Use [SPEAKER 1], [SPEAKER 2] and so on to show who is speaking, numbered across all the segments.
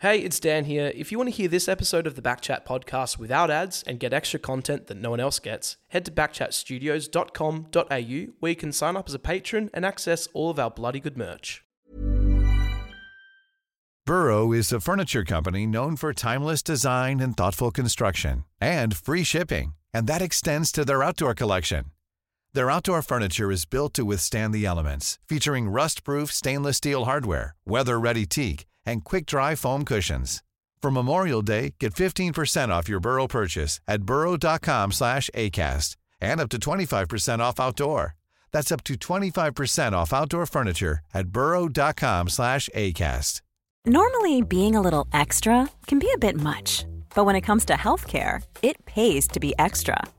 [SPEAKER 1] Hey, it's Dan here. If you want to hear this episode of the Backchat podcast without ads and get extra content that no one else gets, head to backchatstudios.com.au where you can sign up as a patron and access all of our bloody good merch.
[SPEAKER 2] Burrow is a furniture company known for timeless design and thoughtful construction and free shipping, and that extends to their outdoor collection. Their outdoor furniture is built to withstand the elements, featuring rust-proof stainless steel hardware, weather-ready teak, and quick-dry foam cushions. For Memorial Day, get 15% off your Burrow purchase at burrow.com slash ACAST and up to 25% off outdoor. That's up to 25% off outdoor furniture at burrow.com slash ACAST.
[SPEAKER 3] Normally, being a little extra can be a bit much, but when it comes to healthcare, it pays to be extra.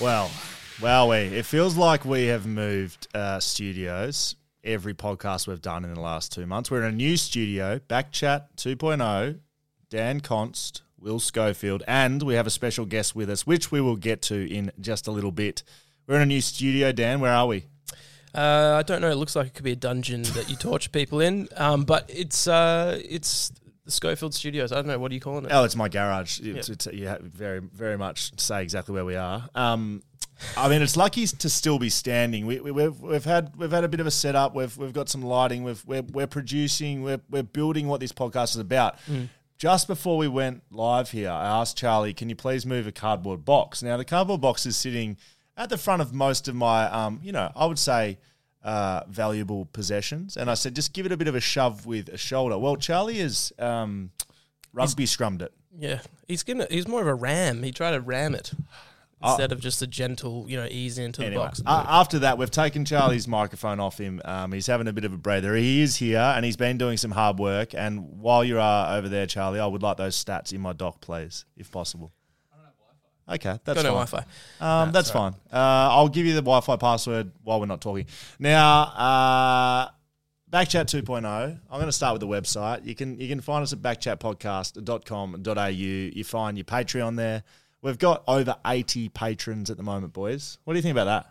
[SPEAKER 4] Well, well, we it feels like we have moved uh, studios. Every podcast we've done in the last two months, we're in a new studio, Backchat 2.0. Dan Const, Will Schofield, and we have a special guest with us, which we will get to in just a little bit. We're in a new studio, Dan. Where are we?
[SPEAKER 1] Uh, I don't know. It looks like it could be a dungeon that you torture people in, um, but it's uh, it's the Schofield Studios. I don't know. What are you calling it?
[SPEAKER 4] Oh, it's my garage. It's, it's, you ha- very, very much say exactly where we are. Um, I mean, it's lucky to still be standing. We, we, we've, we've had we've had a bit of a setup. We've we've got some lighting. We've we're, we're producing. We're we're building what this podcast is about. Just before we went live here, I asked Charlie, "Can you please move a cardboard box?" Now the cardboard box is sitting at the front of most of my, um, you know, I would say uh, valuable possessions. And I said, just give it a bit of a shove with a shoulder. Well, Charlie is um, rugby scrummed it.
[SPEAKER 1] Yeah, he's gonna. He's more of a ram. He tried to ram it instead of just a gentle, you know, ease into
[SPEAKER 4] Ah.
[SPEAKER 1] the
[SPEAKER 4] Anyway, Ah,
[SPEAKER 1] box.
[SPEAKER 4] a- after that, we've taken Charlie's microphone off him. Um, he's having a bit of a breather. He is here, and he's been doing some hard work. And while you are over there, Charlie, I would like those stats in my doc, please, if possible. I don't have Wi-Fi. Okay, that's
[SPEAKER 1] Got no
[SPEAKER 4] fine.
[SPEAKER 1] Wi-Fi.
[SPEAKER 4] Um, that's fine. Uh, I'll give you the Wi-Fi password while we're not talking. Now, uh, Backchat 2.0. I'm going to start with the website. You can you can find us at backchatpodcast.com.au. You find your Patreon there. We've got over 80 patrons at the moment, boys. What do you think about that?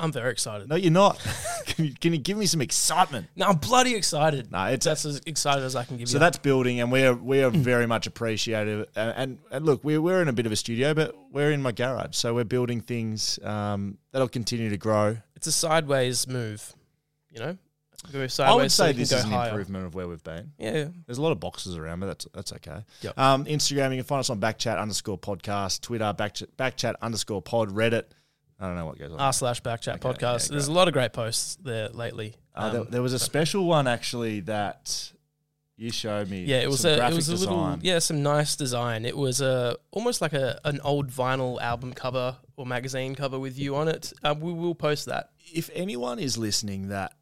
[SPEAKER 1] I'm very excited.
[SPEAKER 4] No, you're not. can, you, can you give me some excitement?
[SPEAKER 1] No, I'm bloody excited.
[SPEAKER 4] No, it's-
[SPEAKER 1] that's Hmm. as excited as I can give
[SPEAKER 4] So
[SPEAKER 1] you.
[SPEAKER 4] that's building, and we're we are very much appreciative. And, and, and look, we're we're in a bit of a studio, but we're in my garage, so we're building things um, that'll continue to grow.
[SPEAKER 1] it's a sideways move, you know. Go sideways
[SPEAKER 4] I would
[SPEAKER 1] so
[SPEAKER 4] say
[SPEAKER 1] you can
[SPEAKER 4] this
[SPEAKER 1] go
[SPEAKER 4] is an
[SPEAKER 1] higher.
[SPEAKER 4] improvement of where we've been.
[SPEAKER 1] Yeah,
[SPEAKER 4] There's a lot of boxes around, but that's that's okay.
[SPEAKER 1] Yep.
[SPEAKER 4] Um, Instagram, you can find us on backchat underscore podcast, Twitter backchat, backchat underscore pod, Reddit. I don't know what goes on.
[SPEAKER 1] r slash backchat podcast.
[SPEAKER 4] yeah,
[SPEAKER 1] There's a lot of great posts there lately.
[SPEAKER 4] Uh, there,
[SPEAKER 1] Um,
[SPEAKER 4] there was a special one actually that you showed me.
[SPEAKER 1] yeah, it was
[SPEAKER 4] some
[SPEAKER 1] a it
[SPEAKER 4] graphic
[SPEAKER 1] was a little
[SPEAKER 4] design.
[SPEAKER 1] yeah some nice design. It was a almost like a an old vinyl album cover or magazine cover with you on it. Um, we will post that.
[SPEAKER 4] if anyone is listening that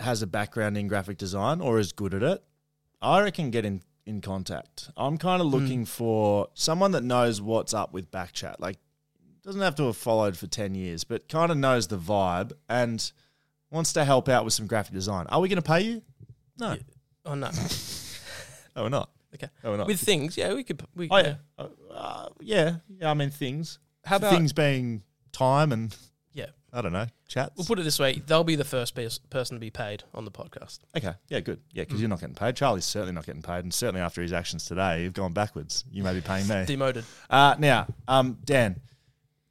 [SPEAKER 4] has a background in graphic design or is good at it, I reckon get in, in contact. I'm kind
[SPEAKER 1] Hmm.
[SPEAKER 4] of looking for someone that knows what's up with Backchat. Like, doesn't have to have followed for 10 years, but kind of knows the vibe and wants to help out with some graphic design. Are we going to pay you? No.
[SPEAKER 1] Oh no,
[SPEAKER 4] No, we're not.
[SPEAKER 1] okay.
[SPEAKER 4] No, we're not.
[SPEAKER 1] With things, yeah, we could. p- We,
[SPEAKER 4] oh, yeah. Uh, uh, yeah. Yeah, I mean, things.
[SPEAKER 1] How about-
[SPEAKER 4] things being time and,
[SPEAKER 1] yeah.
[SPEAKER 4] I don't know, chats?
[SPEAKER 1] We'll put it this way: they'll be the first pe- person to be paid on the podcast.
[SPEAKER 4] Okay, yeah, good. Yeah,
[SPEAKER 1] Mm.
[SPEAKER 4] because you're not getting paid. Charlie's certainly not getting paid, and certainly after his actions today, you've gone backwards. You may be paying me.
[SPEAKER 1] Demoted.
[SPEAKER 4] Uh, now, um, Dan,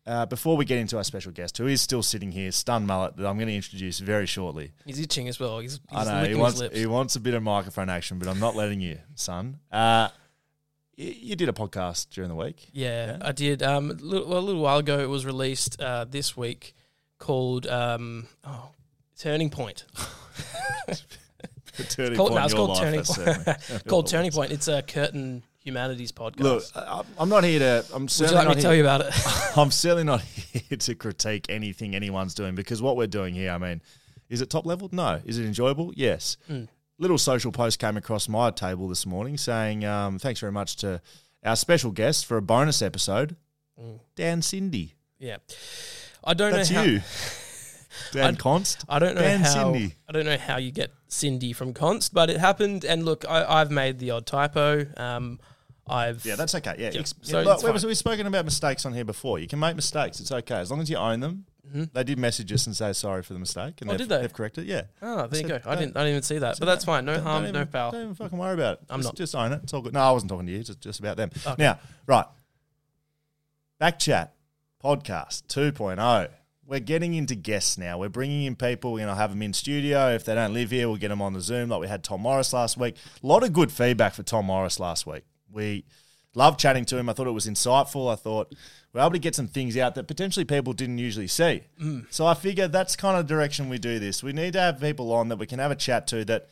[SPEAKER 4] uh, before we get into our special guest, who is still sitting here, Stun Mullet, that I'm going to introduce very shortly.
[SPEAKER 1] He's itching as well. He's, he's
[SPEAKER 4] I know
[SPEAKER 1] licking
[SPEAKER 4] he wants
[SPEAKER 1] his lips.
[SPEAKER 4] he wants a bit of microphone action, but I'm not letting you, son. Uh, you, you did a podcast during the week.
[SPEAKER 1] Yeah, I did. Um, a little, well, a little while ago, it was released uh, this week called um, oh, Turning Point.
[SPEAKER 4] The turning
[SPEAKER 1] Called-
[SPEAKER 4] point.
[SPEAKER 1] no,
[SPEAKER 4] in
[SPEAKER 1] it's
[SPEAKER 4] your
[SPEAKER 1] called
[SPEAKER 4] life,
[SPEAKER 1] Turning
[SPEAKER 4] that's
[SPEAKER 1] Point.
[SPEAKER 4] certainly-
[SPEAKER 1] It's called Turning Point. It's a curtain humanities podcast.
[SPEAKER 4] Look, I, I'm not here to. I'm
[SPEAKER 1] Would you
[SPEAKER 4] certainly
[SPEAKER 1] like me
[SPEAKER 4] not
[SPEAKER 1] to
[SPEAKER 4] here-
[SPEAKER 1] tell you about it?
[SPEAKER 4] I'm certainly not here to critique anything anyone's doing because what we're doing here, I mean, is it top level? No. Is it enjoyable? Yes.
[SPEAKER 1] Mm.
[SPEAKER 4] Little social post came across my table this morning saying, um, thanks very much to our special guest for a bonus episode, Dan Cindy.
[SPEAKER 1] yeah, Mm. I don't
[SPEAKER 4] That's
[SPEAKER 1] know. How,
[SPEAKER 4] you. Dan
[SPEAKER 1] I-
[SPEAKER 4] Const.
[SPEAKER 1] I don't know
[SPEAKER 4] Dan
[SPEAKER 1] how.
[SPEAKER 4] Cindy.
[SPEAKER 1] I don't know how you get Cindy from Const, but it happened. And look, I, I've made the odd typo. Um, I've
[SPEAKER 4] Yeah, that's okay. Yeah,
[SPEAKER 1] Yeah,
[SPEAKER 4] ex-
[SPEAKER 1] so
[SPEAKER 4] yeah, look,
[SPEAKER 1] it's
[SPEAKER 4] we've,
[SPEAKER 1] fine.
[SPEAKER 4] we've spoken about mistakes on here before. You can make mistakes; it's okay as long as you own them. They did message us and say sorry for the mistake, and
[SPEAKER 1] Mm-hmm. Oh,
[SPEAKER 4] they've,
[SPEAKER 1] did they?
[SPEAKER 4] they've corrected. Yeah.
[SPEAKER 1] Oh, there you go.
[SPEAKER 4] said,
[SPEAKER 1] I
[SPEAKER 4] "Don't-
[SPEAKER 1] didn't. I didn't even see that. But that's fine. No
[SPEAKER 4] Don't-
[SPEAKER 1] harm,
[SPEAKER 4] don't
[SPEAKER 1] no
[SPEAKER 4] even-
[SPEAKER 1] foul.
[SPEAKER 4] Don't even fucking worry about it.
[SPEAKER 1] I'm
[SPEAKER 4] just,
[SPEAKER 1] not.
[SPEAKER 4] Just own it. It's all good. No, I wasn't talking to you. Just, just about them. Now, right. Back chat podcast 2.0. We're getting into guests now. We're bringing in people. You know, have them in studio. If they don't live here, we'll get them on the Zoom. Like we had Tom Morris last week. A lot of good feedback for Tom Morris last week. We loved chatting to him. I thought it was insightful. I thought we are able to get some things out that potentially people didn't usually see.
[SPEAKER 1] Mm.
[SPEAKER 4] So I figure that's kind of the direction we do this. We need to have people on that we can have a chat to that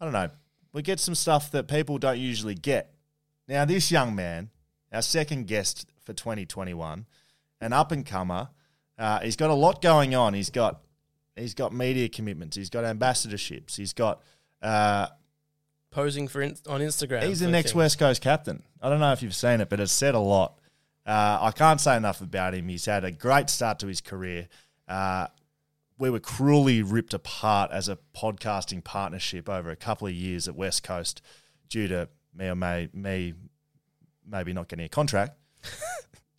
[SPEAKER 4] I don't know. We get some stuff that people don't usually get. Now, this young man, our second guest for 2021, an up and comer, uh, he's got a lot going on. He's got he's got media commitments. He's got ambassadorships. He's got uh,
[SPEAKER 1] Posing for in, on Instagram.
[SPEAKER 4] he's the
[SPEAKER 1] for
[SPEAKER 4] next
[SPEAKER 1] things.
[SPEAKER 4] West Coast captain. I don't know if you've seen it, but it's said a lot. Uh, I can't say enough about him. He's had a great start to his career. Uh, we were cruelly ripped apart as a podcasting partnership over a couple of years at West Coast due to me or may, me maybe not getting a contract.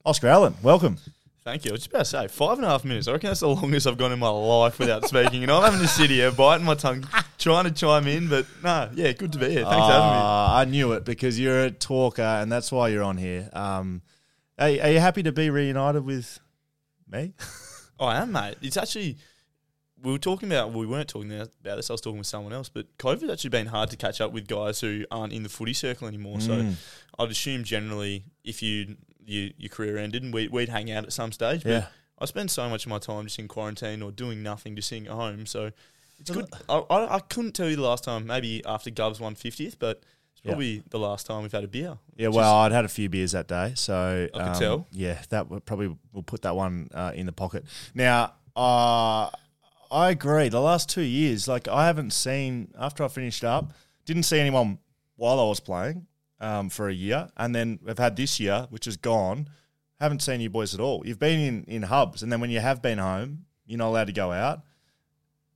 [SPEAKER 4] Oscar Allen, welcome.
[SPEAKER 5] Thank you. I was just about to say five and a half minutes. I reckon that's the longest I've gone in my life without speaking, and I'm having to sit here biting my tongue, trying to chime in. But no, yeah, good to be here. Thanks for having me.
[SPEAKER 4] Ah, I knew it because you're a talker and that's why you're on here. Um, are, are you happy to be reunited with me?
[SPEAKER 5] I am, mate. It's actually we were talking about. Well, we weren't talking about this. I was talking with someone else. But COVID's actually been hard to catch up with guys who aren't in the footy circle anymore.
[SPEAKER 4] Mm.
[SPEAKER 5] So I'd assume generally, if you, you your career ended, and we, we'd hang out at some stage. But
[SPEAKER 4] Yeah.
[SPEAKER 5] I spend so much of my time just in quarantine or doing nothing, just sitting at home. So it's good. I, I, I couldn't tell you the last time. Maybe after Gov's one fiftieth, but it's
[SPEAKER 4] Yeah.
[SPEAKER 5] probably the last time we've had a beer.
[SPEAKER 4] Yeah,
[SPEAKER 5] which
[SPEAKER 4] well,
[SPEAKER 5] is-
[SPEAKER 4] I'd had a few beers that day, so um,
[SPEAKER 5] I could tell.
[SPEAKER 4] Yeah, that would probably we'll put that one uh, in the pocket. Now, uh, I agree. The last two years, like I haven't seen after I finished up, didn't see anyone while I was playing um, for a year, and then we've had this year, which is gone. Haven't seen you boys at all. You've been in in hubs, and then when you have been home, you're not allowed to go out.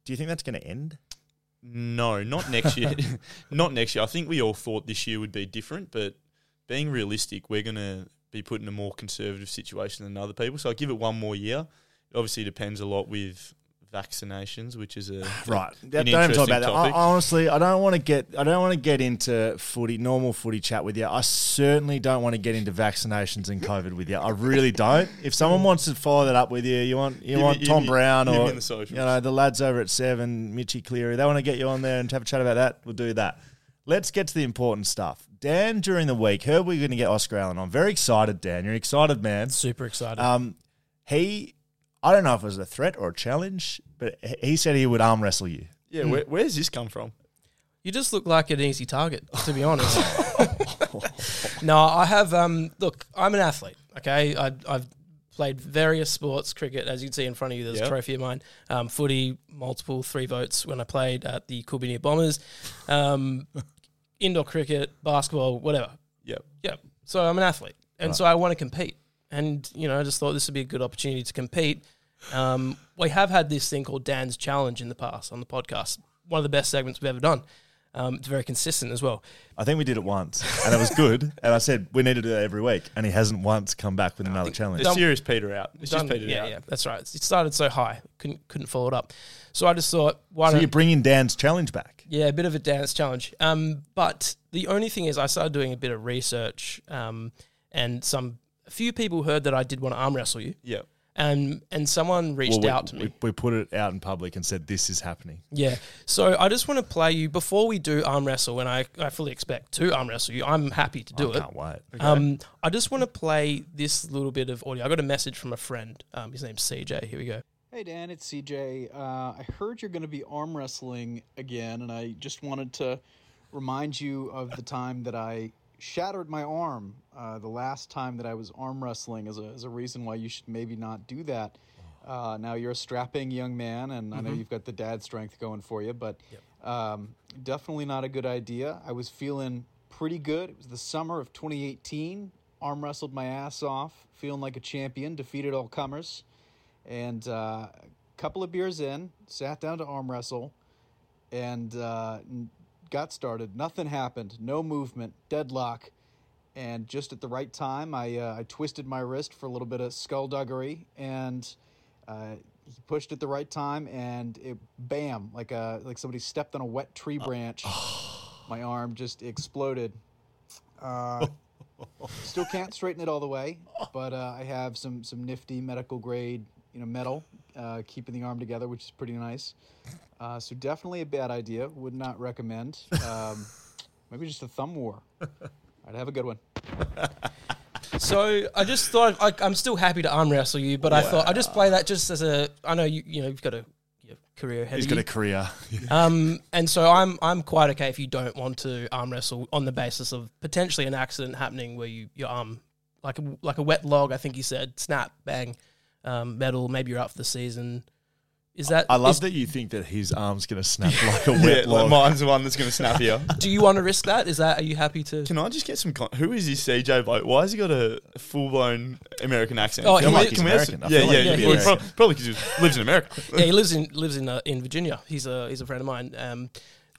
[SPEAKER 4] Do you think that's going to end?
[SPEAKER 5] No, not next year. not next year. I think we all thought this year would be different, but being realistic, we're going to be put in a more conservative situation than other people. So I give it one more year. It obviously depends a lot with vaccinations, which is a
[SPEAKER 4] Right.
[SPEAKER 5] an
[SPEAKER 4] Don't even talk
[SPEAKER 5] interesting
[SPEAKER 4] about that. I,
[SPEAKER 5] topic.
[SPEAKER 4] I honestly, I don't want to get I don't want to get into footy normal footy chat with you. I certainly don't want to get into vaccinations and COVID with you. I really don't. If someone wants to follow that up with you, you want you
[SPEAKER 5] Hit me-
[SPEAKER 4] want
[SPEAKER 5] hit
[SPEAKER 4] Tom
[SPEAKER 5] me-
[SPEAKER 4] Brown
[SPEAKER 5] hit me
[SPEAKER 4] or
[SPEAKER 5] in the socials.
[SPEAKER 4] you know the lads over at Seven, Mitchy Cleary. They want to get you on there and have a chat about that. We'll do that. Let's get to the important stuff. Dan, during the week, heard we were going to get Oscar Allen on. Very excited, Dan. You're an excited, man.
[SPEAKER 1] Super excited.
[SPEAKER 4] Um, he, I don't know if it was a threat or a challenge, but he- he said he would arm wrestle you.
[SPEAKER 5] yeah, where,
[SPEAKER 4] mm.
[SPEAKER 5] where's this come from?
[SPEAKER 1] You just look like an easy target, to be honest. no, I have. Um, look, I'm an athlete. Okay, I, I've played various sports, cricket, as you can see in front of you. There's a
[SPEAKER 5] Yeah.
[SPEAKER 1] trophy of mine. Um, footy, multiple three votes when I played at the Coolbini Bombers. Um, indoor cricket, basketball, whatever.
[SPEAKER 5] Yep.
[SPEAKER 1] Yeah. So I'm an athlete, and so I want to compete. And you know, I just thought this would be a good opportunity to compete. Um, we have had this thing called Dan's Challenge in the past on the podcast. One of the best segments we've ever done. Um, it's very consistent as well.
[SPEAKER 4] I think we did it once, and it was good. and I said we need to do that every week, and he hasn't once come back with another challenge.
[SPEAKER 5] It's serious Peter out. It's just
[SPEAKER 1] Done-
[SPEAKER 5] Peter
[SPEAKER 1] yeah,
[SPEAKER 5] out.
[SPEAKER 1] yeah, that's right. It started so high, couldn't couldn't follow it up. So I just thought, why
[SPEAKER 4] So
[SPEAKER 1] don't
[SPEAKER 4] you're bringing Dan's challenge back.
[SPEAKER 1] Yeah, a bit of a dance challenge. Um, but the only thing is, I started doing a bit of research, um, and some a few people heard that I did want to arm wrestle you,
[SPEAKER 5] Yeah.
[SPEAKER 1] and and someone reached
[SPEAKER 4] we,
[SPEAKER 1] out to me.
[SPEAKER 4] We, we put it out in public and said this is happening.
[SPEAKER 1] Yeah. So I just want to play you before we do arm wrestle, and I, I fully expect to arm wrestle you. I'm happy to do
[SPEAKER 4] I
[SPEAKER 1] it.
[SPEAKER 4] can't wait.
[SPEAKER 1] Um, I just want to play this little bit of audio. I got a message from a friend. Um, his name's CJ. Here we go.
[SPEAKER 6] Hey Dan, it's CJ. Uh, I heard you're going to be arm wrestling again, and I just wanted to remind you of the time that I shattered my arm uh, the last time that I was arm wrestling as a, as a reason why you should maybe not do that. Uh, now you're a strapping young man, and I know you've got the dad strength going for you, but um, definitely not a good idea. I was feeling pretty good. It was the summer of 2018. Arm wrestled my ass off, feeling like a champion, defeated all comers, and uh, a couple of beers in, sat down to arm wrestle, and uh, n- got started. Nothing happened. No movement. Deadlock. And just at the right time, I uh, I twisted my wrist for a little bit of skullduggery, and uh, he pushed at the right time, and it bam like a like somebody stepped on a wet tree branch. My arm just exploded. Uh, still can't straighten it all the way, but uh, I have some some nifty medical grade you know metal uh, keeping the arm together, which is pretty nice. Uh, so definitely a bad idea. Would not recommend. Um, maybe just a thumb war. I'd have a good one.
[SPEAKER 1] So I just thought I, I'm still happy to arm wrestle you, but I thought I just play that just as a. I know you. You know you've got a you know, career ahead.
[SPEAKER 4] He's
[SPEAKER 1] of
[SPEAKER 4] got
[SPEAKER 1] you.
[SPEAKER 4] a career.
[SPEAKER 1] Um, and so I'm I'm quite okay if you don't want to arm wrestle on the basis of potentially an accident happening where you your arm like a, like a wet log. I think you said snap bang, um, metal. Maybe you're out for the season. Is that?
[SPEAKER 4] I love
[SPEAKER 1] is-
[SPEAKER 4] that you think that his arm's going to snap like a
[SPEAKER 5] Yeah,
[SPEAKER 4] wet
[SPEAKER 5] like
[SPEAKER 4] log.
[SPEAKER 5] mine's the one that's going to snap here.
[SPEAKER 1] do you want to risk that? Is that? Are you happy to?
[SPEAKER 5] Can I just get some? Con- who is this CJ bloke? Why has he got a full blown American accent?
[SPEAKER 1] Oh,
[SPEAKER 5] Can
[SPEAKER 1] he
[SPEAKER 5] we-
[SPEAKER 1] li-
[SPEAKER 5] can we
[SPEAKER 4] he's
[SPEAKER 5] have some-
[SPEAKER 4] American. I
[SPEAKER 5] Yeah,
[SPEAKER 4] feel
[SPEAKER 5] yeah,
[SPEAKER 4] like
[SPEAKER 1] he'd be
[SPEAKER 5] yeah. Well,
[SPEAKER 4] American.
[SPEAKER 5] pro- probably because he lives in America.
[SPEAKER 1] yeah, he lives in lives in uh, in Virginia. He's a he's a friend of mine. Um,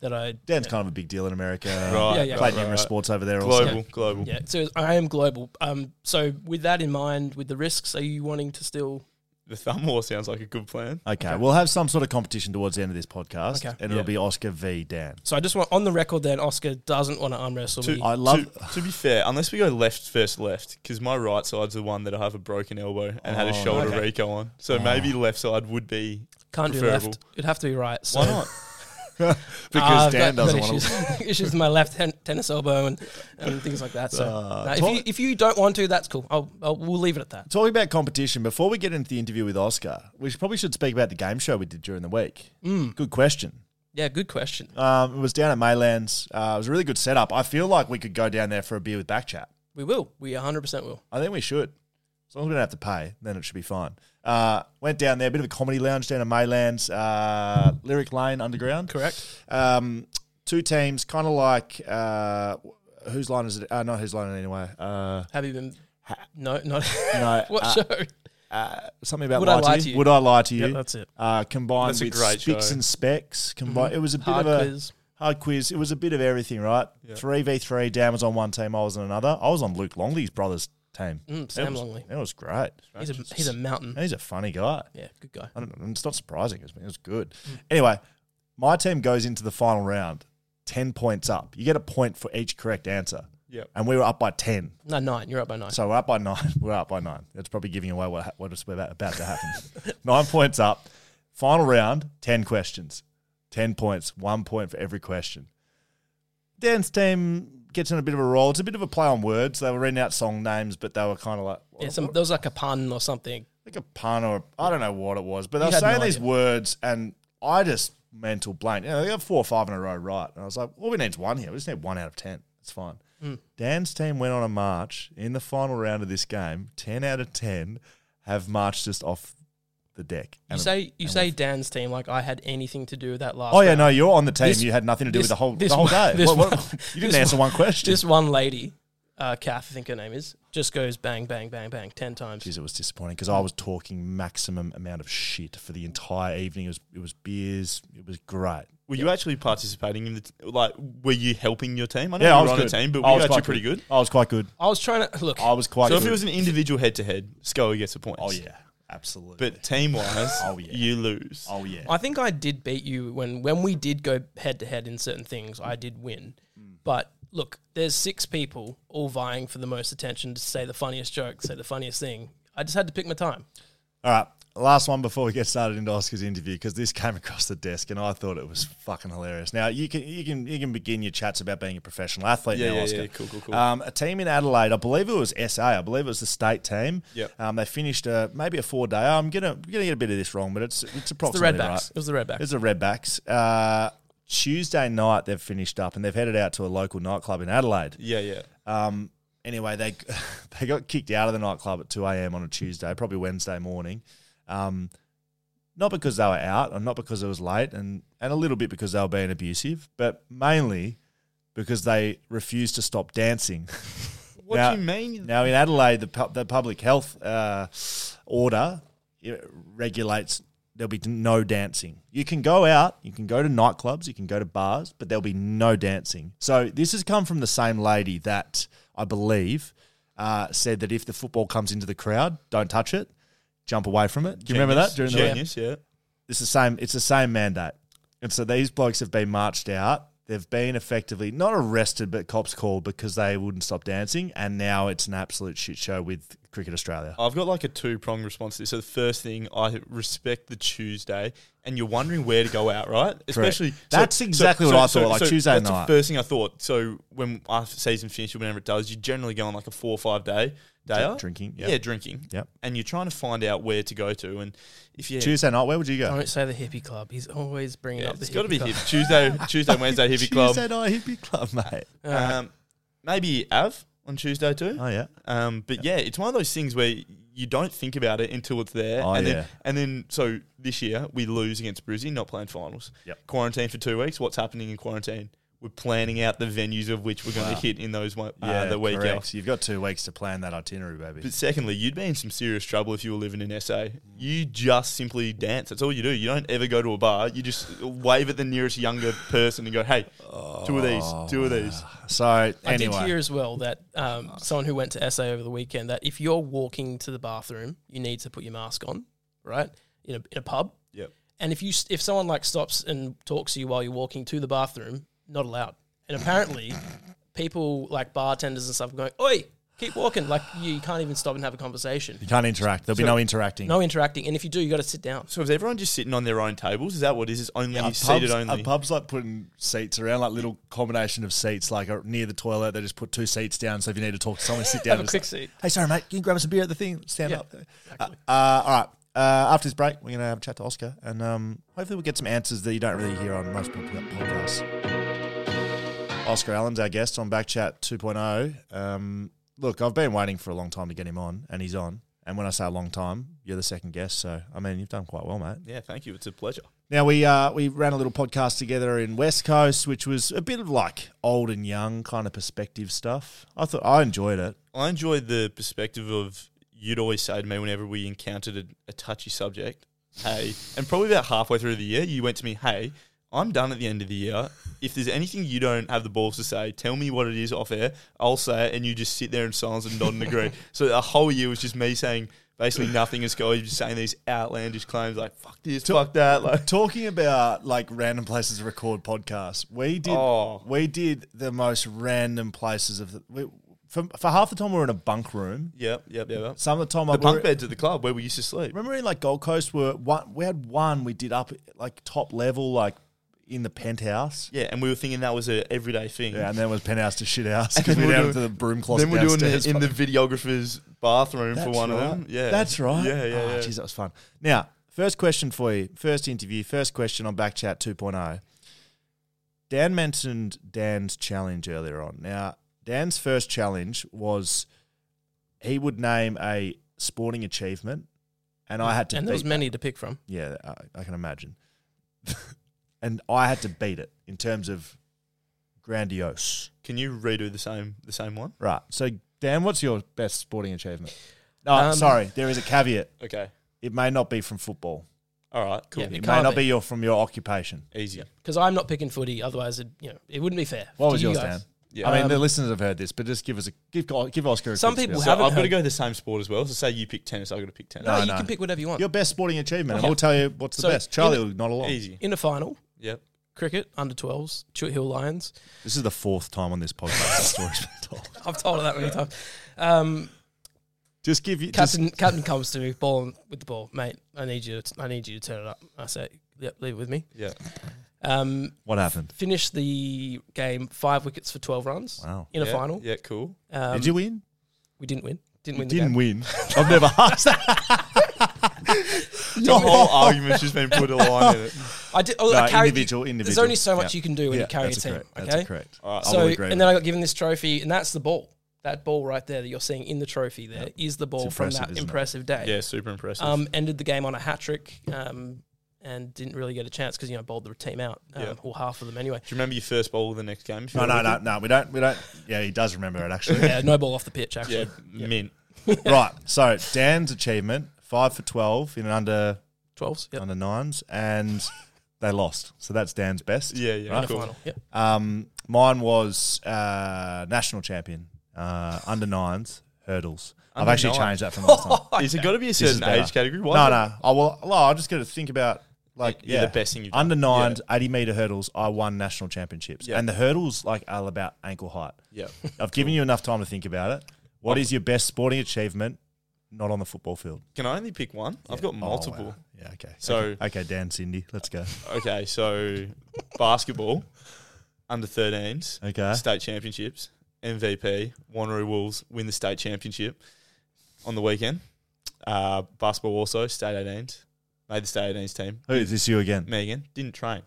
[SPEAKER 1] that I
[SPEAKER 4] Dan's kind of a big deal in America.
[SPEAKER 5] Right,
[SPEAKER 1] Yeah, yeah.
[SPEAKER 4] Played
[SPEAKER 5] right,
[SPEAKER 4] numerous
[SPEAKER 5] right.
[SPEAKER 4] sports over there. Also.
[SPEAKER 5] Global, global.
[SPEAKER 1] yeah. So I am global. Um, so with that in mind, with the risks, are you wanting to still?
[SPEAKER 5] The thumb war sounds like a good plan.
[SPEAKER 4] Okay, we'll have some sort of competition towards the end of this podcast,
[SPEAKER 1] Okay.
[SPEAKER 4] and it'll
[SPEAKER 5] Yeah.
[SPEAKER 4] be Oscar v Dan.
[SPEAKER 1] So I just want on the record. Then Oscar doesn't want to arm wrestle
[SPEAKER 5] To-
[SPEAKER 1] me.
[SPEAKER 4] I love.
[SPEAKER 5] To, to be fair, unless we go left first, left, because my right side's the one that I have a broken elbow and had a
[SPEAKER 4] Oh,
[SPEAKER 5] shoulder
[SPEAKER 1] okay.
[SPEAKER 5] Rico on. So maybe left side would be.
[SPEAKER 1] Can't do
[SPEAKER 5] preferable.
[SPEAKER 1] left. It'd have to be right. So
[SPEAKER 5] Why not?
[SPEAKER 4] because
[SPEAKER 1] I've
[SPEAKER 4] Dan
[SPEAKER 1] got- got
[SPEAKER 4] doesn't want to.
[SPEAKER 1] issues. issues with my left hand, tennis elbow and, and things like that. So no, if,
[SPEAKER 4] talk-
[SPEAKER 1] you, if you don't want to, that's cool. I'll, I'll, we'll leave it at that.
[SPEAKER 4] Talking about competition, before we get into the interview with Oscar, we should- probably should speak about the game show we did during the week.
[SPEAKER 1] Mm.
[SPEAKER 4] Good question.
[SPEAKER 1] Yeah, good question.
[SPEAKER 4] Um, it was down at Maylands. Uh, it was a really good setup. I feel like we could go down there for a beer with Backchat.
[SPEAKER 1] We will. We 100% will.
[SPEAKER 4] I think we should. As long as we don't have to pay, then it should be fine. Uh, went down there, a bit of a comedy lounge down in Maylands, uh, Lyric Lane Underground.
[SPEAKER 1] Correct.
[SPEAKER 4] Um, two teams, kind of like uh, whose line is it? Uh, not whose line anyway. Uh,
[SPEAKER 1] Have you been? No, not.
[SPEAKER 4] No,
[SPEAKER 1] what
[SPEAKER 4] uh,
[SPEAKER 1] show?
[SPEAKER 4] uh, something about
[SPEAKER 1] Would
[SPEAKER 4] lie
[SPEAKER 1] I Lie
[SPEAKER 4] to
[SPEAKER 1] to
[SPEAKER 4] you?
[SPEAKER 1] You?
[SPEAKER 4] Would I lie to you?
[SPEAKER 1] Yeah, that's it.
[SPEAKER 4] Uh, combined
[SPEAKER 5] That's a
[SPEAKER 4] with
[SPEAKER 5] great
[SPEAKER 4] spics
[SPEAKER 5] show.
[SPEAKER 4] and specs. Combined, it was a bit
[SPEAKER 1] Mm-hmm. Hard
[SPEAKER 4] of a
[SPEAKER 1] quiz.
[SPEAKER 4] hard quiz. It was a bit of everything, right? Three v three. Dan was on one team. I was on another. I was on Luke Longley's brother's team.
[SPEAKER 1] Mm, Sam
[SPEAKER 4] that was,
[SPEAKER 1] Longley.
[SPEAKER 4] That was great.
[SPEAKER 1] He's a, he's a mountain.
[SPEAKER 4] And he's a funny guy.
[SPEAKER 1] Yeah, Mm. good guy.
[SPEAKER 4] I don't know. It's not surprising. It was, it was good. Anyway, my team goes into the final round, ten points up. You get a point for each correct answer.
[SPEAKER 5] Yep.
[SPEAKER 4] And we were up by ten.
[SPEAKER 1] No, nine. You're up by nine.
[SPEAKER 4] So we're up by nine. We're up by nine. That's probably giving away what, ha- what is about, about to happen. nine points up. Final round, 10 questions. 10 points, one point for every question. Dan's team gets in a bit of a roll. It's a bit of a play on words. They were reading out song names, but they were kind of like,
[SPEAKER 1] yeah, some, there was like a pun or something.
[SPEAKER 4] like a pun or I don't know what it was, but they
[SPEAKER 1] You
[SPEAKER 4] were
[SPEAKER 1] had
[SPEAKER 4] saying
[SPEAKER 1] no
[SPEAKER 4] these
[SPEAKER 1] idea.
[SPEAKER 4] words and I just mental blank. You know, they got four or five in a row right. And I was like, all we need is one here. We just need one out of 10. It's fine.
[SPEAKER 1] Hmm.
[SPEAKER 4] Dan's team went on a march in the final round of this game. 10 out of 10 have marched just off the deck.
[SPEAKER 1] You
[SPEAKER 4] And-
[SPEAKER 1] say you say Dan's team like I had anything to do with that last.
[SPEAKER 4] Oh yeah,
[SPEAKER 1] round.
[SPEAKER 4] no, you're on the team.
[SPEAKER 1] This-
[SPEAKER 4] you had nothing to do
[SPEAKER 1] this-
[SPEAKER 4] with the whole
[SPEAKER 1] this
[SPEAKER 4] the whole
[SPEAKER 1] one-
[SPEAKER 4] day.
[SPEAKER 1] this
[SPEAKER 4] What- what-
[SPEAKER 1] one-
[SPEAKER 4] you didn't
[SPEAKER 1] this
[SPEAKER 4] answer one question.
[SPEAKER 1] Just one lady, uh, Kath, I think her name is, just goes bang, bang, bang, bang, 10 times.
[SPEAKER 4] Jeez, it was disappointing because I was talking maximum amount of shit for the entire evening. It was it was beers. It was great.
[SPEAKER 5] Were you actually participating in the t- like? Were you helping your team? I know
[SPEAKER 4] Yeah, I
[SPEAKER 5] you
[SPEAKER 4] was
[SPEAKER 5] were on
[SPEAKER 4] good.
[SPEAKER 5] a team, but
[SPEAKER 4] I
[SPEAKER 5] were you
[SPEAKER 4] was
[SPEAKER 5] actually
[SPEAKER 4] quite
[SPEAKER 5] pretty good?
[SPEAKER 4] I was quite good.
[SPEAKER 1] I was trying to look.
[SPEAKER 4] I was quite.
[SPEAKER 5] So if
[SPEAKER 4] good.
[SPEAKER 5] it was an individual head to head, Scully gets the points.
[SPEAKER 4] oh yeah, absolutely.
[SPEAKER 5] But team wise,
[SPEAKER 4] Oh, yeah.
[SPEAKER 5] you lose.
[SPEAKER 4] oh yeah,
[SPEAKER 1] I think I did beat you when when we did go head to head in certain things. I did win,
[SPEAKER 4] Mm.
[SPEAKER 1] but look, there's six people all vying for the most attention to say the funniest joke, say the funniest thing. I just had to pick my time.
[SPEAKER 4] all right. last one before we get started into Oscar's interview because this came across the desk and I thought it was fucking hilarious. Now you can you can you can begin your chats about being a professional athlete
[SPEAKER 5] Yeah,
[SPEAKER 4] now,
[SPEAKER 5] yeah,
[SPEAKER 4] Oscar.
[SPEAKER 5] yeah. Cool, cool, cool.
[SPEAKER 4] Um, a team in Adelaide, I believe it was SA, I believe it was the state team.
[SPEAKER 5] Yep.
[SPEAKER 4] Um, they finished a, maybe a four day. I'm gonna gonna get a bit of this wrong, but it's it's
[SPEAKER 1] the
[SPEAKER 4] approximately
[SPEAKER 1] Redbacks.
[SPEAKER 4] right.
[SPEAKER 1] It was the Redbacks.
[SPEAKER 4] It's the Redbacks. Uh, Tuesday night they've finished up and they've headed out to a local nightclub in Adelaide.
[SPEAKER 5] Yeah, yeah.
[SPEAKER 4] Um, anyway, they they got kicked out of the nightclub at 2 a.m. on a Tuesday, probably Wednesday morning. Um, not because they were out and not because it was late and, and a little bit because they were being abusive, but mainly because they refused to stop dancing.
[SPEAKER 5] What
[SPEAKER 4] Now-
[SPEAKER 5] do you mean?
[SPEAKER 4] Now, in Adelaide, the, pub, the public health uh, order it regulates there'll be no dancing. You can go out, you can go to nightclubs, you can go to bars, but there'll be no dancing. So, this has come from the same lady that I believe uh, said that if the football comes into the crowd, don't touch it, jump away from it. Do you remember that during the
[SPEAKER 5] Genius, yeah.
[SPEAKER 4] it's the same. It's the same mandate. And so these blokes have been marched out. They've been effectively not arrested, but cops called because they wouldn't stop dancing. And now it's an absolute shit show with Cricket Australia.
[SPEAKER 5] I've got like a two prong response to this. So the first thing, I respect the Tuesday, and you're wondering where to go out, right? Especially
[SPEAKER 4] That's exactly what I thought, like Tuesday
[SPEAKER 5] that's
[SPEAKER 4] night.
[SPEAKER 5] The first thing I thought. So when after season finishes, whenever it does, you generally go on like a four or five day day
[SPEAKER 4] Drink-
[SPEAKER 5] out.
[SPEAKER 4] drinking,
[SPEAKER 5] yeah,
[SPEAKER 4] yep.
[SPEAKER 5] drinking,
[SPEAKER 4] Yep.
[SPEAKER 5] and you're trying to find out where to go to, and if you
[SPEAKER 4] Tuesday night, where would you
[SPEAKER 5] Oh,
[SPEAKER 4] go?
[SPEAKER 1] Don't say the hippie club. He's always bringing
[SPEAKER 5] yeah,
[SPEAKER 1] up the
[SPEAKER 5] it's got to
[SPEAKER 1] hippie
[SPEAKER 5] be
[SPEAKER 1] club.
[SPEAKER 5] hip. Tuesday, Tuesday, Wednesday, hippie
[SPEAKER 4] Tuesday
[SPEAKER 5] club.
[SPEAKER 4] night hippie club, mate.
[SPEAKER 1] Uh,
[SPEAKER 5] Um, maybe Av on Tuesday too.
[SPEAKER 4] Uh-huh. Oh yeah.
[SPEAKER 5] Um, but yeah, it's one of those things where you don't think about it until it's there.
[SPEAKER 4] Oh,
[SPEAKER 5] and
[SPEAKER 4] yeah.
[SPEAKER 5] Then, and then, so this year we lose against Brisbane, not playing finals.
[SPEAKER 4] Yep.
[SPEAKER 5] Quarantine for two weeks. What's happening in quarantine? We're planning out the venues of which we're going to hit in those one, uh, the week
[SPEAKER 4] Oh, correct.
[SPEAKER 5] out.
[SPEAKER 4] You've got two weeks to plan that itinerary, baby.
[SPEAKER 5] But secondly, you'd be in some serious trouble if you were living in SA. You just simply dance. That's all you do. You don't ever go to a bar. You just wave at the nearest younger person and go, "Hey, two of these, two of these."
[SPEAKER 4] Oh, So
[SPEAKER 1] I did hear
[SPEAKER 4] anyway,
[SPEAKER 1] as well that um, someone who went to SA over the weekend that if you're walking to the bathroom, you need to put your mask on, right? In a, in a pub,
[SPEAKER 5] Yep.
[SPEAKER 1] and if you if someone like stops and talks to you while you're walking to the bathroom, not allowed. And apparently, people like bartenders and stuff are going, "Oi, keep walking!" Like you can't even stop and have a conversation.
[SPEAKER 4] you can't interact. There'll be no interacting.
[SPEAKER 1] No interacting, and if you do, you got to sit down.
[SPEAKER 5] So is everyone just sitting on their own tables? Is that what it is? It's only
[SPEAKER 4] Are
[SPEAKER 5] seated
[SPEAKER 4] pubs-
[SPEAKER 5] only.
[SPEAKER 4] are pubs like putting seats around, like little combination of seats, like uh, near the toilet. They just put two seats down, so if you need to talk to someone, sit down.
[SPEAKER 1] Have a
[SPEAKER 4] and
[SPEAKER 1] quick
[SPEAKER 4] just-
[SPEAKER 1] seat.
[SPEAKER 4] Hey, sorry, mate. Can you grab us a beer at the thing? Stand
[SPEAKER 1] Yeah,
[SPEAKER 4] up. Uh, uh, all right. Uh, after this break, we're going to have a chat to Oscar, and um, hopefully we'll get some answers that you don't really hear on most pod- podcasts. Oscar Allen's our guest on Backchat 2.0. Um, look, I've been waiting for a long time to get him on, and he's on. And when I say a long time, you're the second guest, so I mean you've done quite well, mate.
[SPEAKER 5] Yeah, thank you. It's a pleasure.
[SPEAKER 4] Now we uh, we ran a little podcast together in West Coast, which was a bit of like old and young kind of perspective stuff. I thought I enjoyed it.
[SPEAKER 5] I enjoyed the perspective of you'd always say to me whenever we encountered a, a touchy subject, hey, and probably about halfway through the year, you went to me, hey, I'm done at the end of the year. If there's anything you don't have the balls to say, tell me what it is off air. I'll say it, and you just sit there in silence and nod and agree. So a whole year was just me saying basically nothing as Scotty just saying these outlandish claims like fuck this, fuck that, like
[SPEAKER 4] Talking about like random places to record podcasts, we did
[SPEAKER 5] Oh.
[SPEAKER 4] we did the most random places of the, we, for, for half the time we were in a bunk room.
[SPEAKER 5] yep, yep, yep. yep.
[SPEAKER 4] Some of the time I
[SPEAKER 5] The
[SPEAKER 4] we
[SPEAKER 5] bunk
[SPEAKER 4] were-
[SPEAKER 5] beds at the club where we used to sleep.
[SPEAKER 4] Remember in like Gold Coast, were one we had one we did up like top level like in the penthouse.
[SPEAKER 5] Yeah, and we were thinking that was a everyday thing.
[SPEAKER 4] Yeah, and then it was penthouse to shit house
[SPEAKER 5] And
[SPEAKER 4] because
[SPEAKER 5] then
[SPEAKER 4] we
[SPEAKER 5] we're
[SPEAKER 4] down to
[SPEAKER 5] doing-
[SPEAKER 4] the broom closet.
[SPEAKER 5] Then we're doing
[SPEAKER 4] downstairs,
[SPEAKER 5] it in the videographer's bathroom for
[SPEAKER 4] That's
[SPEAKER 5] one
[SPEAKER 4] right.
[SPEAKER 5] of them. Yeah,
[SPEAKER 4] That's right.
[SPEAKER 5] Yeah, yeah,
[SPEAKER 4] Oh,
[SPEAKER 5] yeah.
[SPEAKER 4] Geez, that was fun. Now, first question for you. First interview, first question on Backchat 2.0. oh. Dan mentioned Dan's challenge earlier on. Now, Dan's first challenge was he would name a sporting achievement, and I had to
[SPEAKER 1] and
[SPEAKER 4] beat
[SPEAKER 1] there was many to pick from.
[SPEAKER 4] yeah, I, I can imagine. and I had to beat it in terms of grandiose.
[SPEAKER 5] Can you redo the same the same one?
[SPEAKER 4] Right. So, Dan, what's your best sporting achievement? No,
[SPEAKER 1] Um,
[SPEAKER 4] sorry, there is a caveat.
[SPEAKER 5] Okay.
[SPEAKER 4] It may not be from football.
[SPEAKER 5] All right. Cool.
[SPEAKER 1] Yeah.
[SPEAKER 4] It,
[SPEAKER 1] It
[SPEAKER 4] may
[SPEAKER 1] can't
[SPEAKER 4] not be.
[SPEAKER 1] be.
[SPEAKER 4] your from your occupation.
[SPEAKER 5] Easy.
[SPEAKER 1] Because I'm not picking footy, otherwise, it you know it wouldn't be fair.
[SPEAKER 4] What
[SPEAKER 1] to
[SPEAKER 4] was
[SPEAKER 1] you
[SPEAKER 4] yours, Dan?
[SPEAKER 1] guys.
[SPEAKER 5] Yeah.
[SPEAKER 4] I mean,
[SPEAKER 1] Um,
[SPEAKER 4] the listeners have heard this, but just give us a give give Oscar. A
[SPEAKER 1] Some
[SPEAKER 4] quick
[SPEAKER 1] people
[SPEAKER 4] spiel.
[SPEAKER 5] So
[SPEAKER 1] haven't
[SPEAKER 5] I've got to
[SPEAKER 1] heard-
[SPEAKER 5] go the same sport as well. So say you pick tennis, I've got to pick tennis.
[SPEAKER 1] No,
[SPEAKER 4] No,
[SPEAKER 1] you
[SPEAKER 4] no.
[SPEAKER 1] can pick whatever you want.
[SPEAKER 4] your best sporting achievement, and
[SPEAKER 1] Okay.
[SPEAKER 4] we'll tell you what's the
[SPEAKER 1] So,
[SPEAKER 4] best. Charlie,
[SPEAKER 1] in
[SPEAKER 4] not a lot.
[SPEAKER 5] Easy.
[SPEAKER 1] In a final,
[SPEAKER 5] Yep.
[SPEAKER 1] cricket under 12s, Chute Hill Lions.
[SPEAKER 4] This is the fourth time on this podcast. the story's been told.
[SPEAKER 1] I've told her that many times. Um,
[SPEAKER 4] Just give you just-
[SPEAKER 1] Captain Captain comes to me, ball with the ball, mate. I need you. To, I need you to turn it up. I say, yep, leave it with me.
[SPEAKER 5] Yeah.
[SPEAKER 1] Um,
[SPEAKER 4] what happened.
[SPEAKER 1] finished the game five wickets for twelve runs.
[SPEAKER 4] Wow.
[SPEAKER 1] in a
[SPEAKER 5] yeah,
[SPEAKER 1] final.
[SPEAKER 5] Yeah, cool.
[SPEAKER 1] Um,
[SPEAKER 4] Did you win?
[SPEAKER 1] We didn't win. Didn't
[SPEAKER 4] You
[SPEAKER 1] win.
[SPEAKER 4] didn't
[SPEAKER 1] the
[SPEAKER 4] win. I've never asked that.
[SPEAKER 5] The whole argument's just been put a line in it.
[SPEAKER 1] game. I did. Oh,
[SPEAKER 4] No,
[SPEAKER 1] I carried
[SPEAKER 4] individual,
[SPEAKER 1] There's
[SPEAKER 4] individual.
[SPEAKER 1] only so much
[SPEAKER 4] Yeah.
[SPEAKER 1] you can do when
[SPEAKER 4] Yeah,
[SPEAKER 1] you carry a
[SPEAKER 4] that's
[SPEAKER 1] team.
[SPEAKER 4] correct.
[SPEAKER 1] okay.
[SPEAKER 4] That's correct.
[SPEAKER 5] All right.
[SPEAKER 4] I
[SPEAKER 1] So,
[SPEAKER 4] will
[SPEAKER 1] and
[SPEAKER 4] agree
[SPEAKER 1] then
[SPEAKER 4] with
[SPEAKER 1] I got given this trophy, and that's the ball. That ball right there that you're seeing in the trophy there is the ball from
[SPEAKER 4] impressive,
[SPEAKER 1] that
[SPEAKER 4] isn't it?
[SPEAKER 1] impressive day.
[SPEAKER 5] Yeah, super impressive.
[SPEAKER 1] Um, ended the game on a hat trick, um, and didn't really get a chance because you know bowled the team out, um,
[SPEAKER 5] Yeah.
[SPEAKER 1] or half of them anyway.
[SPEAKER 5] Do you remember your first bowl of the next game? if you
[SPEAKER 4] No,
[SPEAKER 5] had a
[SPEAKER 4] no, no,
[SPEAKER 5] wicket?
[SPEAKER 4] no. We don't. We don't. Yeah, he does remember it actually.
[SPEAKER 1] Yeah, no ball off the pitch actually.
[SPEAKER 5] Yeah, mint.
[SPEAKER 4] Right. So Dan's achievement: five for twelve in under
[SPEAKER 1] Twelves. Yep.
[SPEAKER 5] Um,
[SPEAKER 4] under nines, and they lost. So that's Dan's best.
[SPEAKER 5] Yeah, yeah.
[SPEAKER 1] In a
[SPEAKER 4] Right?
[SPEAKER 5] cool.
[SPEAKER 1] final. Yep.
[SPEAKER 4] Um, mine was uh, national champion uh, under nines hurdles. I've
[SPEAKER 5] Under
[SPEAKER 4] actually
[SPEAKER 5] nine.
[SPEAKER 4] changed that from last time.
[SPEAKER 5] Is it got to be a
[SPEAKER 4] This is
[SPEAKER 5] certain
[SPEAKER 4] better.
[SPEAKER 5] age category? Why
[SPEAKER 4] No,
[SPEAKER 5] is it-
[SPEAKER 4] no. I will. Well, I just got to think about like
[SPEAKER 5] Yeah,
[SPEAKER 4] yeah,
[SPEAKER 5] the best thing you've done.
[SPEAKER 4] under nines, eighty meter hurdles. I won national championships,
[SPEAKER 5] Yeah.
[SPEAKER 4] and the hurdles like are about ankle height.
[SPEAKER 5] Yeah.
[SPEAKER 4] I've given you enough time to think about it. What is your best sporting achievement? Not on the football field.
[SPEAKER 5] Can I only pick one? I've got
[SPEAKER 4] Oh,
[SPEAKER 5] multiple.
[SPEAKER 4] wow. Yeah. Okay.
[SPEAKER 5] So-
[SPEAKER 4] okay, okay, Dan, Cindy, let's go.
[SPEAKER 5] Okay, so basketball, under 13s,
[SPEAKER 4] Okay.
[SPEAKER 5] state championships, MVP, Wanneroo Wolves win the state championship on the weekend. Uh, basketball also, state 18s, made the state 18s team.
[SPEAKER 4] Who is this? You again?
[SPEAKER 5] Megan didn't train,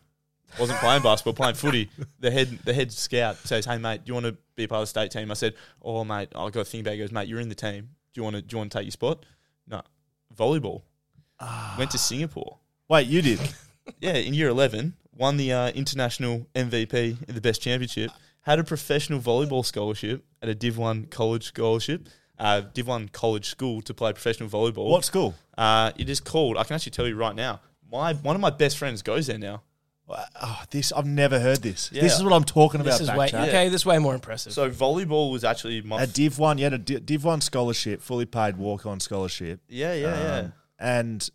[SPEAKER 5] wasn't playing basketball, playing footy. The head the head scout says, "Hey mate, do you want to be a part of the state team?" I said, "Oh mate, I got to think about." it. He goes, "Mate, you're in the team. Do you want to do you want to take your spot?" No, volleyball. Went to Singapore.
[SPEAKER 4] Wait, you did.
[SPEAKER 5] Yeah, in year 11, won the uh, international MVP in the best championship, had a professional volleyball scholarship at a Div 1 college scholarship, uh, Div 1 college school to play professional volleyball.
[SPEAKER 4] What school?
[SPEAKER 5] Uh, it is called, I can actually tell you right now, my one of my best friends goes there now.
[SPEAKER 4] Oh, this I've never heard this.
[SPEAKER 5] Yeah.
[SPEAKER 4] This is what I'm talking about.
[SPEAKER 1] This is
[SPEAKER 4] back
[SPEAKER 1] way
[SPEAKER 4] chat.
[SPEAKER 1] okay. This is way more impressive.
[SPEAKER 5] So volleyball was actually my.
[SPEAKER 4] A Div One, you had a Di- Div One scholarship, fully paid walk on scholarship.
[SPEAKER 5] yeah, yeah, yeah.
[SPEAKER 4] Um, And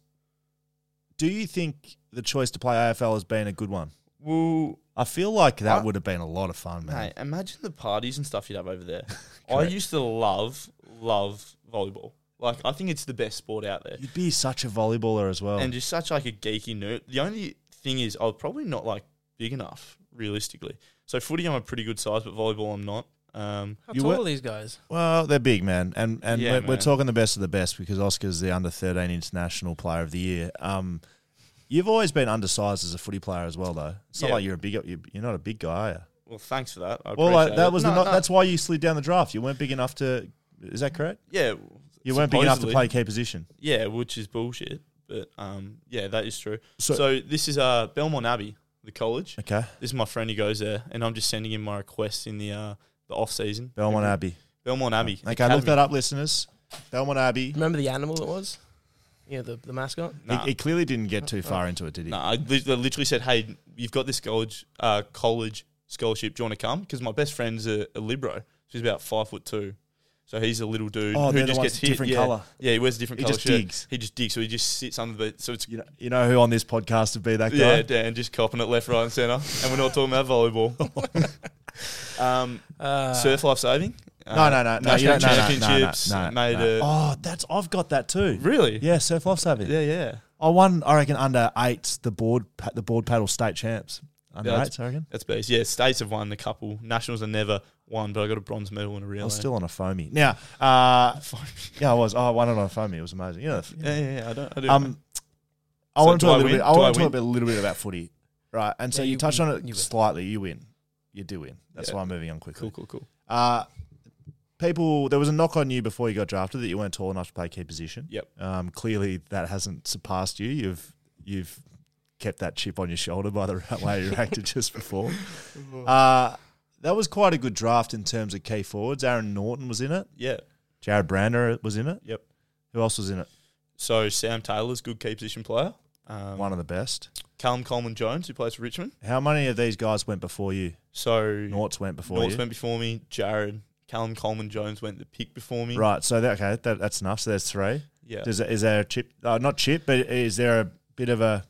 [SPEAKER 4] do you think the choice to play AFL has been a good one?
[SPEAKER 5] well,
[SPEAKER 4] I feel like that
[SPEAKER 5] I-
[SPEAKER 4] would have been a lot of fun, man.
[SPEAKER 5] mate, imagine the parties and stuff you'd have over there. I used to love, love volleyball. Like, I think it's the best sport out there.
[SPEAKER 4] You'd be such a volleyballer as well.
[SPEAKER 5] and just such like a geeky nerd. The only thing is, I was probably not like big enough realistically. So footy, I'm a pretty good size, but volleyball, I'm not. Um,
[SPEAKER 1] How
[SPEAKER 4] you
[SPEAKER 1] tall
[SPEAKER 4] were-
[SPEAKER 1] are these guys?
[SPEAKER 4] well, they're big, man, and and
[SPEAKER 5] Yeah,
[SPEAKER 4] we're, we're
[SPEAKER 5] man.
[SPEAKER 4] talking the best of the best because Oscar's the under thirteen international player of the year. Um, you've always been undersized as a footy player as well, though. It's
[SPEAKER 5] Yeah.
[SPEAKER 4] not like you're a big you're, you're not a big guy. Are you?
[SPEAKER 5] well, thanks for that. I
[SPEAKER 4] Well, like,
[SPEAKER 5] appreciate
[SPEAKER 4] that
[SPEAKER 5] it.
[SPEAKER 4] was
[SPEAKER 5] No,
[SPEAKER 4] not,
[SPEAKER 5] no,
[SPEAKER 4] that's why you slid down the draft. You weren't big enough to. Is that correct?
[SPEAKER 5] yeah.
[SPEAKER 4] You weren't big enough to
[SPEAKER 5] supposedly.
[SPEAKER 4] play key position.
[SPEAKER 5] Yeah, which is bullshit. But um, yeah, that is true.
[SPEAKER 4] So-
[SPEAKER 5] So, this is uh Belmont Abbey, the college.
[SPEAKER 4] Okay,
[SPEAKER 5] This is my friend who goes there, and I'm just sending him my requests in the uh the off season.
[SPEAKER 4] Belmont Abbey.
[SPEAKER 5] Belmont Abbey.
[SPEAKER 4] Okay, look that up, listeners. Belmont Abbey.
[SPEAKER 1] Remember the animal it was? Yeah, the the mascot.
[SPEAKER 5] Nah.
[SPEAKER 4] He, he clearly didn't get too far into it, did he?
[SPEAKER 5] No, I li- I literally said, "Hey, you've got this college uh, college scholarship. Do you want to come?" Because my best friend's a, a libero. She's about five foot two, so he's a little dude
[SPEAKER 4] Oh,
[SPEAKER 5] who
[SPEAKER 4] they're the
[SPEAKER 5] just
[SPEAKER 4] ones
[SPEAKER 5] gets
[SPEAKER 4] with
[SPEAKER 5] hit.
[SPEAKER 4] different
[SPEAKER 5] yeah.
[SPEAKER 4] colour.
[SPEAKER 5] yeah, he wears a different
[SPEAKER 4] He
[SPEAKER 5] color
[SPEAKER 4] just
[SPEAKER 5] shirt.
[SPEAKER 4] digs.
[SPEAKER 5] He just digs. So he just sits under the. So it's
[SPEAKER 4] You know, you know who on this podcast would be that guy?
[SPEAKER 5] yeah, Dan just copping it left, right, and center. And we're not talking about volleyball. um,
[SPEAKER 1] Uh,
[SPEAKER 4] Uh,
[SPEAKER 5] surf life saving.
[SPEAKER 4] No, no, no, no, you
[SPEAKER 5] National
[SPEAKER 4] don't- no, no, no, no,
[SPEAKER 5] championships
[SPEAKER 4] no, no,
[SPEAKER 5] made
[SPEAKER 4] no.
[SPEAKER 5] a.
[SPEAKER 4] Oh, that's I've got that too.
[SPEAKER 5] Really?
[SPEAKER 4] Yeah, surf life saving.
[SPEAKER 5] Yeah, yeah.
[SPEAKER 4] I won, I reckon, under eights the board pa- the board paddle state champs. Under
[SPEAKER 5] Yeah,
[SPEAKER 4] eights, I reckon.
[SPEAKER 5] That's based. Yeah, states have won a couple. Nationals have never won, but I got a bronze medal in a relay.
[SPEAKER 4] I was still on a foamy. Now, uh, yeah, I was. Oh, I won it on a foamy. It was amazing. You know,
[SPEAKER 5] Yeah, yeah, yeah. I don't. I do
[SPEAKER 4] Um, I
[SPEAKER 5] So
[SPEAKER 4] want to
[SPEAKER 5] do
[SPEAKER 4] talk
[SPEAKER 5] I
[SPEAKER 4] a little
[SPEAKER 5] win?
[SPEAKER 4] bit. I
[SPEAKER 5] Do
[SPEAKER 4] want
[SPEAKER 5] I
[SPEAKER 4] to talk a bit- a little bit about footy, right? And so
[SPEAKER 1] Yeah,
[SPEAKER 4] you,
[SPEAKER 1] you-
[SPEAKER 4] touched
[SPEAKER 1] you-
[SPEAKER 4] on it
[SPEAKER 1] you win.
[SPEAKER 4] slightly. You win. You do win. That's
[SPEAKER 5] Yeah.
[SPEAKER 4] why I'm moving on quickly.
[SPEAKER 5] cool, cool, cool.
[SPEAKER 4] Uh, people, there was a knock on you before you got drafted that you weren't tall enough to play key position.
[SPEAKER 5] Yep.
[SPEAKER 4] Um, clearly, that hasn't surpassed you. You've you've kept that chip on your shoulder by the right way you acted just before. Uh, that was quite a good draft in terms of key forwards. Aaron Norton was in it.
[SPEAKER 5] Yeah.
[SPEAKER 4] Jared Brander was in it.
[SPEAKER 5] Yep.
[SPEAKER 4] Who else was in it?
[SPEAKER 5] So Sam Taylor's good key position player. Um,
[SPEAKER 4] One of the best.
[SPEAKER 5] Callum Coleman Jones, who plays for Richmond.
[SPEAKER 4] How many of these guys went before you?
[SPEAKER 5] So
[SPEAKER 4] Norts went before
[SPEAKER 5] Norts
[SPEAKER 4] you.
[SPEAKER 5] went before me. Jared Callum Coleman Jones went the pick before me.
[SPEAKER 4] right. So that, okay, that, that's enough. So there's three.
[SPEAKER 5] Yeah.
[SPEAKER 4] Does it- is there a chip? Uh, not chip, but is there a bit of a,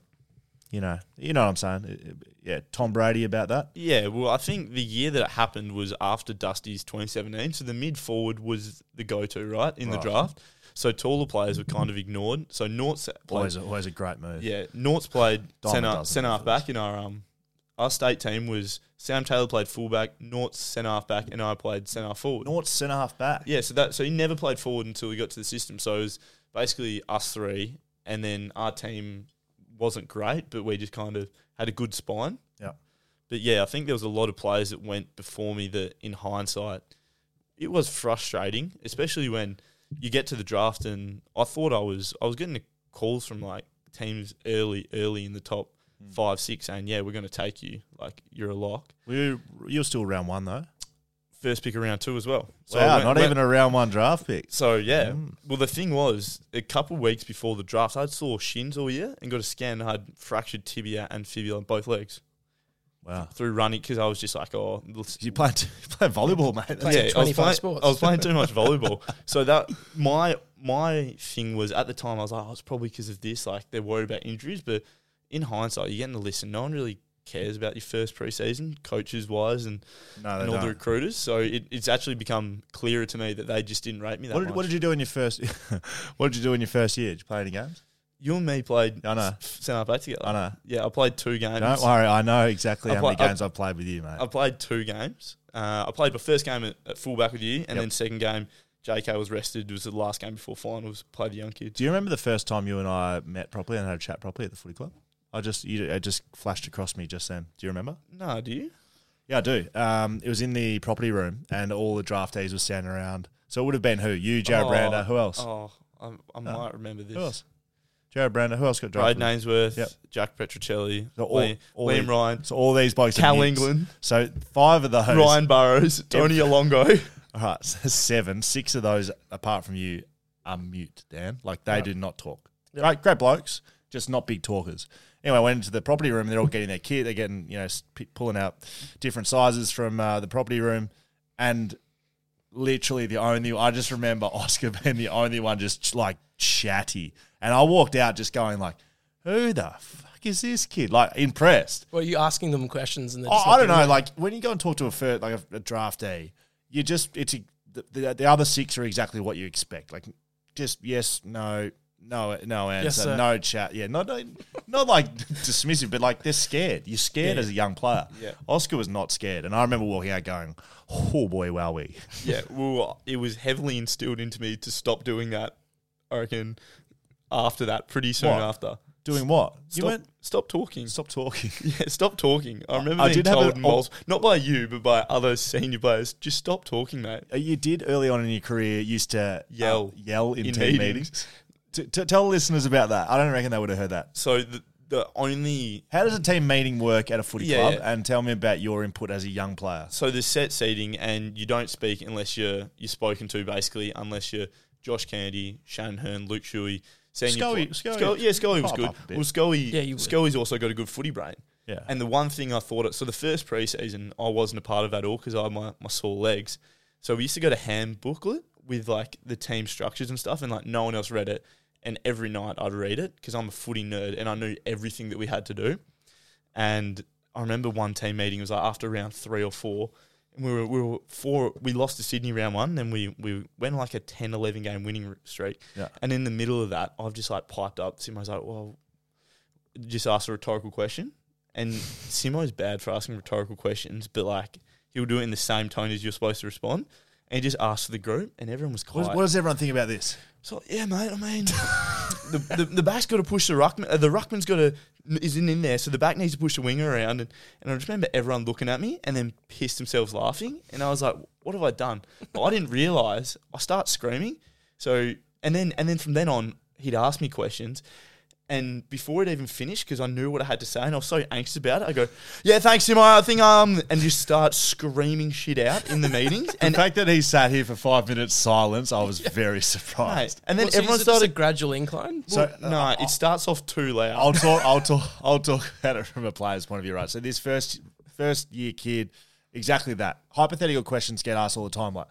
[SPEAKER 4] you know, you know what I'm saying? yeah, Tom Brady about that.
[SPEAKER 5] Yeah, well, I think the year that it happened was after Dusty's 2017. So the mid forward was the go to, right, in
[SPEAKER 4] Right.
[SPEAKER 5] the draft. So taller players were kind of ignored. So Nort's played,
[SPEAKER 4] Always, a- always a great move.
[SPEAKER 5] yeah, Nort's played
[SPEAKER 4] Diamond
[SPEAKER 5] centre
[SPEAKER 4] does it,
[SPEAKER 5] centre
[SPEAKER 4] of
[SPEAKER 5] half back in our um our state team was Sam Taylor played fullback, Nort's centre half back, and I played centre half forward.
[SPEAKER 4] Nort's centre half back.
[SPEAKER 5] Yeah, so that so he never played forward until he got to the system. So it was basically us three, and then our team wasn't great, but we just kind of had a good spine.
[SPEAKER 4] Yeah.
[SPEAKER 5] But yeah, I think there was a lot of players that went before me that, in hindsight, it was frustrating, especially when you get to the draft. And I thought I was I was getting calls from like teams early, early in the top
[SPEAKER 4] Hmm.
[SPEAKER 5] five, six, saying, "Yeah, we're going to take you. Like you're a lock."
[SPEAKER 4] We were, you were still round one though.
[SPEAKER 5] First pick of round two as well. So I
[SPEAKER 4] wow,
[SPEAKER 5] went-
[SPEAKER 4] not
[SPEAKER 5] went-
[SPEAKER 4] even a round one draft pick.
[SPEAKER 5] so yeah,
[SPEAKER 4] Mm.
[SPEAKER 5] well the thing was, a couple weeks before the draft, I saw shins all year and got a scan. I had fractured tibia and fibula on both legs
[SPEAKER 4] Wow.
[SPEAKER 5] through running because I was just like, oh, let's-
[SPEAKER 4] You play, you play volleyball, mate. That's
[SPEAKER 5] yeah, I was,
[SPEAKER 1] 25
[SPEAKER 5] playing,
[SPEAKER 1] sports.
[SPEAKER 5] I was playing too much volleyball. So that my my thing was at the time I was like, oh, it's probably because of this. Like they're worried about injuries, but in hindsight, you're getting to listen. No one really cares about your first preseason, coaches wise, and,
[SPEAKER 4] No, they
[SPEAKER 5] and all the
[SPEAKER 4] don't.
[SPEAKER 5] recruiters. So it, it's actually become clearer to me that they just didn't rate me that
[SPEAKER 4] What did,
[SPEAKER 5] much.
[SPEAKER 4] what did you do in your first? what did you do in your first year? Did you play any games?
[SPEAKER 5] You and me played
[SPEAKER 4] I know.
[SPEAKER 5] s- centre back together.
[SPEAKER 4] I know.
[SPEAKER 5] Yeah, I played two games.
[SPEAKER 4] Don't worry, I know exactly
[SPEAKER 5] I
[SPEAKER 4] how
[SPEAKER 5] play-
[SPEAKER 4] many
[SPEAKER 5] I-
[SPEAKER 4] games I've played with you, mate.
[SPEAKER 5] I played two games. Uh, I played my first game at, at fullback with you, and then second game, JK was rested. It was the last game before finals. Played the young kids.
[SPEAKER 4] Do you remember the first time you and I met properly and had a chat properly at the footy club? I just, you, it just flashed across me just then. Do you remember?
[SPEAKER 5] No, do you?
[SPEAKER 4] Yeah, I do. Um, it was in the property room, and all the draftees were standing around. So it would have been who? You, Jared
[SPEAKER 5] Oh,
[SPEAKER 4] Brander. Who else? Uh,
[SPEAKER 5] Oh, I, I might remember this.
[SPEAKER 4] who else? Jared Brander. Who else got drafted?
[SPEAKER 5] Brad Nainsworth,
[SPEAKER 4] Yep.
[SPEAKER 5] Jack Petricelli,
[SPEAKER 4] So all-
[SPEAKER 5] Liam,
[SPEAKER 4] all
[SPEAKER 5] Liam
[SPEAKER 4] these-
[SPEAKER 5] Ryan,
[SPEAKER 4] So all these blokes. are
[SPEAKER 5] Cal
[SPEAKER 4] nibs.
[SPEAKER 5] England,
[SPEAKER 4] So five of those.
[SPEAKER 5] Ryan Burrows, Tony Alongo.
[SPEAKER 4] All right, so seven, six of those apart from you are mute, Dan. Like they do not talk. Right, great blokes, just not big talkers. Anyway, I went into the property room. They're all getting their kit. They're getting you know s- p- pulling out different sizes from uh, the property room, and literally the only I just remember Oscar being the only one just ch- like chatty. And I walked out just going like, "Who the fuck is this kid?" Like impressed.
[SPEAKER 1] Well, you asking them questions and they're
[SPEAKER 4] Oh,
[SPEAKER 1] just
[SPEAKER 4] I
[SPEAKER 1] not
[SPEAKER 4] don't
[SPEAKER 1] giving
[SPEAKER 4] know. Like when you go and talk to a first, like a, a draftee, you just it's a, the, the the other six are exactly what you expect. Like just yes, no, no, no answer,
[SPEAKER 1] sir.
[SPEAKER 4] no chat. Yeah, not not, not like dismissive, but like they're scared. You're scared as a young player.
[SPEAKER 5] Yeah.
[SPEAKER 4] Oscar was not scared, and I remember walking out going, "Oh boy, wow we."
[SPEAKER 5] yeah, well, it was heavily instilled into me to stop doing that. I reckon after that, pretty soon
[SPEAKER 4] What?
[SPEAKER 5] after.
[SPEAKER 4] Doing what?
[SPEAKER 5] Stop, stop talking.
[SPEAKER 4] Stop talking.
[SPEAKER 5] Yeah, stop talking. I remember
[SPEAKER 4] I
[SPEAKER 5] being
[SPEAKER 4] did have
[SPEAKER 5] told
[SPEAKER 4] a-
[SPEAKER 5] multi- not by you, but by other senior players, just stop talking, mate.
[SPEAKER 4] Uh, You did early on in your career used to uh,
[SPEAKER 5] Yell.
[SPEAKER 4] yell in,
[SPEAKER 5] In
[SPEAKER 4] team meetings.
[SPEAKER 5] meetings.
[SPEAKER 4] T- t- tell the listeners about that. I don't reckon they would have heard that.
[SPEAKER 5] So the, the only
[SPEAKER 4] How does a team meeting work at a footy
[SPEAKER 5] Yeah,
[SPEAKER 4] club?
[SPEAKER 5] yeah.
[SPEAKER 4] And tell me about your input as a young player.
[SPEAKER 5] so there's set seating, and you don't speak unless you're you're spoken to, basically, unless you're Josh Candy, Shannon Hearn, Luke Shuey, senior.
[SPEAKER 4] Scully-
[SPEAKER 5] pl-
[SPEAKER 4] Scully.
[SPEAKER 5] Scully- yeah, Scully was
[SPEAKER 4] Pop
[SPEAKER 5] good.
[SPEAKER 4] up a bit.
[SPEAKER 5] Well, Scully,
[SPEAKER 1] Yeah, you would.
[SPEAKER 5] Scully's also got a good footy brain.
[SPEAKER 4] Yeah.
[SPEAKER 5] And the one thing I thought, it, so the first preseason, I wasn't a part of at all because I had my, my sore legs. So we used to go to Ham booklet with like the team structures and stuff, and like no one else read it. And every night I'd read it because I'm a footy nerd and I knew everything that we had to do. And I remember one team meeting it was like after round three or four. And we were, we were four, we lost to Sydney round one, then we, we went on, like a 10, 11 game winning streak.
[SPEAKER 4] Yeah.
[SPEAKER 5] And in the middle of that, I've just like piped up. Simo's like, well, just asked a rhetorical question. And Simo's bad for asking rhetorical questions, but like he'll do it in the same tone as you're supposed to respond. And he just asked the group, and everyone was
[SPEAKER 4] What,
[SPEAKER 5] quiet.
[SPEAKER 4] does- what does everyone think about this?
[SPEAKER 5] So yeah, mate. I mean, the, the the back's got to push the ruckman. Uh, the ruckman's got to isn't in there, so the back needs to push the winger around. And, and I just remember everyone looking at me and then pissed themselves laughing. And I was like, "What have I done?" But I didn't realize. I start screaming. So and then and then from then on, he'd ask me questions. And before it even finished, because I knew what I had to say and I was so anxious about it, I go, "Yeah, thanks, Simo. I think um," and just start screaming shit out in the meetings.
[SPEAKER 4] The
[SPEAKER 5] And
[SPEAKER 4] fact that he sat here for five minutes silence, I was very surprised.
[SPEAKER 5] mate, and then
[SPEAKER 1] Well, so
[SPEAKER 5] everyone
[SPEAKER 1] is it just
[SPEAKER 5] started
[SPEAKER 1] a gradual incline.
[SPEAKER 5] So no, it starts off too loud.
[SPEAKER 4] I'll talk. I'll talk. I'll talk about it from a player's point of view, right? So this first first year kid, exactly that. Hypothetical questions get asked all the time, like,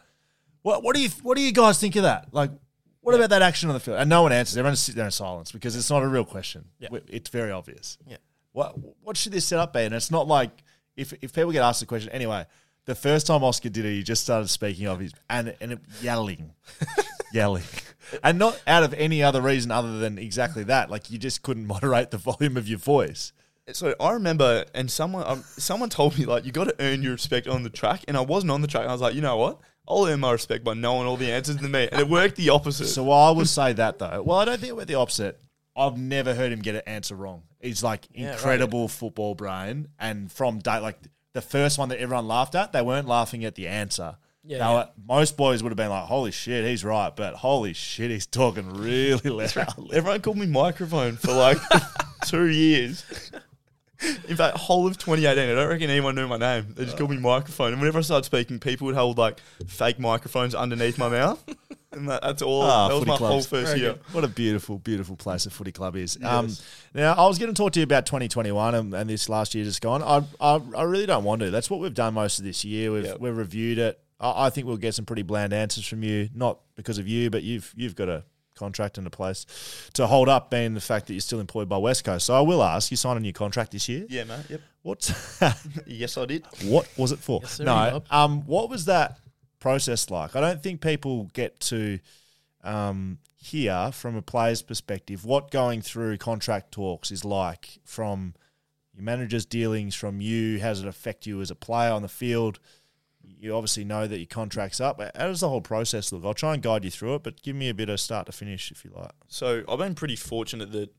[SPEAKER 4] "What? What do you? What do you guys think of that? Like, what about that action on the field?" And no one answers. Everyone just sits there in silence because it's not a real question.
[SPEAKER 1] Yeah.
[SPEAKER 4] It's very obvious.
[SPEAKER 1] Yeah.
[SPEAKER 4] what what should this setup be? And it's not like if if people get asked the question anyway. The first time Oscar did it, he just started speaking of his and and it- yelling, yelling, and not out of any other reason other than exactly that. Like you just couldn't moderate the volume of your voice.
[SPEAKER 5] So I remember, and someone um, someone told me like you got to earn your respect on the track, and I wasn't on the track. And I was like, you know what? I'll earn my respect by knowing all the answers to me, and it worked the opposite.
[SPEAKER 4] So I would say that though. Well, I don't think we're the opposite. I've never heard him get an answer wrong. He's like incredible football brain, and from day like the first one that everyone laughed at, they weren't laughing at the answer.
[SPEAKER 1] Yeah,
[SPEAKER 4] Now,
[SPEAKER 1] yeah.
[SPEAKER 4] uh, most boys would have been like, "Holy shit, he's right," but holy shit, he's talking really loud.
[SPEAKER 5] Everyone called me microphone for like two years. In fact, whole of 2018, I don't reckon anyone knew my name. They just called me microphone, and whenever I started speaking, people would hold like fake microphones underneath my mouth, and that, that's all.
[SPEAKER 4] Ah,
[SPEAKER 5] that was
[SPEAKER 4] footy
[SPEAKER 5] my whole
[SPEAKER 4] clubs.
[SPEAKER 5] first
[SPEAKER 4] Very
[SPEAKER 5] year.
[SPEAKER 4] good. What a beautiful, beautiful place a footy club is. Um, now, I was going to talk to you about 2021 and, and this last year just gone. I, I, I really don't want to. That's what we've done most of this year. We've,
[SPEAKER 5] Yep.
[SPEAKER 4] we've reviewed it. I, I think we'll get some pretty bland answers from you, not because of you, but you've you've got a contract in a place to hold up, being the fact that you're still employed by West Coast. So I will ask, you signed a new contract this year?
[SPEAKER 5] Yeah, mate. Yep.
[SPEAKER 4] What's
[SPEAKER 5] Yes, I did.
[SPEAKER 4] what was it for?
[SPEAKER 1] sir,
[SPEAKER 4] no.
[SPEAKER 1] Bob.
[SPEAKER 4] Um, what was that process like? I don't think people get to um, hear from a player's perspective what going through contract talks is like from your manager's dealings, from you. How does it affect you as a player on the field? You obviously know that your contract's up. How does the whole process look? I'll try and guide you through it, but give me a bit of start to finish if you like.
[SPEAKER 5] So I've been pretty fortunate that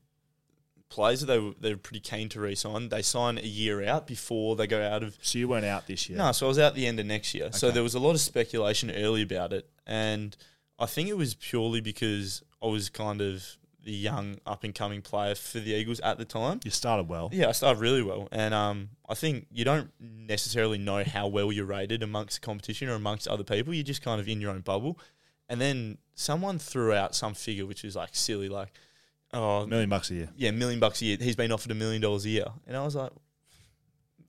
[SPEAKER 5] players that they were, they were pretty keen to re-sign. They sign a year out before they go out of
[SPEAKER 4] So you weren't out this year.
[SPEAKER 5] No, so I was out the end of next year. So there was a lot of speculation early about it, and I think it was purely because I was kind of the young up and coming player for the Eagles at the time.
[SPEAKER 4] You started well.
[SPEAKER 5] Yeah, I started really well, and um, I think you don't necessarily know how well you're rated amongst the competition or amongst other people. You're just kind of in your own bubble, and then someone threw out some figure which was like silly, like oh,
[SPEAKER 4] A million bucks a year.
[SPEAKER 5] yeah, million bucks a year. He's been offered a million dollars a year, and I was like,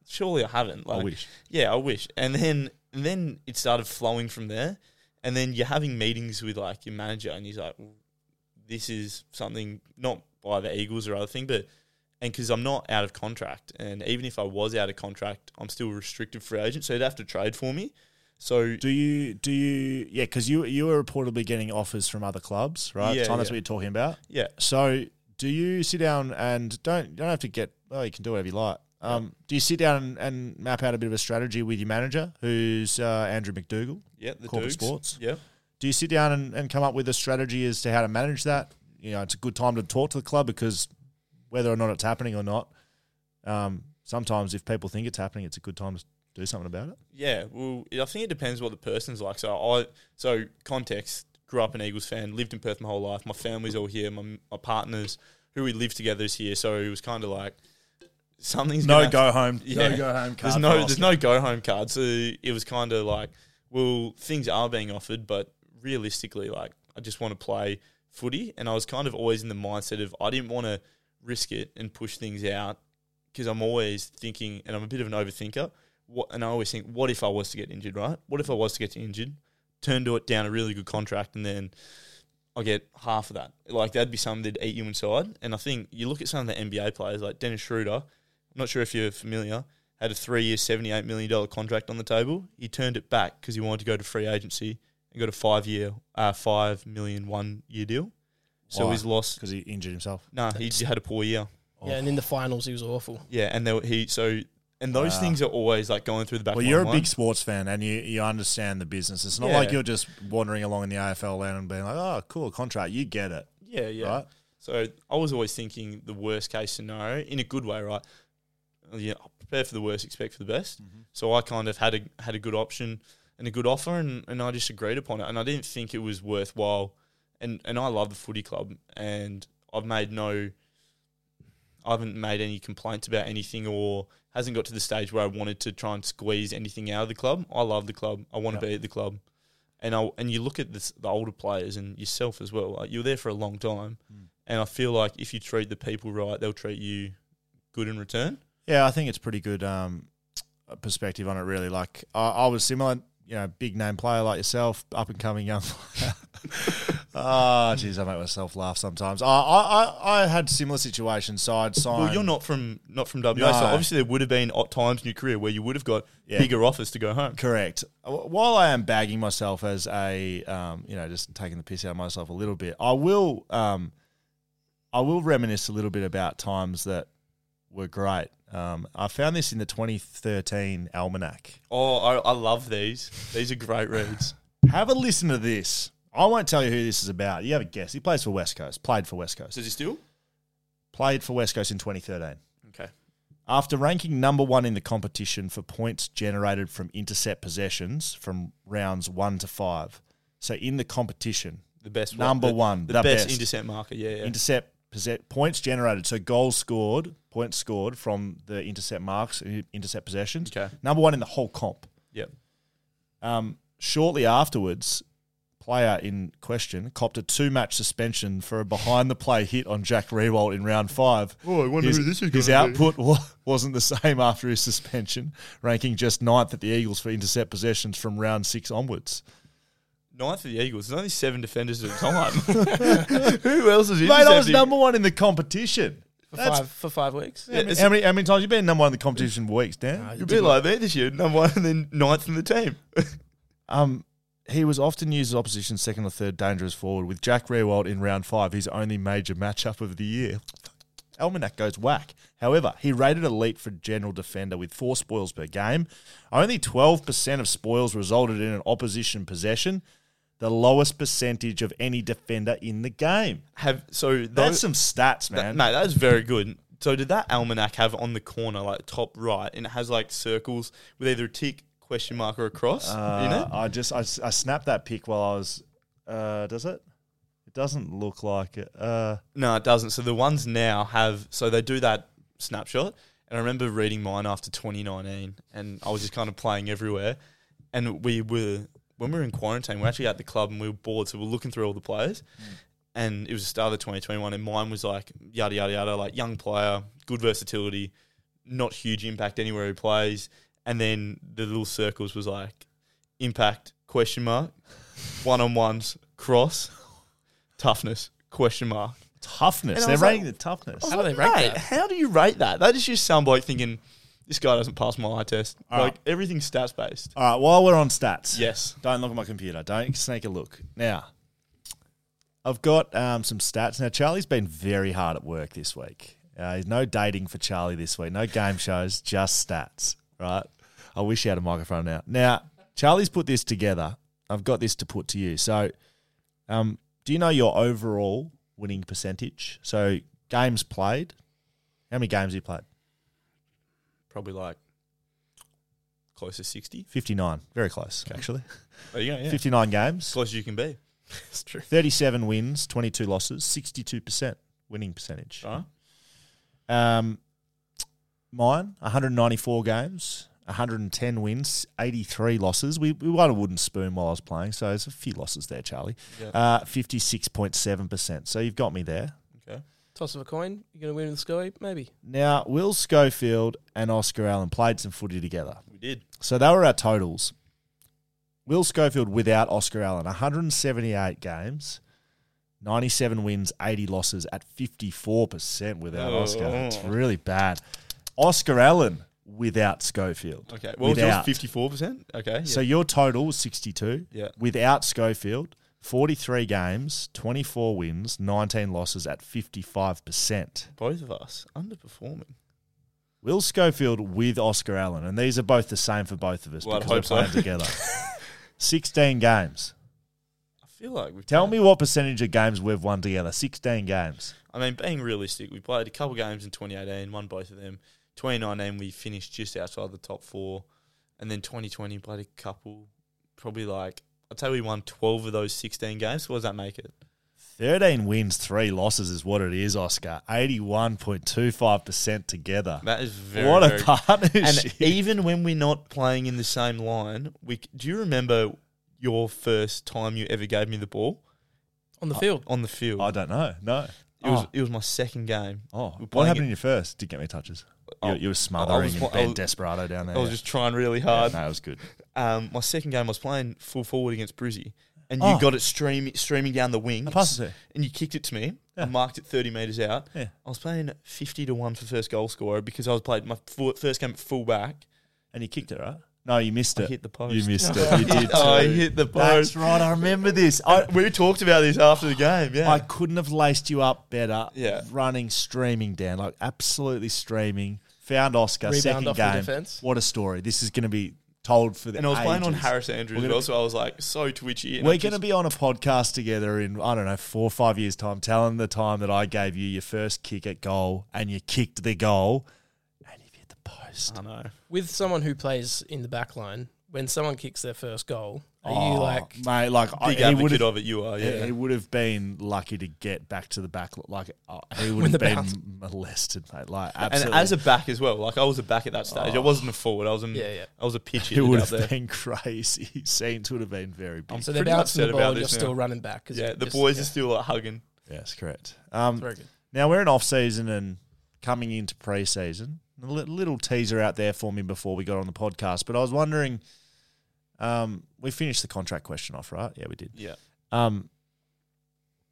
[SPEAKER 5] surely I haven't. Like,
[SPEAKER 4] wish.
[SPEAKER 5] Yeah, I wish. And then and then it started flowing from there, and then you're having meetings with like your manager, and he's like, this is something not by the Eagles or other thing, but and because I'm not out of contract, and even if I was out of contract, I'm still restricted free agent, so they'd have to trade for me. So
[SPEAKER 4] Do you do you yeah? Because you you were reportedly getting offers from other clubs, right?
[SPEAKER 5] Yeah,
[SPEAKER 4] Tom, that's
[SPEAKER 5] yeah.
[SPEAKER 4] what you're talking about.
[SPEAKER 5] yeah,
[SPEAKER 4] So do you sit down and don't you don't have to get? Oh, you can do whatever you like. Um, do you sit down and, and map out a bit of a strategy with your manager, who's uh, Andrew McDougall?
[SPEAKER 5] yeah, the
[SPEAKER 4] Corporate
[SPEAKER 5] Dukes.
[SPEAKER 4] sports.
[SPEAKER 5] yeah.
[SPEAKER 4] Do you sit down and, and come up with a strategy as to how to manage that? You know, it's a good time to talk to the club because whether or not it's happening or not, um, sometimes if people think it's happening, it's a good time to do something about it.
[SPEAKER 5] Yeah, well, I think it depends what the person's like. So I, so context, grew up an Eagles fan, lived in Perth my whole life. My family's all here. My my partners, who we live together, is here. So it was kind of like something's gonna-
[SPEAKER 4] home.
[SPEAKER 5] Yeah. There's no there's no go home card. So it was kind of like, well, things are being offered, but realistically, like I just want to play footy, and I was kind of always in the mindset of I didn't want to risk it and push things out because I'm always thinking, and I'm a bit of an overthinker. What and I always think, what if I was to get injured, right? What if I was to get injured, turn to it down a really good contract, and then I get half of that. Like that'd be something that'd eat you inside. And I think you look at some of the NBA players, like Dennis Schroeder. I'm not sure if you're familiar. Had a three-year, seventy-eight million dollar contract on the table. He turned it back because he wanted to go to free agency and got a five-year, uh, five million one-year deal. So
[SPEAKER 4] Why?
[SPEAKER 5] he's lost.
[SPEAKER 4] because he injured himself.
[SPEAKER 5] No, he just had a poor year.
[SPEAKER 1] Yeah, and in the finals he was awful.
[SPEAKER 5] Yeah, and they, were- he so and those
[SPEAKER 4] Wow.
[SPEAKER 5] things are always like going through the back.
[SPEAKER 4] Well,
[SPEAKER 5] of my
[SPEAKER 4] you're a
[SPEAKER 5] mind.
[SPEAKER 4] big sports fan, and you, you understand the business. It's not
[SPEAKER 5] Yeah.
[SPEAKER 4] like you're just wandering along in the AFL land and being like, "Oh, cool contract." You get it,
[SPEAKER 5] yeah, yeah.
[SPEAKER 4] right?
[SPEAKER 5] So I was always thinking the worst case scenario in a good way, right? Yeah, prepare for the worst, expect for the best. So I kind of had a had a good option and a good offer, and, and I just agreed upon it. And I didn't think it was worthwhile. And and I love the footy club, and I've made no, I haven't made any complaints about anything, or hasn't got to the stage where I wanted to try and squeeze anything out of the club. I love the club. I want to be at the club and I and you look at this, the older players and yourself as well. Like you're there for a long time, and I feel like if you treat the people right, they'll treat you good in return.
[SPEAKER 4] Yeah, I think it's pretty good um, perspective on it. Really, like I, I was similar, you know, big name player like yourself, up and coming young. player. Ah, jeez, I make myself laugh sometimes. I, I, I, I had similar situations, so I'd sign.
[SPEAKER 5] Well, you're not from not from WA,
[SPEAKER 4] No.
[SPEAKER 5] so obviously there would have been o- times in your career where you would have got
[SPEAKER 4] Yeah.
[SPEAKER 5] bigger offers to go home.
[SPEAKER 4] Correct. W- While I am bagging myself as a, um, you know, just taking the piss out of myself a little bit, I will, um, I will reminisce a little bit about times that were great. Um, I found this in the 2013 almanac.
[SPEAKER 5] Oh, I, I love these. These are great reads.
[SPEAKER 4] Have a listen to this. I won't tell you who this is about. You have a guess. He plays for West Coast. Played for West Coast.
[SPEAKER 5] Does he still?
[SPEAKER 4] Played for West Coast in 2013.
[SPEAKER 5] Okay.
[SPEAKER 4] After ranking number one in the competition for points generated from intercept possessions from rounds one to five. So in the competition,
[SPEAKER 5] The best
[SPEAKER 4] Number
[SPEAKER 5] the-
[SPEAKER 4] one,
[SPEAKER 5] The,
[SPEAKER 4] the
[SPEAKER 5] best,
[SPEAKER 4] best.
[SPEAKER 5] intercept marker, yeah. yeah.
[SPEAKER 4] intercept posse- points generated, so goals scored, points scored from the intercept marks, i- intercept possessions.
[SPEAKER 5] Okay.
[SPEAKER 4] Number one in the whole comp.
[SPEAKER 5] yep.
[SPEAKER 4] Um, shortly afterwards, player in question copped a two match suspension for a behind the play hit on Jack Rewalt in round five.
[SPEAKER 5] Oh, I wonder
[SPEAKER 4] his,
[SPEAKER 5] who this is
[SPEAKER 4] His
[SPEAKER 5] gonna be.
[SPEAKER 4] output wa- wasn't the same after his suspension, ranking just ninth at the Eagles for intercept possessions from round six onwards.
[SPEAKER 5] Ninth for the Eagles. There's only seven defenders at a time. Who else is
[SPEAKER 4] Mate, I was
[SPEAKER 5] intercepting?
[SPEAKER 4] number one in the competition.
[SPEAKER 1] for
[SPEAKER 4] That's-
[SPEAKER 1] five for five weeks.
[SPEAKER 5] Yeah, it's-
[SPEAKER 4] How many, how many times you been number one in the competition for weeks, Dan?
[SPEAKER 5] You'll be like me this year, number one and then ninth in the team.
[SPEAKER 4] Um, he was often used as opposition's second or third dangerous forward, with Jack Rewald in round five, his only major matchup of the year. Almanac goes whack. However, he rated elite for general defender with four spoils per game. Only 12% of spoils resulted in an opposition possession, the lowest percentage of any defender in the game.
[SPEAKER 5] Have so
[SPEAKER 4] That's
[SPEAKER 5] those-
[SPEAKER 4] some stats,
[SPEAKER 5] That,
[SPEAKER 4] man.
[SPEAKER 5] mate, that is very good. So did that almanac have on the corner, like top right, and it has like circles with either a tick, question mark, or a cross in
[SPEAKER 4] Uh,
[SPEAKER 5] it?
[SPEAKER 4] I just I, s- I snapped that pic while I was. Uh, does it? It doesn't look like it. Uh,
[SPEAKER 5] No, it doesn't. So the ones now have, so they do that snapshot. And I remember reading mine after 2019, and I was just kind of playing everywhere. And we were, when we were in quarantine, we were actually at the club and we were bored, so we were looking through all the players. And it was the start of 2021, and mine was like yada, yada, yada, like young player, good versatility, not huge impact anywhere he plays. And then the little circles was like impact, question mark, one on ones, cross, toughness, question mark.
[SPEAKER 4] toughness.
[SPEAKER 5] And I
[SPEAKER 4] They're
[SPEAKER 5] was like-
[SPEAKER 4] rating the toughness.
[SPEAKER 1] How do they rank
[SPEAKER 5] Mate,
[SPEAKER 1] that?
[SPEAKER 5] How do you rate that? That is just some bloke thinking this guy doesn't pass my eye test. like everything's stats based.
[SPEAKER 4] All right, while we're on stats,
[SPEAKER 5] Yes.
[SPEAKER 4] don't look at my computer. Don't sneak a look. Now, I've got um, some stats. Now, Charlie's been very hard at work this week. Uh, there's no dating for Charlie this week. No game shows, just stats. Right? I wish he had a microphone now. Now, Charlie's put this together. I've got this to put to you. So, um, do you know your overall winning percentage? So, games played. How many games have you played?
[SPEAKER 5] Probably like close to sixty.
[SPEAKER 4] 59. Very close, actually.
[SPEAKER 5] There you go, yeah.
[SPEAKER 4] 59 games.
[SPEAKER 5] As close as you can be. That's true.
[SPEAKER 4] 37 wins, 22 losses, 62% winning percentage.
[SPEAKER 5] All right.
[SPEAKER 4] Um, mine, 194 games, 110 wins, 83 losses. We, we won a wooden spoon while I was playing, so there's a few losses there, Charlie. Uh, 56.7%. So you've got me there.
[SPEAKER 5] Okay.
[SPEAKER 1] Toss of a coin. You're gonna win with Scully, maybe.
[SPEAKER 4] Now, Will Schofield and Oscar Allen played some footy together.
[SPEAKER 5] We did.
[SPEAKER 4] So they were our totals. Will Schofield without Oscar Allen, 178 games, 97 wins, 80 losses at 54% without
[SPEAKER 5] Oh.
[SPEAKER 4] Oscar. It's really bad. Oscar Allen without Schofield.
[SPEAKER 5] Okay. Well it was
[SPEAKER 4] Without.
[SPEAKER 5] fifty four percent. Okay.
[SPEAKER 4] So
[SPEAKER 5] yeah.
[SPEAKER 4] your total was 62.
[SPEAKER 5] Yeah.
[SPEAKER 4] Without Schofield, 43 games, 24 wins, 19 losses at 55%.
[SPEAKER 5] both of us underperforming.
[SPEAKER 4] Will Schofield with Oscar Allen, and these are both the same for both of us
[SPEAKER 5] Well, I'd
[SPEAKER 4] because we're
[SPEAKER 5] hope so.
[SPEAKER 4] playing together. 16 games.
[SPEAKER 5] I feel like we've
[SPEAKER 4] Tell
[SPEAKER 5] played-
[SPEAKER 4] me what percentage of games we've won together. 16 games.
[SPEAKER 5] I mean, being realistic, we played a couple games in 2018, won both of them. 2019, we finished just outside the top four. And then 2020, played a couple, probably like, I'd say we won 12 of those 16 games. What does that make it?
[SPEAKER 4] 13 wins, 3 losses is what it is, Oscar. 81.25% together.
[SPEAKER 5] That is very.
[SPEAKER 4] what a
[SPEAKER 5] very-
[SPEAKER 4] partnership.
[SPEAKER 5] And even when we're not playing in the same line, we c- do you remember your first time you ever gave me the ball
[SPEAKER 1] On the field.
[SPEAKER 5] on the field?
[SPEAKER 4] I don't know. No.
[SPEAKER 5] it was
[SPEAKER 4] Oh.
[SPEAKER 5] it was my second game.
[SPEAKER 4] Oh,
[SPEAKER 5] We're
[SPEAKER 4] what
[SPEAKER 5] playing
[SPEAKER 4] happened
[SPEAKER 5] it-
[SPEAKER 4] in your first? Did get me touches.
[SPEAKER 5] Oh,
[SPEAKER 4] you, you were
[SPEAKER 5] I was
[SPEAKER 4] smothering
[SPEAKER 5] wa-
[SPEAKER 4] and
[SPEAKER 5] I
[SPEAKER 4] Ben
[SPEAKER 5] was-
[SPEAKER 4] Desperado down there.
[SPEAKER 5] I was just trying really
[SPEAKER 4] Yeah,
[SPEAKER 5] hard.
[SPEAKER 4] No, it was good.
[SPEAKER 5] um, my second game I was playing full forward against Brizzy, and you
[SPEAKER 4] Oh.
[SPEAKER 5] got it stream, streaming down the wing.
[SPEAKER 4] I passed it to you.
[SPEAKER 5] And you kicked it to me. I marked it 30 metres out.
[SPEAKER 4] Yeah.
[SPEAKER 5] I was playing 50 to 1 for first goal scorer because I was playing my full, first game at full back.
[SPEAKER 4] And you kicked it, right? No, you missed
[SPEAKER 5] I
[SPEAKER 4] it.
[SPEAKER 5] hit the post.
[SPEAKER 4] You missed it. You did.
[SPEAKER 5] Oh, I
[SPEAKER 4] too.
[SPEAKER 5] hit the
[SPEAKER 4] That's
[SPEAKER 5] post.
[SPEAKER 4] right. I remember this. I,
[SPEAKER 5] I, we talked about this after the game. Yeah.
[SPEAKER 4] I couldn't have laced you up better.
[SPEAKER 5] Yeah.
[SPEAKER 4] Running, streaming, Dan, like absolutely streaming. Found Oscar,
[SPEAKER 1] Rebound
[SPEAKER 4] second
[SPEAKER 1] off the
[SPEAKER 4] game.
[SPEAKER 1] defense.
[SPEAKER 4] What a story. This is going to be told for the
[SPEAKER 5] and I was playing on
[SPEAKER 4] ages.
[SPEAKER 5] Harris Andrews
[SPEAKER 4] We're
[SPEAKER 5] as
[SPEAKER 4] gonna-
[SPEAKER 5] well, so I was like so twitchy. and I
[SPEAKER 4] We're
[SPEAKER 5] just-
[SPEAKER 4] going to be on a podcast together in, I don't know, four or five years' time, telling the time that I gave you your first kick at goal and you kicked the goal and you hit the post.
[SPEAKER 1] Um,
[SPEAKER 5] I know.
[SPEAKER 1] with someone who plays in the back line, when someone kicks their first goal, are you
[SPEAKER 4] Oh,
[SPEAKER 1] like
[SPEAKER 4] mate, like I,
[SPEAKER 5] Big
[SPEAKER 4] he would
[SPEAKER 5] advocate
[SPEAKER 4] have,
[SPEAKER 5] of it, you are.
[SPEAKER 4] he
[SPEAKER 5] Yeah.
[SPEAKER 4] would have been lucky to get back to the back. Like oh, he would
[SPEAKER 1] Win the
[SPEAKER 4] have been
[SPEAKER 1] bounce.
[SPEAKER 4] molested, mate. Like
[SPEAKER 5] And
[SPEAKER 4] absolutely. Oh.
[SPEAKER 5] as a back as well, like I was a back at that stage. I wasn't a forward. I was a,
[SPEAKER 1] Yeah, yeah.
[SPEAKER 5] I was a pitcher.
[SPEAKER 4] it would
[SPEAKER 5] out there.
[SPEAKER 4] have been crazy. Scenes would have been very big.
[SPEAKER 1] so they're
[SPEAKER 5] pretty
[SPEAKER 1] bouncing
[SPEAKER 5] upset
[SPEAKER 1] the
[SPEAKER 5] about
[SPEAKER 1] ball and you're
[SPEAKER 5] this now.
[SPEAKER 1] still running back? 'cause
[SPEAKER 5] Yeah,
[SPEAKER 1] you
[SPEAKER 5] the
[SPEAKER 1] just-
[SPEAKER 5] boys
[SPEAKER 1] yeah,
[SPEAKER 5] are still like, hugging.
[SPEAKER 4] yes, correct. Um,
[SPEAKER 1] very good.
[SPEAKER 4] Now we're in off season and coming into pre season. A li- little teaser out there for me before we got on the podcast, but I was wondering. Um, we finished the contract question off, right? Yeah, we did.
[SPEAKER 5] Yeah.
[SPEAKER 4] Um,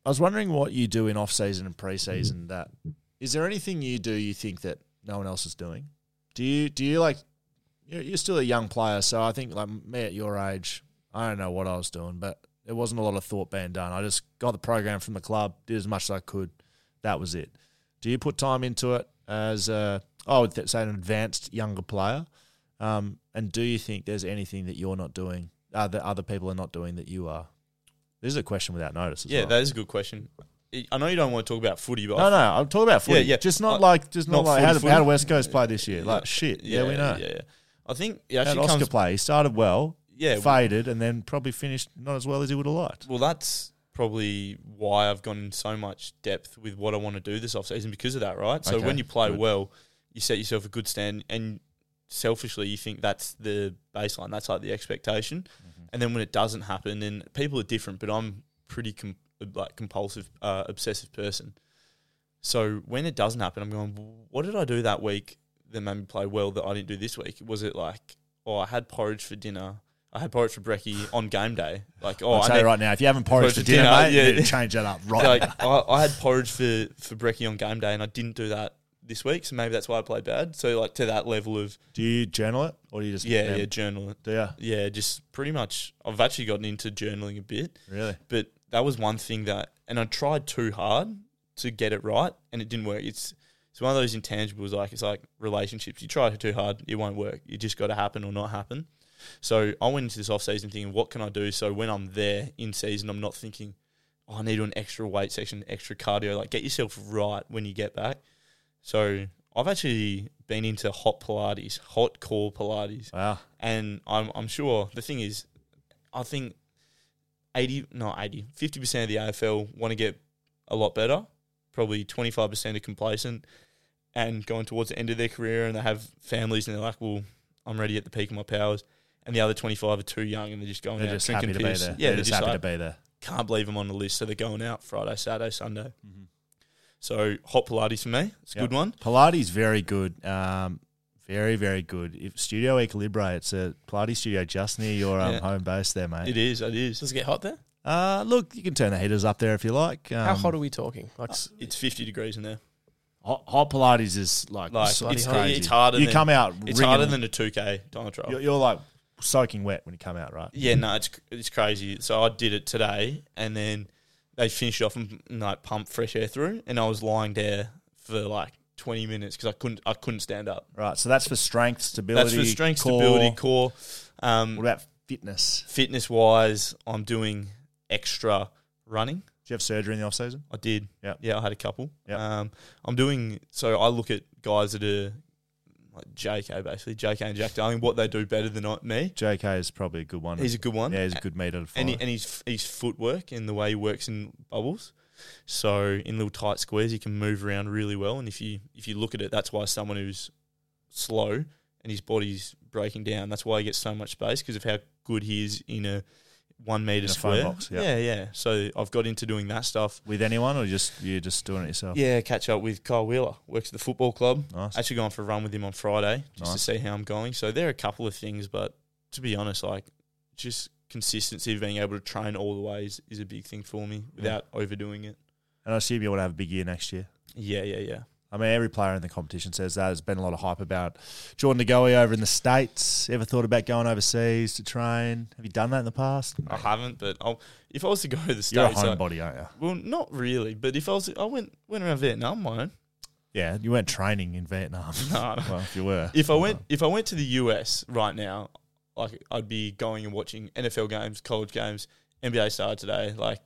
[SPEAKER 4] I was wondering what you do in off season and pre season. That is there anything you do you think that no one else is doing? Do you do you like? You're, you're still a young player, so I think like me at your age, I don't know what I was doing, but there wasn't a lot of thought being done. I just got the program from the club, did as much as I could. That was it. Do you put time into it as a, I would th- say an advanced younger player? Um, and do you think there's anything that you're not doing, uh, that other people are not doing that you are? This is a question without notice. As
[SPEAKER 5] Yeah,
[SPEAKER 4] well.
[SPEAKER 5] that is a good question. I- I know you don't want to talk about footy, but I
[SPEAKER 4] No, no, I'm talking about footy.
[SPEAKER 5] Yeah, yeah.
[SPEAKER 4] Just not
[SPEAKER 5] Uh,
[SPEAKER 4] like, just not,
[SPEAKER 5] not
[SPEAKER 4] like how,
[SPEAKER 5] footy,
[SPEAKER 4] did, how
[SPEAKER 5] footy.
[SPEAKER 4] did West Coast play this year?
[SPEAKER 5] Yeah.
[SPEAKER 4] Like shit. Yeah, we know.
[SPEAKER 5] Yeah, yeah. I think it
[SPEAKER 4] How did
[SPEAKER 5] actually
[SPEAKER 4] Oscar
[SPEAKER 5] comes.
[SPEAKER 4] play? He started well,
[SPEAKER 5] Yeah,
[SPEAKER 4] faded, and then probably finished not as well as he would have liked.
[SPEAKER 5] well, that's probably why I've gone in so much depth with what I want to do this offseason because of that, right? So
[SPEAKER 4] Okay,
[SPEAKER 5] when you play
[SPEAKER 4] good.
[SPEAKER 5] well, you set yourself a good stand, and selfishly, you think that's the baseline. That's like the expectation.
[SPEAKER 4] Mm-hmm.
[SPEAKER 5] And then when it doesn't happen, then people are different. But I'm pretty com- like compulsive, uh, obsessive person. So when it doesn't happen, I'm going, what did I do that week that made me play well that I didn't do this week? Was it like, oh, I had porridge for dinner. I had porridge for brekkie on game day. Like, oh,
[SPEAKER 4] I'll
[SPEAKER 5] I
[SPEAKER 4] tell
[SPEAKER 5] need-
[SPEAKER 4] you right now, if you haven't porridge for dinner, mate,
[SPEAKER 5] yeah.
[SPEAKER 4] you need to change that up right
[SPEAKER 5] like
[SPEAKER 4] now.
[SPEAKER 5] I, I had porridge for for brekkie on game day, and I didn't do that this week, so maybe that's why I played bad. So like to that level of
[SPEAKER 4] Do you journal it, or do you just
[SPEAKER 5] yeah,
[SPEAKER 4] mem-
[SPEAKER 5] yeah, journal it.
[SPEAKER 4] Do you
[SPEAKER 5] Yeah, just pretty much. I've actually gotten into journaling a bit,
[SPEAKER 4] really?
[SPEAKER 5] but that was one thing that, and I tried too hard to get it right, and it didn't work. It's it's one of those intangibles. Like it's like relationships. You try too hard, it won't work. You just got to happen or not happen. So I went into this off season thinking, what can I do? So when I'm there in season, I'm not thinking, oh, I need to do an extra weight section, extra cardio. Like get yourself right when you get back. So I've actually been into hot Pilates, hot core Pilates
[SPEAKER 4] Wow.
[SPEAKER 5] and I'm I'm sure the thing is, I think eighty not 80, 50 percent of the AFL want to get a lot better. Probably twenty five percent are complacent and going towards the end of their career, and they have families, and they're like, "Well, I'm ready at the peak of my powers." And the other twenty five are too young, and they're just going
[SPEAKER 4] They're
[SPEAKER 5] out
[SPEAKER 4] just happy
[SPEAKER 5] drinking
[SPEAKER 4] to be there.
[SPEAKER 5] piss.
[SPEAKER 4] they're,
[SPEAKER 5] Yeah,
[SPEAKER 4] just, happy to be there.
[SPEAKER 5] can't believe I'm on the list, so they're going out Friday, Saturday, Sunday. So hot Pilates for me, it's a
[SPEAKER 4] Yep.
[SPEAKER 5] good one.
[SPEAKER 4] Pilates very good. Um, very very good. If Studio Equilibra, it's a Pilates studio just near your um,
[SPEAKER 5] Yeah.
[SPEAKER 4] home base there, mate.
[SPEAKER 5] It is, it is.
[SPEAKER 1] Does it get hot there?
[SPEAKER 4] Uh, look, you can turn the heaters up there if you like. Um,
[SPEAKER 1] How hot are we talking? Like s-
[SPEAKER 5] It's fifty degrees in there.
[SPEAKER 4] hot, hot Pilates is like,
[SPEAKER 5] Like
[SPEAKER 4] so-
[SPEAKER 1] bloody
[SPEAKER 5] it's,
[SPEAKER 1] hot.
[SPEAKER 5] it's harder.
[SPEAKER 4] You
[SPEAKER 5] than,
[SPEAKER 4] come out,
[SPEAKER 5] It's
[SPEAKER 4] ringing-
[SPEAKER 5] harder than a two k Donald Trump.
[SPEAKER 4] You're, you're like soaking wet when you come out, right?
[SPEAKER 5] Yeah, no, it's it's crazy. So I did it today, and then they finished off and like pumped fresh air through, and I was lying there for like twenty minutes because I couldn't I couldn't stand up.
[SPEAKER 4] Right. So that's for strength, stability.
[SPEAKER 5] That's for strength,
[SPEAKER 4] core.
[SPEAKER 5] stability, core.
[SPEAKER 4] What
[SPEAKER 5] Um,
[SPEAKER 4] about fitness?
[SPEAKER 5] fitness wise, I'm doing extra running.
[SPEAKER 4] Do you have surgery in the off season?
[SPEAKER 5] I did.
[SPEAKER 4] Yeah.
[SPEAKER 5] Yeah, I had a couple.
[SPEAKER 4] Yeah.
[SPEAKER 5] Um, I'm doing so I look at guys that are like JK basically JK and Jack Darling, what they do better than I- me.
[SPEAKER 4] JK is probably a good one.
[SPEAKER 5] He's a good one.
[SPEAKER 4] yeah, he's a good meter to follow.
[SPEAKER 5] and, he, and his his footwork and the way he works in bubbles. So in little tight squares, he can move around really well. And if you if you look at it, that's why someone who's slow and his body's breaking down, that's why he gets so much space because of how good he is in a one meter
[SPEAKER 4] In a phone
[SPEAKER 5] square.
[SPEAKER 4] box, yeah.
[SPEAKER 5] yeah, yeah. So I've got into doing that stuff.
[SPEAKER 4] With anyone, or just you're just doing it yourself?
[SPEAKER 5] Yeah, catch up with Kyle Wheeler. Works at the football club.
[SPEAKER 4] Nice.
[SPEAKER 5] Actually, going for a run with him on Friday just
[SPEAKER 4] Nice.
[SPEAKER 5] to see how I'm going. So there are a couple of things, but to be honest, like just consistency of being able to train all the ways is a big thing for me without overdoing it.
[SPEAKER 4] And I assume you want to have a big year next year.
[SPEAKER 5] Yeah, yeah, yeah.
[SPEAKER 4] I mean, every player in the competition says that. There's been a lot of hype about Jordan Ngoe over in the States. Ever thought about going overseas to train? Have you done that in the past?
[SPEAKER 5] I haven't, but I'll, if I was to go to the States,
[SPEAKER 4] You're a
[SPEAKER 5] I-
[SPEAKER 4] homebody, aren't you?
[SPEAKER 5] well, not really. But if I was, I went went around Vietnam on my own.
[SPEAKER 4] Yeah, you weren't training in Vietnam.
[SPEAKER 5] No, no.
[SPEAKER 4] well, if you were.
[SPEAKER 5] If I went, if I went to the US right now, like I'd be going and watching NFL games, college games, NBA star today. Like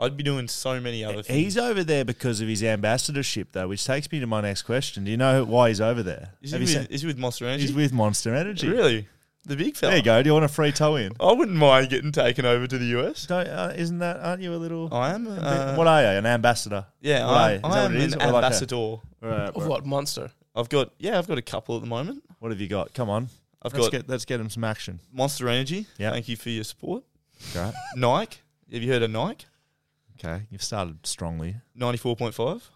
[SPEAKER 5] I'd be doing so many other things.
[SPEAKER 4] He's over there because of his ambassadorship, though, which takes me to my next question. Do you know why he's over there?
[SPEAKER 5] Is he,
[SPEAKER 4] Have
[SPEAKER 5] with,
[SPEAKER 4] you
[SPEAKER 5] is he with Monster Energy?
[SPEAKER 4] he's with Monster Energy.
[SPEAKER 5] really the big fella.
[SPEAKER 4] There you go. Do you want a free toe in?
[SPEAKER 5] I wouldn't mind getting taken over to the US.
[SPEAKER 4] Don't, uh, isn't that? Aren't you a little?
[SPEAKER 5] I am.
[SPEAKER 4] a bit-
[SPEAKER 5] Uh,
[SPEAKER 4] Oh, what are you? An ambassador?
[SPEAKER 5] yeah,
[SPEAKER 4] What are
[SPEAKER 5] I,
[SPEAKER 4] you? Is
[SPEAKER 5] I
[SPEAKER 4] that
[SPEAKER 5] am
[SPEAKER 4] what it is?
[SPEAKER 5] an
[SPEAKER 4] Or like a-
[SPEAKER 5] ambassador.
[SPEAKER 4] Right,
[SPEAKER 1] Of
[SPEAKER 4] right.
[SPEAKER 1] what monster?
[SPEAKER 5] I've got yeah, I've got a couple at the moment.
[SPEAKER 4] What have you got? Come on.
[SPEAKER 5] I've
[SPEAKER 4] let's
[SPEAKER 5] got
[SPEAKER 4] get let's get him some action.
[SPEAKER 5] Monster Energy.
[SPEAKER 4] Yeah.
[SPEAKER 5] Thank you for your support.
[SPEAKER 4] Right.
[SPEAKER 5] Nike. Have you heard of Nike?
[SPEAKER 4] okay. You've started strongly,
[SPEAKER 5] Ninety four point five.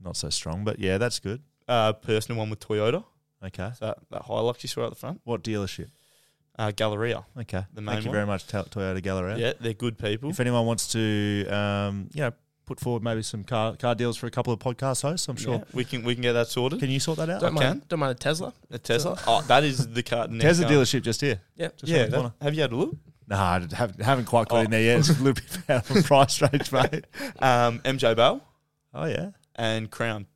[SPEAKER 4] not so strong, but yeah, that's good.
[SPEAKER 5] Uh, personal one with Toyota.
[SPEAKER 4] Okay.
[SPEAKER 5] That that Hilux you saw out the front.
[SPEAKER 4] What dealership?
[SPEAKER 5] Uh, Galleria.
[SPEAKER 4] Okay.
[SPEAKER 5] The main
[SPEAKER 4] Thank you
[SPEAKER 5] one?
[SPEAKER 4] very much, Toy- Toyota Galleria.
[SPEAKER 5] Yeah, they're good people.
[SPEAKER 4] If anyone wants to, um, you know, put forward maybe some car car deals for a couple of podcast hosts, I'm sure.
[SPEAKER 5] Yeah, we can we can get that sorted.
[SPEAKER 4] Can you sort that out?
[SPEAKER 1] Don't
[SPEAKER 5] I
[SPEAKER 1] mind. Don't mind a Tesla.
[SPEAKER 5] a Tesla. Oh, that is the car. the next
[SPEAKER 4] There's a
[SPEAKER 5] car.
[SPEAKER 4] dealership just here.
[SPEAKER 1] Yeah.
[SPEAKER 4] Just
[SPEAKER 5] Yeah.
[SPEAKER 4] around the
[SPEAKER 5] that-
[SPEAKER 4] corner.
[SPEAKER 5] have you had a look?
[SPEAKER 4] Nah, I haven't, haven't quite got
[SPEAKER 5] Oh.
[SPEAKER 4] in there yet. It's a little bit out of price range, mate.
[SPEAKER 5] Um, MJ Bell
[SPEAKER 4] Oh yeah,
[SPEAKER 5] and Crown.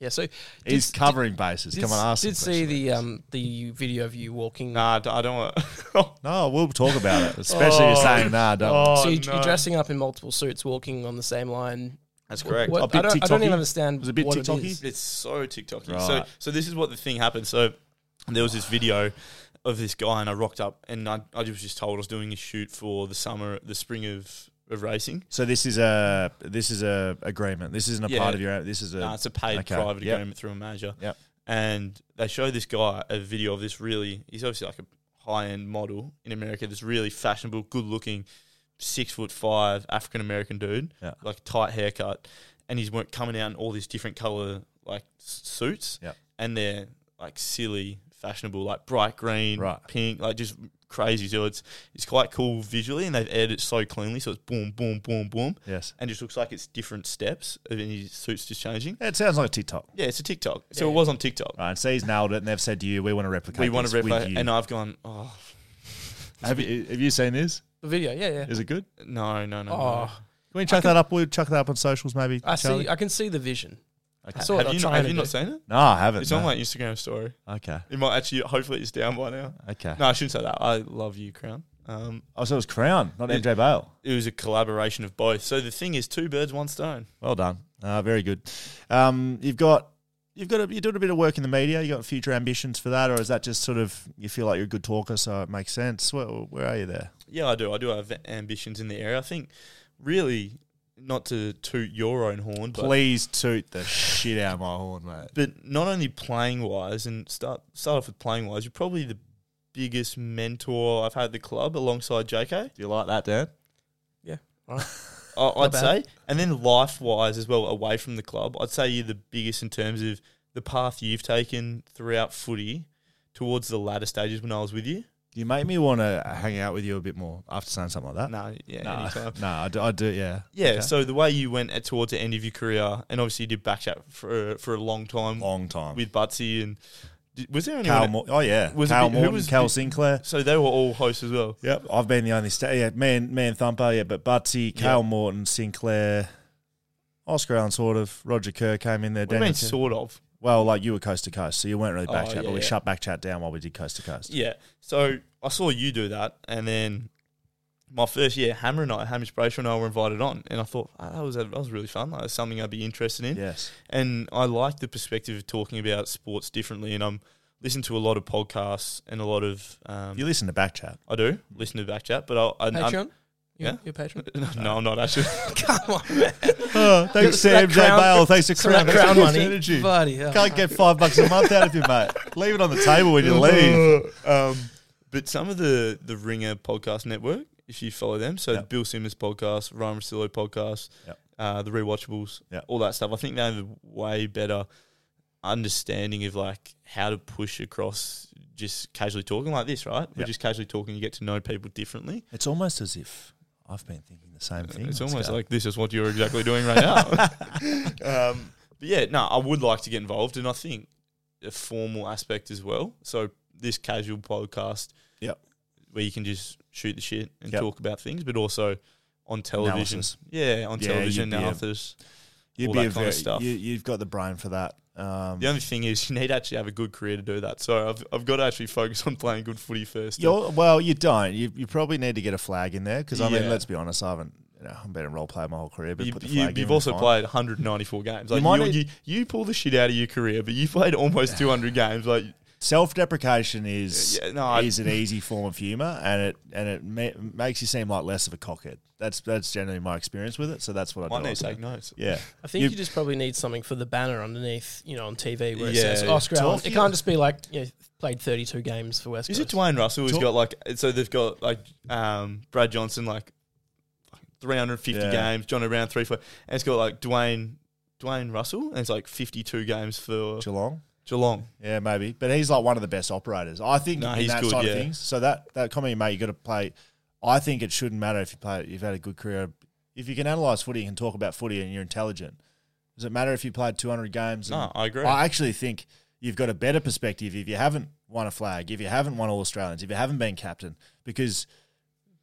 [SPEAKER 1] Yeah. So
[SPEAKER 4] he's
[SPEAKER 1] did-
[SPEAKER 4] covering bases.
[SPEAKER 1] Did,
[SPEAKER 4] Come on, ask.
[SPEAKER 1] did
[SPEAKER 4] some
[SPEAKER 1] see
[SPEAKER 4] questions.
[SPEAKER 1] the um the video of you walking.
[SPEAKER 5] Nah, I don't want. oh,
[SPEAKER 4] No, we'll talk about it. Especially you're saying, nah, don't.
[SPEAKER 1] so you,
[SPEAKER 5] no.
[SPEAKER 1] you're dressing up in multiple suits, walking on the same line.
[SPEAKER 5] That's correct.
[SPEAKER 1] What,
[SPEAKER 4] A Oh, bit
[SPEAKER 1] I, don't, I don't
[SPEAKER 4] TikToky?
[SPEAKER 1] even understand.
[SPEAKER 4] Was it a bit
[SPEAKER 1] what it
[SPEAKER 4] TikToky?
[SPEAKER 1] is.
[SPEAKER 5] It's so TikToky. So
[SPEAKER 4] Right.
[SPEAKER 5] so this is what the thing happened. So there was this video of this guy, and I rocked up, and I, I was just told I was doing a shoot for the summer, the spring of, of racing.
[SPEAKER 4] So this is a this is a agreement. This isn't a
[SPEAKER 5] Yeah.
[SPEAKER 4] part of your. This is a.
[SPEAKER 5] No, it's a paid
[SPEAKER 4] okay.
[SPEAKER 5] private
[SPEAKER 4] Yep.
[SPEAKER 5] agreement through a manager.
[SPEAKER 4] Yep.
[SPEAKER 5] And they show this guy a video of this really, he's obviously like a high end model in America, this really fashionable, good looking, six foot five African American dude,
[SPEAKER 4] Yeah.
[SPEAKER 5] like tight haircut. And he's wa- coming out in all these different color like s- suits.
[SPEAKER 4] Yep.
[SPEAKER 5] And they're like silly, fashionable, like bright green,
[SPEAKER 4] Right.
[SPEAKER 5] pink, like just crazy. So it's, it's quite cool visually. And they've edited it so cleanly. So it's boom, boom, boom, boom.
[SPEAKER 4] Yes.
[SPEAKER 5] And just looks like it's different steps of any suits just changing.
[SPEAKER 4] It sounds like a TikTok.
[SPEAKER 5] Yeah, it's a TikTok. So it was on TikTok.
[SPEAKER 4] Right, so he's nailed it, and they've said to you, "We want to replicate.
[SPEAKER 5] We want to
[SPEAKER 4] this with
[SPEAKER 5] replicate,
[SPEAKER 4] you."
[SPEAKER 5] and I've gone, oh
[SPEAKER 4] have you have you seen this?
[SPEAKER 1] The video, yeah, yeah.
[SPEAKER 4] Is it good?
[SPEAKER 5] no, no, no. no.
[SPEAKER 1] Oh,
[SPEAKER 4] Can we chuck that up? We'll chuck that up on socials, maybe.
[SPEAKER 1] I
[SPEAKER 4] Charlie?
[SPEAKER 1] see. I can see the vision.
[SPEAKER 4] Okay.
[SPEAKER 1] I saw it
[SPEAKER 5] have
[SPEAKER 1] on
[SPEAKER 5] you not,
[SPEAKER 1] China
[SPEAKER 5] have you not
[SPEAKER 1] do.
[SPEAKER 5] seen it?
[SPEAKER 4] no, I haven't.
[SPEAKER 5] It's
[SPEAKER 4] no.
[SPEAKER 5] on my Instagram story.
[SPEAKER 4] okay,
[SPEAKER 5] It might actually, hopefully, it's down by now.
[SPEAKER 4] okay.
[SPEAKER 5] No, I shouldn't say that. I love you, Crown. Um,
[SPEAKER 4] Oh, so it was Crown, not
[SPEAKER 5] It-
[SPEAKER 4] MJ Bale.
[SPEAKER 5] it was a collaboration of both. So the thing is, two birds, one stone.
[SPEAKER 4] Well done. Uh, very good. Um, you've got you've got a, you're doing a bit of work in the media. You got future ambitions for that, or is that just sort of you feel like you're a good talker, so it makes sense? Where, where are you there?
[SPEAKER 5] Yeah, I do. I do have ambitions in the area. I think, really, not to toot your own horn, but
[SPEAKER 4] Please toot the shit out of my horn, mate.
[SPEAKER 5] but not only playing wise and start start off with playing wise, you're probably the biggest mentor I've had at the club alongside JK.
[SPEAKER 4] Do you like that, Dan?
[SPEAKER 1] Yeah. All right.
[SPEAKER 5] I- I'd
[SPEAKER 1] bad.
[SPEAKER 5] say. And then life wise as well, away from the club, I'd say you're the biggest in terms of the path you've taken throughout footy towards the latter stages when I was with you.
[SPEAKER 4] You make me want to hang out with you a bit more after saying something like that.
[SPEAKER 5] No, yeah,
[SPEAKER 4] no,
[SPEAKER 5] anytime.
[SPEAKER 4] no, I do, I do yeah.
[SPEAKER 5] Yeah,
[SPEAKER 4] Okay.
[SPEAKER 5] so the way you went at, towards the end of your career, and obviously you did backchat for for a long time
[SPEAKER 4] long time
[SPEAKER 5] with Butsy, and did, was there anyone?
[SPEAKER 4] Cal. Mor- oh yeah,
[SPEAKER 5] Was it
[SPEAKER 4] Cal
[SPEAKER 5] be- who
[SPEAKER 4] Morton,
[SPEAKER 5] was
[SPEAKER 4] Cal
[SPEAKER 5] be-
[SPEAKER 4] Sinclair.
[SPEAKER 5] so they were all hosts as well.
[SPEAKER 4] Yep, I've been the only sta Yeah, me and me and Thumper. Yeah, but Butsy, Cal Morton, Sinclair, Oscar Allen, sort of. Roger Kerr came in there.
[SPEAKER 5] What do you mean,
[SPEAKER 4] Daniel Kerr.
[SPEAKER 5] sort of?
[SPEAKER 4] Well, like you were coast to coast, so you weren't really
[SPEAKER 5] Oh,
[SPEAKER 4] backchat,
[SPEAKER 5] yeah,
[SPEAKER 4] but we
[SPEAKER 5] yeah.
[SPEAKER 4] shut backchat down while we did coast to coast.
[SPEAKER 5] Yeah. So I saw you do that, and then my first year, Hammer and I, Hamish Brayshaw and I were invited on, and I thought "Ah, that was that was really fun. Like, that's something I'd be interested in,
[SPEAKER 4] Yes.
[SPEAKER 5] and I like the perspective of talking about sports differently. And I'm listening to a lot of podcasts and a lot of um,
[SPEAKER 4] You listen to backchat.
[SPEAKER 5] I do listen to Backchat, but I, I
[SPEAKER 1] Patreon.
[SPEAKER 5] Yeah.
[SPEAKER 1] Your Patreon.
[SPEAKER 5] I'm, no, I'm not actually.
[SPEAKER 1] Come on, man.
[SPEAKER 4] Oh, thanks
[SPEAKER 1] to that MJ crown- Bale,
[SPEAKER 4] Thanks to
[SPEAKER 1] Some of that crown money. Bloody hell.
[SPEAKER 4] Can't get five bucks a month out of you, mate. Leave it on the table when you leave.
[SPEAKER 5] um, but some of the the Ringer podcast network, if you follow them, so
[SPEAKER 4] Yep.
[SPEAKER 5] the Bill Simmons podcast, Ryan Rosillo podcast,
[SPEAKER 4] Yep.
[SPEAKER 5] uh, the Rewatchables,
[SPEAKER 4] Yep.
[SPEAKER 5] all that stuff. I think they have a way better understanding of like how to push across just casually talking like this, right? We're
[SPEAKER 7] Yep.
[SPEAKER 5] just casually talking. You get to know people differently.
[SPEAKER 7] It's almost as if I've been thinking the same thing.
[SPEAKER 5] It's
[SPEAKER 7] Let's
[SPEAKER 5] almost
[SPEAKER 7] go.
[SPEAKER 5] like this is what you're exactly doing right now. um, but yeah, no, I would like to get involved, and I think a formal aspect as well. So this casual podcast,
[SPEAKER 4] Yep.
[SPEAKER 5] where you can just shoot the shit and
[SPEAKER 4] Yep.
[SPEAKER 5] talk about things, but also on television,
[SPEAKER 7] Analysis.
[SPEAKER 5] yeah, on
[SPEAKER 4] Yeah,
[SPEAKER 5] television,
[SPEAKER 4] you'd be a-
[SPEAKER 5] Arthur's.
[SPEAKER 4] You'd
[SPEAKER 5] all
[SPEAKER 4] be
[SPEAKER 5] that
[SPEAKER 4] a
[SPEAKER 5] kind
[SPEAKER 4] very,
[SPEAKER 5] of stuff.
[SPEAKER 4] You, you've got the brain for that. Um,
[SPEAKER 5] The only thing is, you need to actually have a good career to do that. So I've, I've got to actually focus on playing good footy 1st
[SPEAKER 4] You're, well, you don't. You, you probably need to get a flag in there because I mean,
[SPEAKER 5] Yeah.
[SPEAKER 4] let's be honest. I haven't. You know, I've been a role player my whole career, but
[SPEAKER 5] you,
[SPEAKER 4] put the
[SPEAKER 5] you,
[SPEAKER 4] flag in.
[SPEAKER 5] you've
[SPEAKER 4] we're
[SPEAKER 5] also
[SPEAKER 4] fine.
[SPEAKER 5] played 194 games. Like
[SPEAKER 4] You might
[SPEAKER 5] you,
[SPEAKER 4] need-
[SPEAKER 5] you, you pull the shit out of your career, but you played almost 200 games. Like
[SPEAKER 4] Self-deprecation is
[SPEAKER 5] Yeah, no, I-
[SPEAKER 4] is an easy form of humor, and it and it ma- makes you seem like less of a cockhead. That's that's generally my experience with it. So that's what I
[SPEAKER 5] I
[SPEAKER 4] do.
[SPEAKER 5] need to
[SPEAKER 4] also.
[SPEAKER 5] take notes.
[SPEAKER 4] Yeah,
[SPEAKER 1] I think you, just probably need something for the banner underneath, you know, on TV where it
[SPEAKER 5] Yeah.
[SPEAKER 1] says Oscar
[SPEAKER 5] Talk,
[SPEAKER 1] Allen. It
[SPEAKER 5] yeah.
[SPEAKER 1] can't just be like, you know, played 32 games for West
[SPEAKER 5] Is it
[SPEAKER 1] Coast.
[SPEAKER 5] Dwayne Russell who's
[SPEAKER 4] Talk-
[SPEAKER 5] got like so they've got like um, Brad Johnson like 350
[SPEAKER 4] Yeah.
[SPEAKER 5] games, John Brown three four, and it's got like Dwayne Dwayne Russell and it's like 52 games for
[SPEAKER 4] Geelong.
[SPEAKER 5] Geelong.
[SPEAKER 4] Yeah, maybe. But he's like one of the best operators. I think
[SPEAKER 5] No,
[SPEAKER 4] in
[SPEAKER 5] he's
[SPEAKER 4] that
[SPEAKER 5] good,
[SPEAKER 4] side
[SPEAKER 5] yeah.
[SPEAKER 4] of things. So that that comment you made, you got to play. I think it shouldn't matter if you play. You've had a good career. If you can analyze footy and talk about footy and you're intelligent, does it matter if you played 200 games? and-
[SPEAKER 5] No, I agree.
[SPEAKER 4] I actually think you've got a better perspective if you haven't won a flag, if you haven't won all Australians, if you haven't been captain, because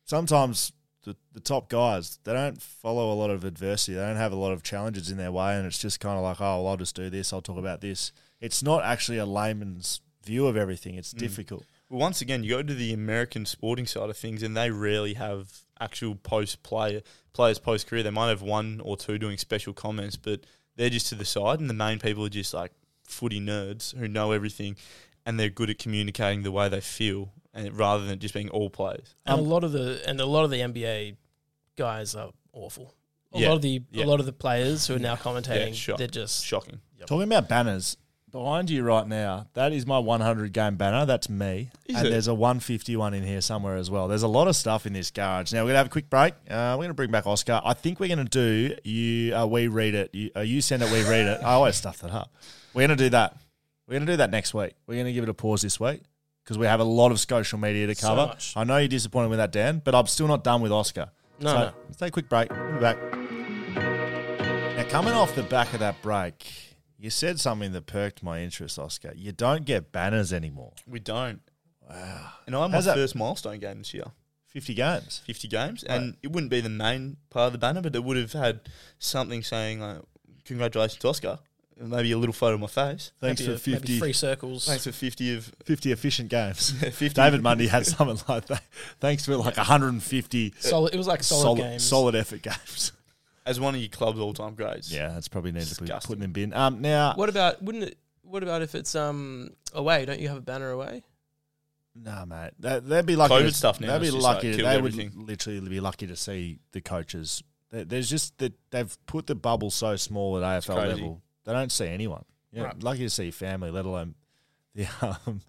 [SPEAKER 4] sometimes the, the top guys they don't follow a lot of adversity, they don't have a lot of challenges in their way, and it's just kind of like, oh, well, I'll just do this, I'll talk about this. It's not actually a layman's view of everything.
[SPEAKER 5] Mm.
[SPEAKER 4] It's difficult.
[SPEAKER 5] Well, once again, you go to the American sporting side of things, and they rarely have actual post player players post career. They might have one or two doing special comments, but they're just to the side, and the main people are just like footy nerds who know everything, and they're good at communicating the way they feel, and rather than just being all players.
[SPEAKER 1] And a lot of the and a lot of the NBA guys are awful. A
[SPEAKER 5] Yeah,
[SPEAKER 1] lot of the
[SPEAKER 5] yeah.
[SPEAKER 1] a lot of the players who are now commentating,
[SPEAKER 5] sure.
[SPEAKER 1] they're just
[SPEAKER 5] Shocking.
[SPEAKER 4] Talking about banners. Behind you right now, that is my 100 game banner. That's me.
[SPEAKER 5] Is
[SPEAKER 4] and
[SPEAKER 5] it?
[SPEAKER 4] there's a 150 one in here somewhere as well. There's a lot of stuff in this garage. Now, we're going to have a quick break. Uh, we're going to bring back Oscar. I think we're going to do you, uh, we read it. You, uh, you send it, we read it. I always stuff that up. We're going to do that. We're going to do that next week. We're going to give it a pause this week because we have a lot of social media to
[SPEAKER 1] So
[SPEAKER 4] cover.
[SPEAKER 1] much.
[SPEAKER 4] I know you're disappointed with that, Dan, but I'm still not done with Oscar.
[SPEAKER 1] No,
[SPEAKER 4] So,
[SPEAKER 1] no.
[SPEAKER 4] Let's take a quick break. We'll be back. Now, coming off the back of that break, you said something that perked my interest, Oscar. You don't get banners anymore.
[SPEAKER 5] We don't. Wow. And I'm my
[SPEAKER 4] How's that-
[SPEAKER 5] first milestone game this year.
[SPEAKER 4] 50 games.
[SPEAKER 5] 50 games, and it wouldn't be the main part of the banner, but it would have had something saying, like, congratulations to Oscar, and maybe a little photo of my face.
[SPEAKER 4] Thanks
[SPEAKER 1] maybe,
[SPEAKER 4] for
[SPEAKER 1] maybe
[SPEAKER 4] 50,
[SPEAKER 1] free circles.
[SPEAKER 5] Thanks for 50 of
[SPEAKER 4] 50 efficient games.
[SPEAKER 5] 50.
[SPEAKER 4] David Mundy had something like that. Thanks for like 150
[SPEAKER 1] Solid. It was like solid,
[SPEAKER 4] solid,
[SPEAKER 1] games.
[SPEAKER 4] solid effort games.
[SPEAKER 5] as one of your club's all-time greats.
[SPEAKER 4] Yeah, that's probably needed to be
[SPEAKER 5] Disgusting.
[SPEAKER 4] put in the bin. Um, now,
[SPEAKER 1] What about wouldn't it? What about if it's um away? Don't you have a banner away?
[SPEAKER 4] Nah, mate. They, they'd be lucky.
[SPEAKER 5] COVID
[SPEAKER 4] to,
[SPEAKER 5] stuff now
[SPEAKER 4] They'd be
[SPEAKER 5] has just,
[SPEAKER 4] lucky.
[SPEAKER 5] like,
[SPEAKER 4] they
[SPEAKER 5] killed everything.
[SPEAKER 4] would literally be lucky to see the coaches. There- There's just that they've put the bubble so small at AFL
[SPEAKER 5] crazy.
[SPEAKER 4] level. They don't see anyone. Yeah,
[SPEAKER 1] Right.
[SPEAKER 4] lucky to see family, let alone the um,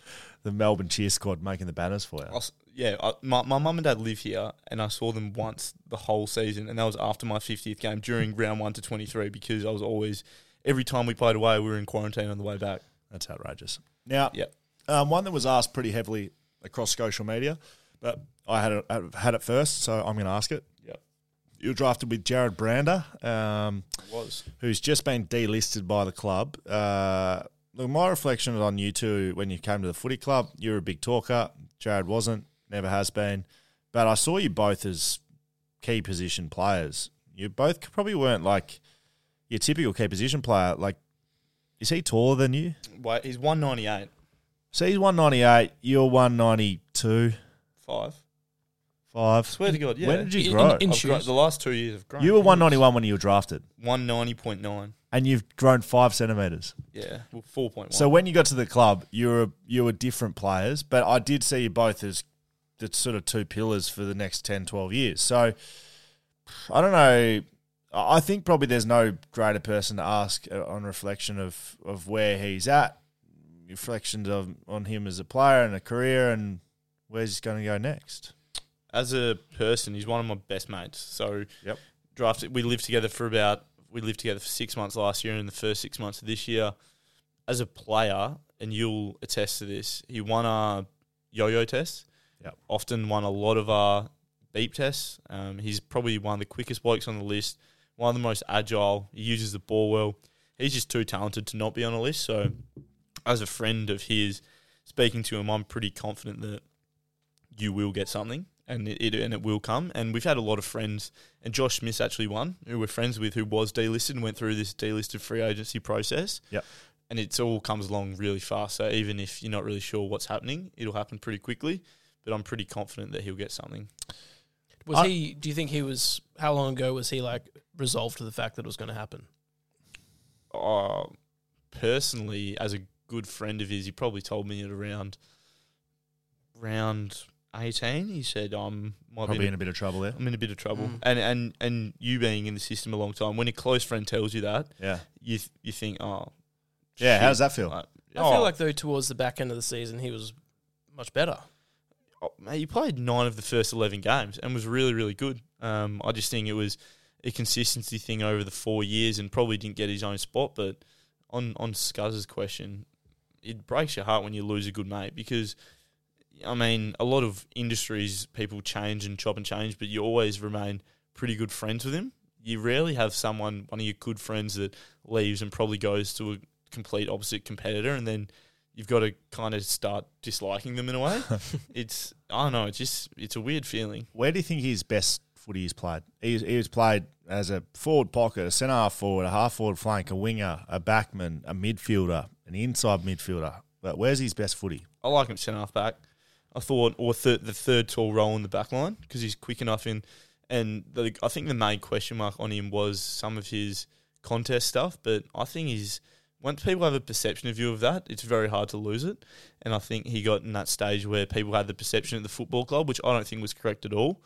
[SPEAKER 4] the Melbourne cheer squad making the banners for
[SPEAKER 5] I
[SPEAKER 4] you.
[SPEAKER 5] s- yeah, I, my, my mum and dad live here, and I saw them once the whole season, and that was after my 50th game during round one to 23 because I was always, every time we played away, we were in quarantine on the way back.
[SPEAKER 4] That's outrageous. Now,
[SPEAKER 5] Yep.
[SPEAKER 4] um, one that was asked pretty heavily across social media, but I had it, I had it first, so I'm going to ask it.
[SPEAKER 5] Yep.
[SPEAKER 4] You were drafted with Jared Brander. Um,
[SPEAKER 5] Was.
[SPEAKER 4] who's just been delisted by the club. Uh, look, my reflection on you two when you came to the footy club, you were a big talker. Jared wasn't, never has been. But I saw you both as key position players. You both probably weren't like your typical key position player. Like, is he taller than you?
[SPEAKER 5] Wait, he's 198,
[SPEAKER 4] So he's 198, you're 192,
[SPEAKER 5] 5.
[SPEAKER 4] 5.
[SPEAKER 5] Swear to God, yeah.
[SPEAKER 4] When did
[SPEAKER 1] In-
[SPEAKER 4] you grow?
[SPEAKER 1] in- in-
[SPEAKER 5] I've grown,
[SPEAKER 1] shoes.
[SPEAKER 5] the last two years I've grown.
[SPEAKER 4] you were 191 when you were drafted,
[SPEAKER 5] 190.9.
[SPEAKER 4] and you've grown five centimetres.
[SPEAKER 5] Yeah, well, 4.1.
[SPEAKER 4] So when you got to the club, you were you were different players, but I did see you both as the sort of two pillars for the next 10, 12 years. So I don't know. I I think probably there's no greater person to ask uh, on reflection of, of where he's at, reflections of on him as a player and a career, and where's he's going to go next.
[SPEAKER 5] as a person, he's one of my best mates. So
[SPEAKER 4] Yep.
[SPEAKER 5] drafted. We lived together for about we lived together for six months last year, and the first six months of this year, as a player, and you'll attest to this, he won our yo-yo test.
[SPEAKER 4] Yep.
[SPEAKER 5] Often won a lot of our beep tests. Um, he's probably one of the quickest blokes on the list. One of the most agile. He uses the ball well. He's just too talented to not be on a list. So, as a friend of his, speaking to him, I'm pretty confident that you will get something, and it, it and it will come. And we've had a lot of friends, and Josh Smith actually one who we're friends with, who was delisted and went through this delisted free agency process.
[SPEAKER 4] Yep.
[SPEAKER 5] and it's all comes along really fast. So even if you're not really sure what's happening, it'll happen pretty quickly. But I'm pretty confident that he'll get something.
[SPEAKER 1] Was
[SPEAKER 4] I-
[SPEAKER 1] he? Do you think he was? How long ago was he like resolved to the fact that it was going to happen?
[SPEAKER 5] Uh, personally, as a good friend of his, he probably told me at around round 18. He said, "I'm might
[SPEAKER 4] Probably
[SPEAKER 5] be
[SPEAKER 4] in a bit of trouble there.
[SPEAKER 5] I'm in a bit of trouble."
[SPEAKER 1] Mm.
[SPEAKER 5] And and and you being in the system a long time, when a close friend tells you that,
[SPEAKER 4] Yeah.
[SPEAKER 5] you th- you think, "Oh,
[SPEAKER 4] Yeah. How
[SPEAKER 5] shit."
[SPEAKER 4] does that feel?
[SPEAKER 5] Like,
[SPEAKER 1] I
[SPEAKER 5] oh,
[SPEAKER 1] feel like though towards the back end of the season he was much better.
[SPEAKER 5] oh, mate, he played nine of the first eleven games and was really, really good. Um, I just think it was a consistency thing over the four years, and probably didn't get his own spot. But on on Scuzz's question, it breaks your heart when you lose a good mate because. I mean, a lot of industries people change and chop and change, but you always remain pretty good friends with him. You rarely have someone, one of your good friends, that leaves and probably goes to a complete opposite competitor, and then you've got to kind of start disliking them in a way. it's I don't know. It's just it's a weird feeling.
[SPEAKER 4] Where do you think his best footy he's played? He's, he was played as a forward pocket, a centre half forward, a half forward flank, a winger, a backman, a midfielder, an inside midfielder. But where's his best footy?
[SPEAKER 5] I like him centre half back. I thought or th- the third tall role in the back line because he's quick enough in. And the, I think the main question mark on him was some of his contest stuff, but I think he's once people have a perception of you of that, it's very hard to lose it. And I think he got in that stage where people had the perception at the football club, which I don't think was correct at all.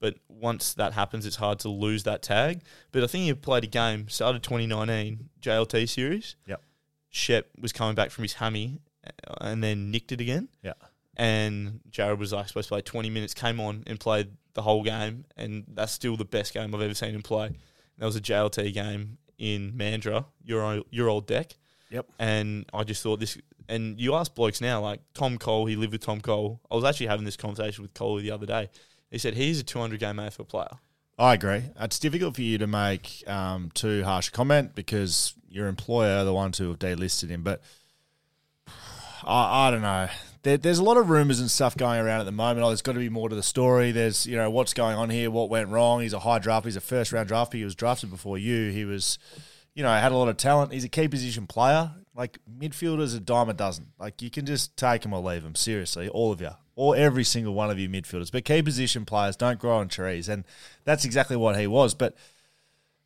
[SPEAKER 5] But once that happens, it's hard to lose that tag. But I think he played a game, started 2019 JLT series.
[SPEAKER 4] Yep.
[SPEAKER 5] Shep was coming back from his hammy uh, and then nicked it again.
[SPEAKER 4] Yeah.
[SPEAKER 5] And Jared was like supposed to play 20 minutes, came on and played the whole game. And that's still the best game I've ever seen him play. That was a JLT game in Mandra, your, old- your old deck.
[SPEAKER 4] Yep.
[SPEAKER 5] And I just thought this. And you ask blokes now, like Tom Cole, he lived with Tom Cole. I was actually having this conversation with Cole the other day. He said he's a 200 game AFL player.
[SPEAKER 4] I agree. It's difficult for you to make um, too harsh a comment because your employer are the ones who have delisted him. But I, I don't know. There, there's a lot of rumors and stuff going around at the moment. Oh, there's got to be more to the story. There's you know what's going on here. What went wrong? He's a high draft. He's a first round draft pick. He was drafted before you. He was, you know, had a lot of talent. He's a key position player. Like midfielders, a dime a dozen. Like you can just take him or leave him. Seriously, all of you, or every single one of you midfielders. But key position players don't grow on trees, and that's exactly what he was. But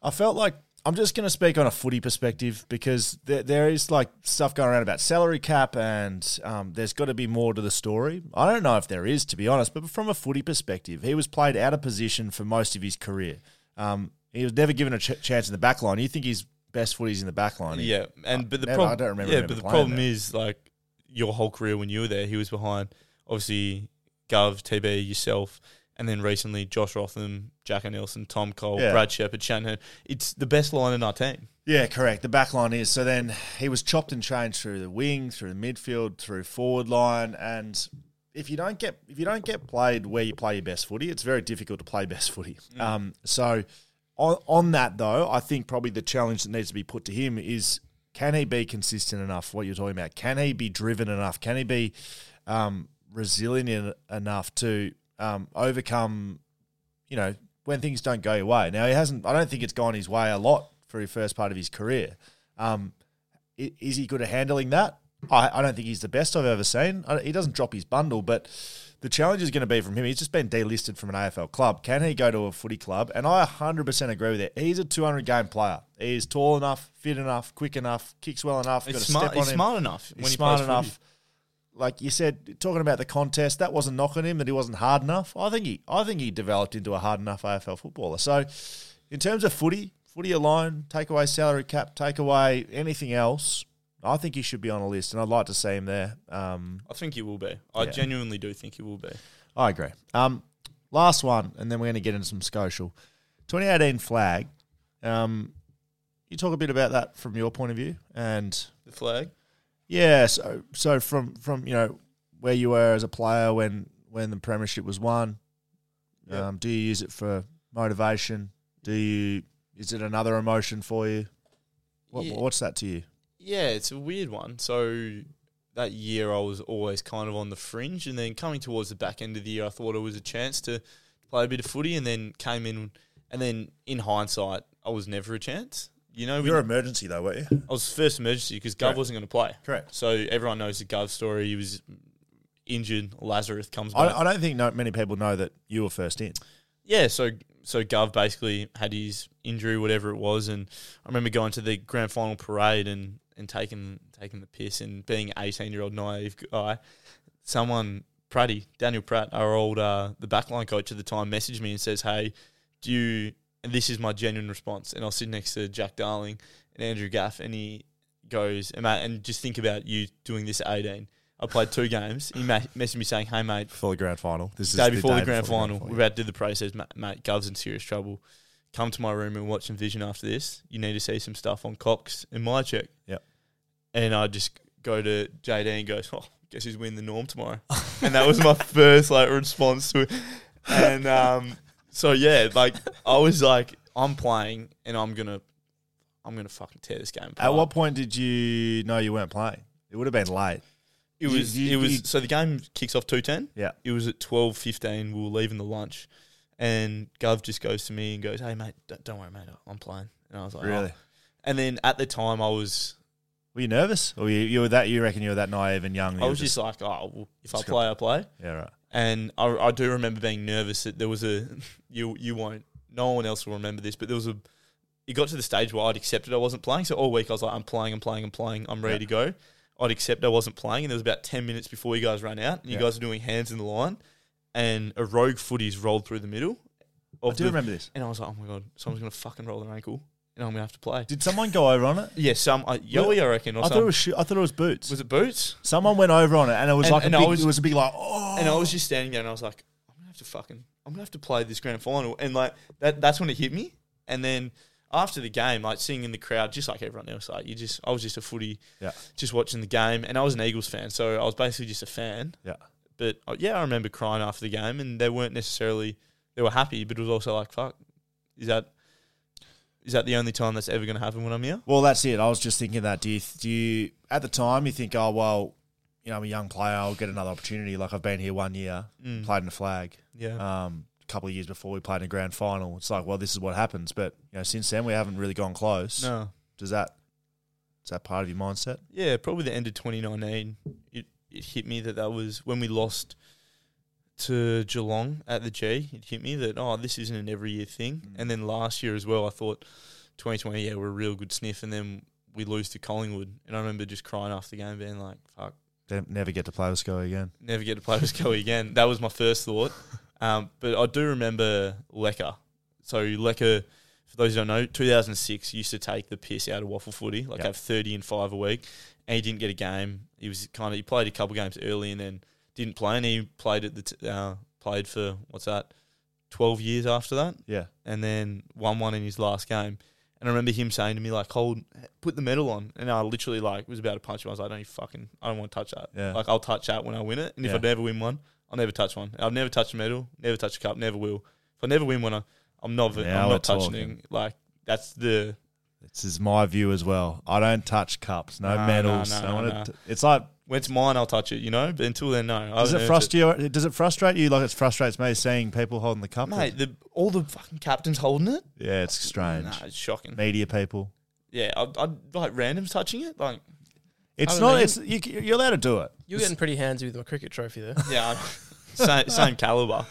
[SPEAKER 4] I felt like I'm just going to speak on a footy perspective because there, there is like stuff going around about salary cap and um, there's got to be more to the story. I don't know if there is, to be honest, but from a footy perspective, he was played out of position for most of his career. Um, he was never given a ch- chance in the back line. You think his best footy is in the back line? He-
[SPEAKER 5] Yeah, and but the
[SPEAKER 4] never-
[SPEAKER 5] problem
[SPEAKER 4] I don't remember him
[SPEAKER 5] Yeah,
[SPEAKER 4] ever
[SPEAKER 5] but the
[SPEAKER 4] playing
[SPEAKER 5] problem
[SPEAKER 4] there.
[SPEAKER 5] is like your whole career when you were there, he was behind obviously Gov, TB, yourself, and then recently Josh Rotham, Jack O'Neill, Tom Cole,
[SPEAKER 4] Yeah.
[SPEAKER 5] Brad Shepard, Shane. Hearn. It's the best line in our team.
[SPEAKER 4] Yeah, correct. The back line is. So then he was chopped and changed through the wing, through the midfield, through forward line, and if you don't get if you don't get played where you play your best footy, it's very difficult to play best footy. Um, so on, on that though, I think probably the challenge that needs to be put to him is can he be consistent enough? What you're talking about, can he be driven enough? Can he be um, resilient en- enough to um, overcome you know, when things don't go your way. Now he hasn't. I don't think it's gone his way a lot for the first part of his career. Um, i- is he good at handling that? I, I don't think he's the best I've ever seen. I, he doesn't drop his bundle, but the challenge is going to be from him. He's just been delisted from an AFL club. Can he go to a footy club? And I 100% agree with it. He's a 200 game player. He is tall enough, fit enough, quick enough, kicks well enough.
[SPEAKER 5] It's
[SPEAKER 4] got a
[SPEAKER 5] smart.
[SPEAKER 4] step on
[SPEAKER 5] He's
[SPEAKER 4] him.
[SPEAKER 5] smart enough.
[SPEAKER 4] He's
[SPEAKER 5] when he
[SPEAKER 4] smart
[SPEAKER 5] plays
[SPEAKER 4] enough.
[SPEAKER 5] footy.
[SPEAKER 4] Like you said, talking about the contest, that wasn't knocking him that he wasn't hard enough. I think he, I think he developed into a hard enough AFL footballer. So, in terms of footy, footy alone, take away salary cap, take away anything else, I think he should be on a list, and I'd like to see him there. Um,
[SPEAKER 5] I think he will be. I
[SPEAKER 4] Yeah.
[SPEAKER 5] genuinely do think he will be.
[SPEAKER 4] I agree. Um, last one, and then we're going to get into some social. 2018 flag. Um, you talk a bit about that from your point of view, and
[SPEAKER 5] The flag.
[SPEAKER 4] Yeah, so so from from you know where you were as a player when when the premiership was won,
[SPEAKER 5] Yeah.
[SPEAKER 4] um, do you use it for motivation? Do you is it another emotion for you? What,
[SPEAKER 5] Yeah.
[SPEAKER 4] What's that to you?
[SPEAKER 5] Yeah, it's a weird one. So that year I was always kind of on the fringe, and then coming towards the back end of the year, I thought it was a chance to play a bit of footy, and then came in, and then in hindsight, I was never a chance. You know, we,
[SPEAKER 4] Your
[SPEAKER 5] I
[SPEAKER 4] emergency though, weren't you?
[SPEAKER 5] was first emergency because Gov
[SPEAKER 4] Correct.
[SPEAKER 5] wasn't going to play.
[SPEAKER 4] Correct.
[SPEAKER 5] So everyone knows the Gov story. He was injured. Lazarus comes
[SPEAKER 4] I,
[SPEAKER 5] back.
[SPEAKER 4] I don't think no, many people know that you were first in.
[SPEAKER 5] yeah, so so Gov basically had his injury, whatever it was, and I remember going to the grand final parade and, and taking taking the piss and being eighteen year old naive guy. Someone Pratty, Daniel Pratt, our old uh, the backline coach at the time, messaged me and says, "Hey, do you?" And this is my genuine response. And I'll sit next to Jack Darling and Andrew Gaff, and he goes, and, mate, and just think about you doing this at 18. I played two games. He ma- messaged me saying, hey, mate,
[SPEAKER 4] Before the grand final, this
[SPEAKER 5] day before the grand final, we're about to do the process. Mate, mate, Gov's in serious trouble. Come to my room and watch Envision after this. You need to see some stuff on Cox and my check.
[SPEAKER 4] Yep.
[SPEAKER 5] And I just go to JD and goes, oh, guess who's winning the norm tomorrow? and that was my first like response to it. And um, so yeah, like I was like, I'm playing and I'm gonna, I'm gonna fucking tear this game.
[SPEAKER 4] At
[SPEAKER 5] apart.
[SPEAKER 4] what point did you know you weren't playing? It would have been late.
[SPEAKER 5] It
[SPEAKER 4] You-
[SPEAKER 5] was.
[SPEAKER 4] you-
[SPEAKER 5] it was.
[SPEAKER 4] you-
[SPEAKER 5] so the game kicks off two ten.
[SPEAKER 4] Yeah.
[SPEAKER 5] It was at twelve fifteen. We were leaving the lunch, and Gov just goes to me and goes, "Hey mate, don't, don't worry, mate. I'm playing." And I was like,
[SPEAKER 4] Really?
[SPEAKER 5] "Oh." And then at the time, I was.
[SPEAKER 4] Were you nervous, or you, you were that? You reckon you were that naive and young? that
[SPEAKER 5] I
[SPEAKER 4] you
[SPEAKER 5] was
[SPEAKER 4] were
[SPEAKER 5] just like, "Oh, well, if I
[SPEAKER 4] Just
[SPEAKER 5] play, I play."
[SPEAKER 4] yeah, right.
[SPEAKER 5] And I, I do remember being nervous that there was a. You you won't. No one else will remember this, but there was a. It got to the stage where I'd accepted I wasn't playing. So all week I was like, "I'm playing. I'm playing. I'm playing. I'm ready to go." I'd accept I wasn't playing, and there was about ten minutes before you guys ran out, and you
[SPEAKER 4] Yeah.
[SPEAKER 5] guys were doing hands in the line. and a rogue footy's rolled through the middle.
[SPEAKER 4] I
[SPEAKER 5] Of
[SPEAKER 4] do
[SPEAKER 5] the-
[SPEAKER 4] remember this.
[SPEAKER 5] And I was like, oh my god, someone's gonna fucking roll their ankle, and I'm gonna have to play.
[SPEAKER 4] Did someone go over on it?
[SPEAKER 5] yeah, some uh, Yoey, I reckon,
[SPEAKER 4] I
[SPEAKER 5] or
[SPEAKER 4] thought it
[SPEAKER 5] something.
[SPEAKER 4] was. Shoe, I thought it was boots.
[SPEAKER 5] Was it boots?
[SPEAKER 4] someone went over on it, and it was
[SPEAKER 5] And-
[SPEAKER 4] like a
[SPEAKER 5] and
[SPEAKER 4] big.
[SPEAKER 5] I was-
[SPEAKER 4] it was a big like. Oh,
[SPEAKER 5] And I was just standing there, and I was like, I'm gonna have to fucking, I'm gonna have to play this grand final, and like that, that's when it hit me. And then after the game, like seeing in the crowd, just like everyone else, like you just, I was just a footy,
[SPEAKER 4] Yeah.
[SPEAKER 5] just watching the game, and I was an Eagles fan, so I was basically just a fan.
[SPEAKER 4] yeah.
[SPEAKER 5] But uh, yeah, I remember crying after the game, and they weren't necessarily they were happy, but it was also like, fuck, is that is that the only time that's ever going to happen when I'm here?
[SPEAKER 4] Well, that's it. I was just thinking that. Do you? Do you? At the time, you think, oh well, you know, I'm a young player. I'll get another opportunity. Like I've been here one year, played in the flag.
[SPEAKER 5] Mm. Yeah,
[SPEAKER 4] Um, a couple of years before we played in a grand final. It's like, well, this is what happens. But you know, since then, we haven't really gone close.
[SPEAKER 5] no,
[SPEAKER 4] Does that? Is that part of your mindset?
[SPEAKER 5] yeah, probably the end of 2019. It it hit me that that was when we lost to Geelong at the G. It hit me that oh, this isn't an every year thing. And then last year as well, I thought 2020, yeah, we're a real good sniff, and then we lose to Collingwood, and I remember just crying after the game, being like, fuck.
[SPEAKER 4] Don't never get to play with Sky again.
[SPEAKER 5] never get to play with Kelly again. That was my first thought. Um, but I do remember Lecker. So Lecker, for those who don't know, 2006 used to take the piss out of waffle footy, like
[SPEAKER 4] Yeah.
[SPEAKER 5] have 30 and five a week, and he didn't get a game. He was kind of he played a couple games early and then didn't play, and he played at the t- uh, played for what's that, 12 years after that
[SPEAKER 4] Yeah.
[SPEAKER 5] and then won one in his last game. And I remember him saying to me, like, hold, put the medal on. And I literally, like, was about to punch him. I was like, don't you fucking, I don't want to touch that.
[SPEAKER 4] Yeah.
[SPEAKER 5] Like, I'll touch that when I win it. And if
[SPEAKER 4] Yeah.
[SPEAKER 5] I never win one, I'll never touch one. I'll never touch a medal, never touch a cup, never will. If I never win one, I, I'm not,
[SPEAKER 4] Now
[SPEAKER 5] I'm
[SPEAKER 4] we're
[SPEAKER 5] not touching.
[SPEAKER 4] talking.
[SPEAKER 5] it. Like, that's the,
[SPEAKER 4] This is my view as well. I don't touch cups, no,
[SPEAKER 5] No, no,
[SPEAKER 4] medals.
[SPEAKER 5] no,
[SPEAKER 4] I
[SPEAKER 5] no,
[SPEAKER 4] wanna
[SPEAKER 5] no.
[SPEAKER 4] t- it's like,
[SPEAKER 5] when it's mine, I'll touch it, you know? But until then, Oh, no.
[SPEAKER 4] does it frustrate you? Does it frustrate you like it frustrates me seeing people holding the cup?
[SPEAKER 5] Mate, the, all the fucking captains holding it?
[SPEAKER 4] yeah, it's strange.
[SPEAKER 5] Nah, it's shocking.
[SPEAKER 4] Media people.
[SPEAKER 5] Yeah, I, I like randoms touching it. Like,
[SPEAKER 4] It's
[SPEAKER 1] don't
[SPEAKER 4] not.
[SPEAKER 1] know.
[SPEAKER 4] It's you, c- you're allowed to do it.
[SPEAKER 1] You're getting pretty handsy with my cricket trophy there.
[SPEAKER 5] Yeah, I- same, same caliber.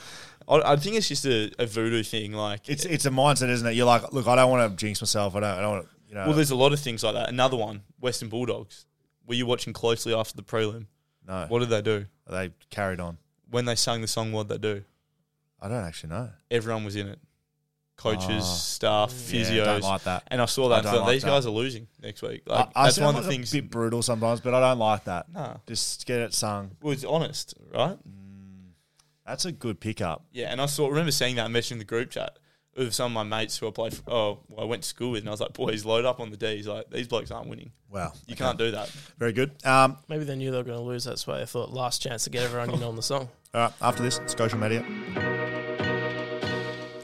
[SPEAKER 5] I, I think it's just a, a voodoo thing. Like,
[SPEAKER 4] It's it's a mindset, isn't it? You're like, look, I don't want to jinx myself. I don't. I don't want to. You know.
[SPEAKER 5] well, there's a lot of things like that. Another one, Western Bulldogs. Were you watching closely after the prelim?
[SPEAKER 4] no.
[SPEAKER 5] What did they do
[SPEAKER 4] they carried on.
[SPEAKER 5] when they sang the song? What would they do?
[SPEAKER 4] I don't actually know.
[SPEAKER 5] Everyone was in it. Coaches,
[SPEAKER 4] Oh.
[SPEAKER 5] staff, physios.
[SPEAKER 4] Yeah, I don't like that.
[SPEAKER 5] And I saw
[SPEAKER 4] I
[SPEAKER 5] that. and
[SPEAKER 4] don't
[SPEAKER 5] thought,
[SPEAKER 4] like
[SPEAKER 5] These
[SPEAKER 4] that.
[SPEAKER 5] guys are losing next week. Like,
[SPEAKER 4] I, I
[SPEAKER 5] that's
[SPEAKER 4] sound
[SPEAKER 5] one of the
[SPEAKER 4] like
[SPEAKER 5] things.
[SPEAKER 4] A bit brutal sometimes, but I don't like that.
[SPEAKER 5] Nah.
[SPEAKER 4] Just get it sung.
[SPEAKER 5] Well, it's honest, right?
[SPEAKER 4] That's a good pickup.
[SPEAKER 5] Yeah, and I saw. Remember seeing that message in the group chat. with some of my mates who I played, for, oh, well, I went to school with, and I was like, boys, load up on the D. He's like, these blokes aren't winning.
[SPEAKER 4] Wow.
[SPEAKER 5] You can't do that.
[SPEAKER 4] Very good. Um,
[SPEAKER 1] Maybe they knew they were going to lose. That's why they thought last chance to get everyone in on the song.
[SPEAKER 4] all right. After this, social media.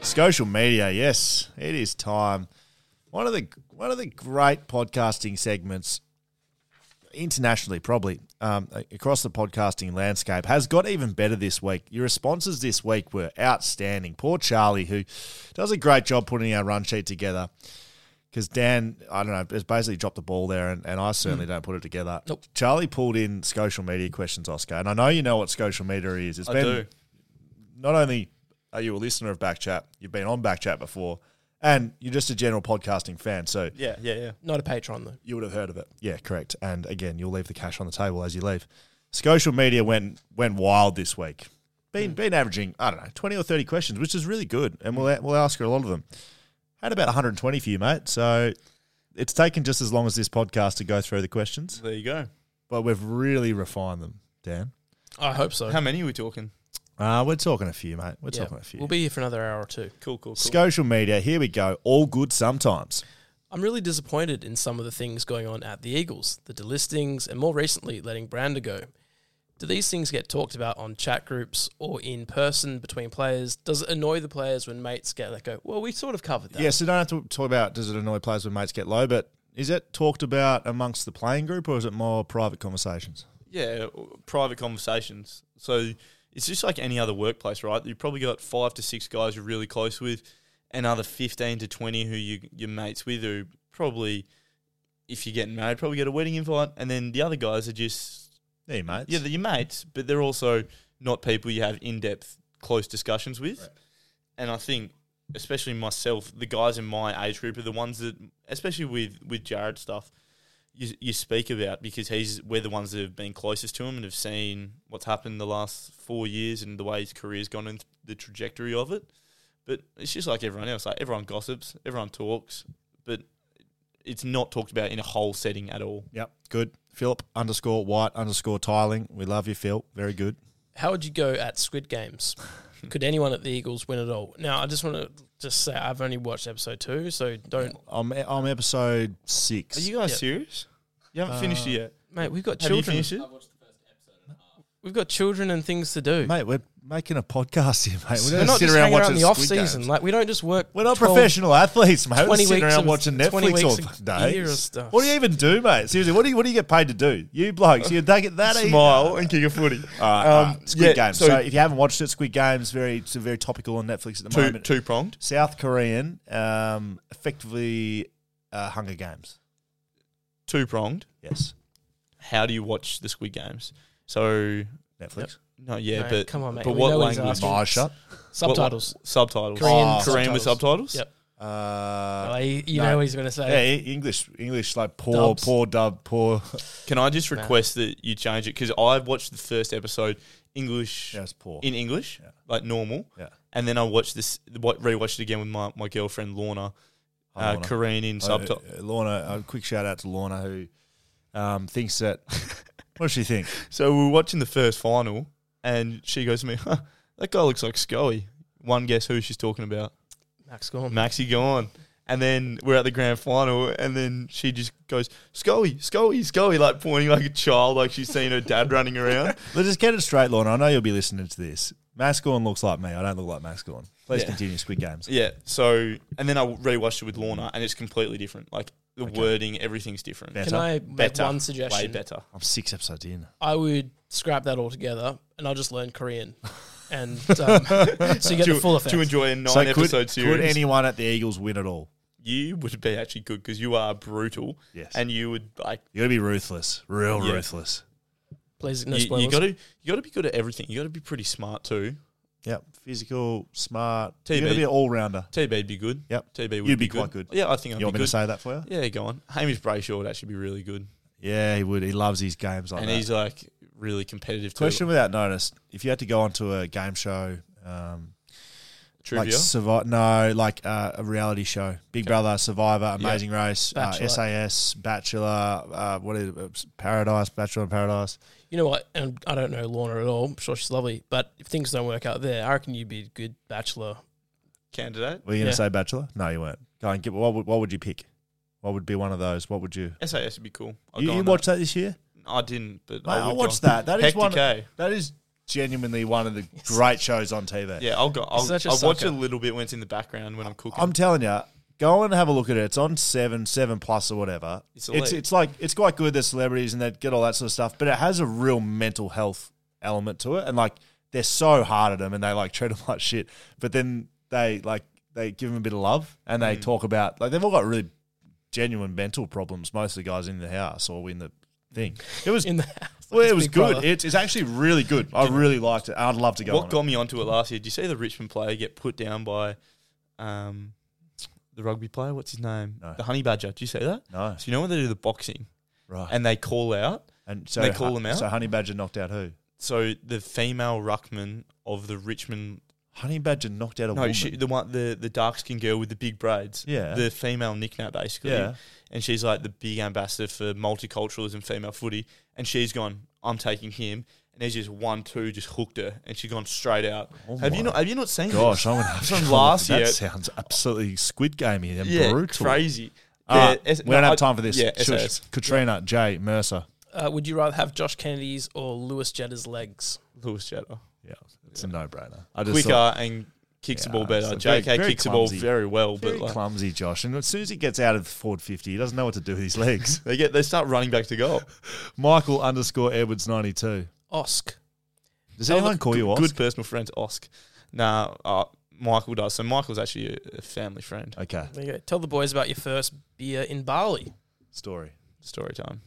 [SPEAKER 4] Social media. Yes, it is time. One of the one of the great podcasting segments internationally, probably um, across the podcasting landscape, has got even better this week. Your responses this week were outstanding. Poor Charlie, who does a great job putting our run sheet together. Because Dan, I don't know, has basically dropped the ball there, and, and I certainly
[SPEAKER 5] Hmm.
[SPEAKER 4] don't put it together.
[SPEAKER 1] Nope.
[SPEAKER 4] Charlie pulled in social media questions, Oscar, and I know you know what social media is. It's
[SPEAKER 5] I
[SPEAKER 4] been
[SPEAKER 5] do.
[SPEAKER 4] not only are you a listener of Backchat, you've been on Backchat before, and you're just a general podcasting fan. So
[SPEAKER 5] Yeah, yeah, yeah.
[SPEAKER 1] Not a patron though.
[SPEAKER 4] you would have heard of it. Yeah, correct. And again, you'll leave the cash on the table as you leave. Social media went went wild this week. Been been averaging I don't know twenty or thirty questions, which is really good, and we'll we'll ask her a lot of them. Had about one hundred and twenty for you, mate. So it's taken just as long as this podcast to go through the questions,
[SPEAKER 5] There you go.
[SPEAKER 4] but we've really refined them, Dan.
[SPEAKER 1] I hope so.
[SPEAKER 5] How many are we talking?
[SPEAKER 4] Uh, we're talking a few, mate. We're
[SPEAKER 1] Yeah.
[SPEAKER 4] talking a few.
[SPEAKER 1] We'll be here for another hour or two.
[SPEAKER 5] Cool, cool, cool.
[SPEAKER 4] Social media. Here we go. All good sometimes.
[SPEAKER 1] I'm really disappointed in some of the things going on at the Eagles, the delistings, and more recently, letting Brander go. Do these things get talked about on chat groups or in person between players? Does it annoy the players when mates get let go? Well, we sort of covered that.
[SPEAKER 4] Yeah, so don't have to talk about does it annoy players when mates get low, but is it talked about amongst the playing group or is it more private conversations?
[SPEAKER 5] Yeah, or private conversations. So it's just like any other workplace, right? You've probably got five to six guys you're really close with, another 15 to 20 who you, you're mates with, who probably, if you're getting married, probably get a wedding invite. And then the other guys are just,
[SPEAKER 4] Hey, mates.
[SPEAKER 5] yeah, they're your mates, but they're also not people you have in depth, close discussions with. And I think, especially myself, the guys in my age group are the ones that, especially with, with Jared stuff, you, you speak about because he's we're the ones that have been closest to him and have seen what's happened the last four years and the way his career's gone and the trajectory of it. But it's just like everyone else. Like everyone gossips, everyone talks, but it's not talked about in a whole setting at all.
[SPEAKER 4] yep, good. Philip underscore white underscore tiling. We love you, Phil. Very good.
[SPEAKER 1] How would you go at Squid Games? Could anyone at the Eagles win at all? Now, I just want to just say I've only watched episode two, so don't,
[SPEAKER 4] I'm, e, I'm episode six.
[SPEAKER 5] Are you guys
[SPEAKER 1] Yeah.
[SPEAKER 5] serious? You haven't finished it yet.
[SPEAKER 1] mate. We've got
[SPEAKER 5] Have you
[SPEAKER 1] children.
[SPEAKER 5] finished it?
[SPEAKER 1] We've got children and things to do.
[SPEAKER 4] mate, we're making a podcast here, mate. We
[SPEAKER 1] We're
[SPEAKER 4] don't
[SPEAKER 1] not
[SPEAKER 4] sit
[SPEAKER 1] just
[SPEAKER 4] around
[SPEAKER 1] hanging out
[SPEAKER 4] watching
[SPEAKER 1] in the off
[SPEAKER 4] Squid
[SPEAKER 1] season.
[SPEAKER 4] Games.
[SPEAKER 1] Like we don't just work.
[SPEAKER 4] We're not
[SPEAKER 1] 12
[SPEAKER 4] professional athletes, mate. We're
[SPEAKER 1] 20
[SPEAKER 4] sitting
[SPEAKER 1] weeks
[SPEAKER 4] around
[SPEAKER 1] of-
[SPEAKER 4] watching
[SPEAKER 1] 20
[SPEAKER 4] Netflix all
[SPEAKER 1] weeks of
[SPEAKER 4] fucking day.
[SPEAKER 1] year of stuff.
[SPEAKER 4] What do you even do, mate? Seriously, what do you, what do you get paid to do? You blokes, you take it that easy.
[SPEAKER 5] Smile and kick a footy.
[SPEAKER 4] All right, all right. Squid
[SPEAKER 5] yeah,
[SPEAKER 4] Game. Um, So,
[SPEAKER 5] uh, so-
[SPEAKER 4] if you haven't watched it, Squid Game's very it's very topical on Netflix at the
[SPEAKER 5] Uh, Two
[SPEAKER 4] moment.
[SPEAKER 5] two pronged.
[SPEAKER 4] South Korean, um, effectively uh, Hunger Games.
[SPEAKER 5] Two pronged.
[SPEAKER 4] Yes,
[SPEAKER 5] How do you watch the Squid Games? So
[SPEAKER 4] Netflix.
[SPEAKER 5] no, yeah,
[SPEAKER 1] Mate,
[SPEAKER 5] but
[SPEAKER 1] come on, mate.
[SPEAKER 5] But
[SPEAKER 1] We
[SPEAKER 5] what
[SPEAKER 1] know what he's
[SPEAKER 5] language?
[SPEAKER 1] asking.
[SPEAKER 4] My shot.
[SPEAKER 5] What- what-
[SPEAKER 1] subtitles.
[SPEAKER 5] subtitles.
[SPEAKER 1] Korean
[SPEAKER 4] Oh.
[SPEAKER 5] Korean with subtitles.
[SPEAKER 1] Yep.
[SPEAKER 4] Uh,
[SPEAKER 1] Well, you you
[SPEAKER 4] no.
[SPEAKER 1] know what he's going to
[SPEAKER 4] yeah,
[SPEAKER 1] say.
[SPEAKER 4] E- English, English, like poor,
[SPEAKER 1] Dubs.
[SPEAKER 4] poor dub, poor.
[SPEAKER 5] Can I just request that you change it because I've watched the first episode English
[SPEAKER 4] Yeah, it's poor.
[SPEAKER 5] in English, like normal,
[SPEAKER 4] Yeah.
[SPEAKER 5] and then I watched this wa- rewatched it again with my, my girlfriend Lorna,
[SPEAKER 4] Hi,
[SPEAKER 5] uh,
[SPEAKER 4] Lorna.
[SPEAKER 5] Korean in subtitle.
[SPEAKER 4] Uh, Lorna, a quick shout out to Lorna who um, thinks that. what does she think?
[SPEAKER 5] So we were watching the first final, and she goes to me, huh, "That guy looks like Scully." One guess who she's talking about?
[SPEAKER 1] Max Gorn.
[SPEAKER 5] Maxi gone. And then we're at the grand final, and then she just goes, Scully, Scully, Scully, like pointing like a child, like she's seen her dad running around.
[SPEAKER 4] Let's just get it straight, Lorna. I know you'll be listening to this. Mascorn looks like me. I don't look like Mascorn. Please
[SPEAKER 5] Yeah.
[SPEAKER 4] continue Squid Games.
[SPEAKER 5] Yeah. So, and then I rewatched it with Lorna, and it's completely different. Like the wording, everything's different.
[SPEAKER 4] Better.
[SPEAKER 1] Can I make
[SPEAKER 5] Better.
[SPEAKER 1] one suggestion?
[SPEAKER 5] Way better.
[SPEAKER 4] I'm six episodes in.
[SPEAKER 1] I would scrap that all together and I'll just learn Korean. And um, so you get the full
[SPEAKER 5] To,
[SPEAKER 1] effect.
[SPEAKER 5] to enjoy a nine
[SPEAKER 4] So could,
[SPEAKER 5] episode series,
[SPEAKER 4] could anyone at the Eagles win at all?
[SPEAKER 5] you would be actually good because you are brutal.
[SPEAKER 4] Yes.
[SPEAKER 5] And you would like
[SPEAKER 4] You gotta be ruthless, real
[SPEAKER 5] Yeah.
[SPEAKER 4] ruthless.
[SPEAKER 1] Please, no
[SPEAKER 5] you,
[SPEAKER 1] spoilers.
[SPEAKER 5] you got to you got to be good at everything. You got to be pretty smart too.
[SPEAKER 4] Yep, physical, smart.
[SPEAKER 5] TB.
[SPEAKER 4] You gotta be an all rounder.
[SPEAKER 5] TB'd be good.
[SPEAKER 4] Yep.
[SPEAKER 5] TB would
[SPEAKER 4] You'd be quite good.
[SPEAKER 5] Yeah, I think
[SPEAKER 4] You
[SPEAKER 5] I'd
[SPEAKER 4] want
[SPEAKER 5] be
[SPEAKER 4] me to
[SPEAKER 5] good.
[SPEAKER 4] say that for you?
[SPEAKER 5] Yeah, go on. Hamish Brayshaw would actually be really good,
[SPEAKER 4] Yeah, he would. He loves his games like
[SPEAKER 5] and
[SPEAKER 4] that.
[SPEAKER 5] he's like really competitive.
[SPEAKER 4] Question
[SPEAKER 5] too.
[SPEAKER 4] without notice: If you had to go onto a game show, um, like
[SPEAKER 5] trivia.
[SPEAKER 4] Survivor, no, like uh, a reality show, Big Brother, Survivor, Amazing Race, uh,
[SPEAKER 1] Bachelor.
[SPEAKER 4] SAS, Bachelor, uh, what is it? Paradise, Bachelor in Paradise.
[SPEAKER 1] You know what? And I don't know Lorna at all. I'm sure she's lovely. But if things don't work out there, I reckon you'd be a good bachelor
[SPEAKER 5] candidate.
[SPEAKER 4] Were you going to
[SPEAKER 1] Yeah.
[SPEAKER 4] say bachelor? No, you weren't. Go and get. What would, what would you pick? What would be one of those? What would you?
[SPEAKER 5] SAS would be cool. I'd
[SPEAKER 4] You,
[SPEAKER 5] go
[SPEAKER 4] you
[SPEAKER 5] on
[SPEAKER 4] watched that this year?
[SPEAKER 5] that. I didn't, but
[SPEAKER 4] Mate, I
[SPEAKER 5] would
[SPEAKER 4] watched
[SPEAKER 5] go.
[SPEAKER 4] that. That is
[SPEAKER 5] Hectic eh?
[SPEAKER 4] one.
[SPEAKER 5] A.
[SPEAKER 4] That is genuinely one of the great shows on TV.
[SPEAKER 5] Yeah, I'll go. I'll,
[SPEAKER 1] Such a
[SPEAKER 5] I'll watch
[SPEAKER 1] sucker.
[SPEAKER 5] a little bit when it's in the background when I'm cooking.
[SPEAKER 4] I'm telling you, go and have a look at it. It's on seven, seven plus or whatever.
[SPEAKER 5] It's
[SPEAKER 4] it's
[SPEAKER 5] elite.
[SPEAKER 4] it's like it's quite good. They're celebrities and they get all that sort of stuff, but it has a real mental health element to it. And like they're so hard at them and they like treat them like shit, but then they like they give them a bit of love and
[SPEAKER 5] Mm.
[SPEAKER 4] they talk about like they've all got really genuine mental problems. Most of the guys in the house or in the thing. It was
[SPEAKER 1] in the house.
[SPEAKER 4] well,
[SPEAKER 1] It's
[SPEAKER 4] it was
[SPEAKER 1] Big
[SPEAKER 4] good.
[SPEAKER 1] Brother.
[SPEAKER 4] It's, it's actually really good. I really liked it. I'd love to go.
[SPEAKER 5] what
[SPEAKER 4] on
[SPEAKER 5] got
[SPEAKER 4] it.
[SPEAKER 5] me onto it last year? Did you see the Richmond player get put down by um, the rugby player? What's his name?
[SPEAKER 4] No.
[SPEAKER 5] The Honey Badger. Did you see that?
[SPEAKER 4] No,
[SPEAKER 5] So you know when they do the boxing
[SPEAKER 4] right.
[SPEAKER 5] and they call out.
[SPEAKER 4] And so
[SPEAKER 5] They call them out?
[SPEAKER 4] So Honey Badger knocked out who?
[SPEAKER 5] So the female ruckman of the Richmond,
[SPEAKER 4] Honey Badger knocked out a
[SPEAKER 5] no,
[SPEAKER 4] woman.
[SPEAKER 5] she, the one, the the dark skinned girl with the big braids,
[SPEAKER 4] Yeah.
[SPEAKER 5] the female nickname basically,
[SPEAKER 4] Yeah.
[SPEAKER 5] and she's like the big ambassador for multiculturalism, female footy, and she's gone. I'm taking him, and there's just one two just hooked her, and she's gone straight out. have you
[SPEAKER 4] Oh my
[SPEAKER 5] not? Have you not seen?
[SPEAKER 4] Gosh,
[SPEAKER 5] this?
[SPEAKER 4] I'm gonna have to
[SPEAKER 5] From
[SPEAKER 4] go
[SPEAKER 5] last
[SPEAKER 4] look.
[SPEAKER 5] year.
[SPEAKER 4] That sounds absolutely Squid Gamey and
[SPEAKER 5] yeah,
[SPEAKER 4] brutal.
[SPEAKER 5] crazy.
[SPEAKER 4] All right,
[SPEAKER 5] Yeah, S-
[SPEAKER 4] we don't
[SPEAKER 5] no,
[SPEAKER 4] have
[SPEAKER 5] I-
[SPEAKER 4] time for this.
[SPEAKER 5] Yeah,
[SPEAKER 4] Shush.
[SPEAKER 5] SAS.
[SPEAKER 4] Katrina, Jay, Mercer.
[SPEAKER 1] Uh, would you rather have Josh Kennedy's or Lewis Jetta's legs?
[SPEAKER 5] Lewis Jetter,
[SPEAKER 4] Yeah, it's a no-brainer. I just
[SPEAKER 5] quicker
[SPEAKER 4] thought,
[SPEAKER 5] and kicks
[SPEAKER 4] Yeah,
[SPEAKER 5] the ball better.
[SPEAKER 4] it's a very-
[SPEAKER 5] JK
[SPEAKER 4] very
[SPEAKER 5] kicks
[SPEAKER 4] clumsy.
[SPEAKER 5] the ball very well,
[SPEAKER 4] very
[SPEAKER 5] but like,
[SPEAKER 4] clumsy, Josh. And as soon as he gets out of Ford 50, he doesn't know what to do with his legs.
[SPEAKER 5] they get they start running back to goal.
[SPEAKER 4] Michael underscore Edwards 92.
[SPEAKER 1] Osk.
[SPEAKER 4] Does anyone call you
[SPEAKER 5] good,
[SPEAKER 4] Osk?
[SPEAKER 5] Good personal friend, Osk. Nah, uh, Michael does. So Michael's actually a, a family friend.
[SPEAKER 4] Okay,
[SPEAKER 1] There you go. Tell the boys about your first beer in Bali.
[SPEAKER 4] story.
[SPEAKER 5] Story time.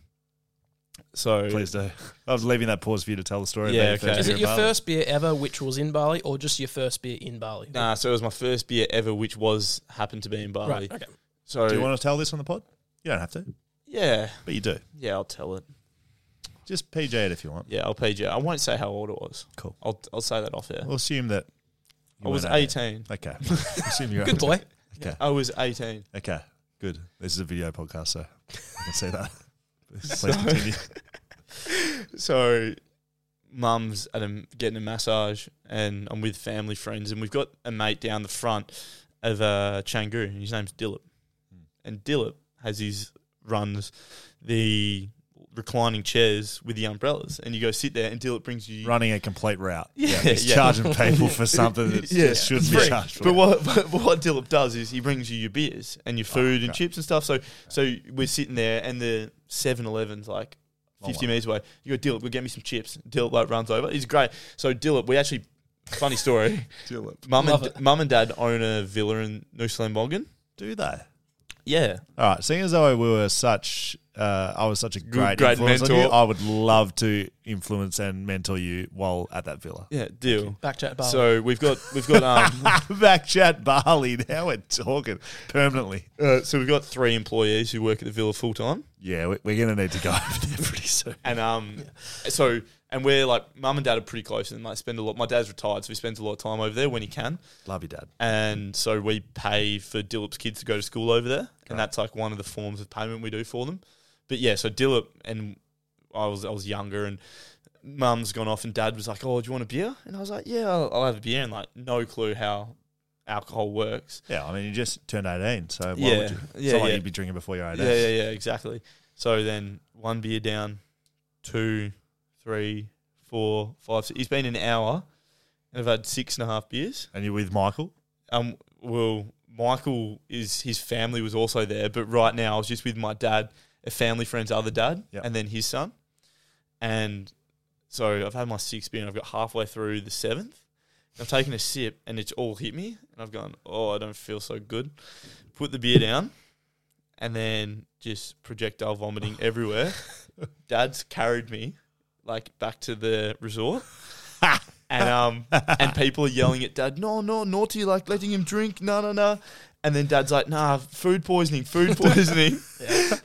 [SPEAKER 5] So
[SPEAKER 4] Please do. I was leaving that pause for you to tell the story.
[SPEAKER 5] Yeah,
[SPEAKER 4] about your
[SPEAKER 5] okay.
[SPEAKER 4] first
[SPEAKER 1] Is
[SPEAKER 4] year
[SPEAKER 1] it your
[SPEAKER 4] at Bali.
[SPEAKER 1] first beer ever, which was in Bali, or just your first beer in Bali?
[SPEAKER 5] nah, so it was my first beer ever, which was happened to be in Bali.
[SPEAKER 1] Right. Okay.
[SPEAKER 5] So
[SPEAKER 4] Do you want to tell this on the pod? You don't have to,
[SPEAKER 5] yeah,
[SPEAKER 4] but you do.
[SPEAKER 5] yeah, I'll tell it.
[SPEAKER 4] Just PJ it if you want.
[SPEAKER 5] Yeah, I'll pay you. I won't say how old it was.
[SPEAKER 4] Cool.
[SPEAKER 5] I'll I'll say that off air.
[SPEAKER 4] We'll assume that. you
[SPEAKER 5] I was
[SPEAKER 4] weren't out there.
[SPEAKER 5] 18.
[SPEAKER 4] Okay. assume you're
[SPEAKER 1] Good boy.
[SPEAKER 4] Okay.
[SPEAKER 5] I was 18.
[SPEAKER 4] Okay. Good. This is a video podcast, so I can see that. Please continue.
[SPEAKER 5] So, mum's at a, getting a massage, and I'm with family friends, and we've got a mate down the front of uh, Changu, and his name's Dillip. And Dillip has his runs the reclining chairs with the umbrellas, and you go sit there, and Dillip brings you
[SPEAKER 4] Running a complete route.
[SPEAKER 5] Yeah,
[SPEAKER 4] he's
[SPEAKER 5] yeah.
[SPEAKER 4] charging people for something that
[SPEAKER 5] Yeah,
[SPEAKER 4] just shouldn't
[SPEAKER 5] free.
[SPEAKER 4] be charged for.
[SPEAKER 5] But what, but what Dillip does is he brings you your beers and
[SPEAKER 4] Oh,
[SPEAKER 5] your food and chips and stuff. So so we're sitting there and the 7-Eleven's like
[SPEAKER 4] Oh,
[SPEAKER 5] 50 metres away. You go, Dillip, go get me some chips. Dillip like runs over. He's great. So Dillip, we actually, funny story,
[SPEAKER 4] Dillip.
[SPEAKER 5] mum
[SPEAKER 1] Love
[SPEAKER 5] and, mum and dad own a villa in New Slambogan.
[SPEAKER 4] Do they?
[SPEAKER 5] Yeah.
[SPEAKER 4] All right. Seeing as though we were such, uh, I was such a great,
[SPEAKER 5] great
[SPEAKER 4] influence on
[SPEAKER 5] mentor.
[SPEAKER 4] you, I would love to influence and mentor you while at that villa.
[SPEAKER 5] Yeah, deal.
[SPEAKER 1] Back to Bali.
[SPEAKER 5] So we've got, we've got, um,
[SPEAKER 4] Back chat Bali. Now we're talking permanently.
[SPEAKER 5] uh, so we've got three employees who work at the villa full time.
[SPEAKER 4] Yeah, we- we're going to need to go over there pretty soon.
[SPEAKER 5] And um, so and we're like, mum and dad are pretty close, and like spend a lot. My dad's retired, so he spends a lot of time over there when he can.
[SPEAKER 4] Love you, Dad.
[SPEAKER 5] And so we pay for Dillip's kids to go to school over there, and that's like one of the forms of payment we do for them. But yeah, so Dillip and I was I was younger, and mum's gone off, and dad was like, "Oh, do you want a beer?" And I was like, "Yeah, I'll, I'll have a beer." And like, no clue how alcohol works.
[SPEAKER 4] Yeah, I mean, you just turned 18, so why
[SPEAKER 5] Yeah,
[SPEAKER 4] would you? It's
[SPEAKER 5] yeah,
[SPEAKER 4] not like
[SPEAKER 5] yeah.
[SPEAKER 4] you'd be drinking before you're 18.
[SPEAKER 5] Yeah, yeah, yeah, exactly. So then one beer down, two, three, four, five. Six. He's been an hour, and I've had six and a half beers.
[SPEAKER 4] And you're with Michael?
[SPEAKER 5] Um, well, Michael is his family was also there, but right now I was just with my dad, a family friend's other dad,
[SPEAKER 4] Yep.
[SPEAKER 5] and then his son, and so I've had my sixth beer, and I've got halfway through the seventh. I've taken a sip, and it's all hit me, and I've gone, oh, I don't feel so good. Put the beer down, and then just projectile vomiting everywhere. Dad's carried me like back to the resort. and um and people are yelling at dad, no, no, naughty, like letting him drink, no, no, no. And then dad's like, nah, food poisoning, food poisoning.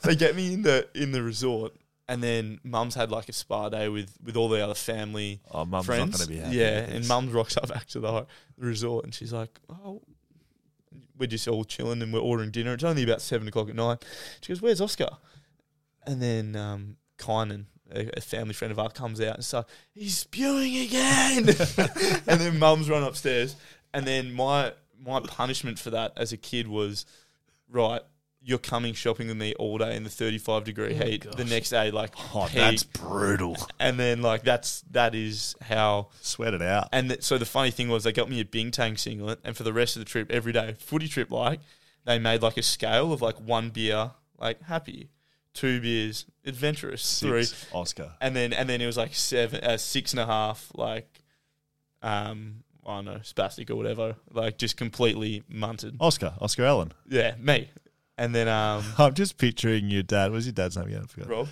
[SPEAKER 5] They get me in the in the resort. And then mum's had like a spa day with with all the other family
[SPEAKER 4] Oh, mum's not
[SPEAKER 5] friends.
[SPEAKER 4] going to be happy.
[SPEAKER 5] yeah,
[SPEAKER 4] with
[SPEAKER 5] and
[SPEAKER 4] this.
[SPEAKER 5] mum rocks up back to the, ho- the resort and she's like, oh, we're just all chilling and we're ordering dinner. It's only about seven o'clock at night. She goes, where's Oscar? And then um, Kynan, a, a family friend of ours, comes out and starts, he's spewing again. and then mum's run upstairs. And then my my punishment for that as a kid was right. You're coming shopping with me all day in the 35 degree heat. The next day, like
[SPEAKER 4] Oh,
[SPEAKER 5] heat.
[SPEAKER 4] that's brutal.
[SPEAKER 5] and then like that's that is how
[SPEAKER 4] Sweat it out.
[SPEAKER 5] and th- so the funny thing was, they got me a Bintang singlet, and for the rest of the trip, every day, footy trip, like they made like a scale of like one beer, like happy, two beers, adventurous, three,
[SPEAKER 4] Six, Oscar.
[SPEAKER 5] and then and then it was like seven, uh, six and a half, like um, I don't know, spastic or whatever, like just completely munted.
[SPEAKER 4] Oscar. Oscar Allen.
[SPEAKER 5] Yeah, me. And then um,
[SPEAKER 4] I'm just picturing your dad. What's your dad's name again? I forgot.
[SPEAKER 5] Rob,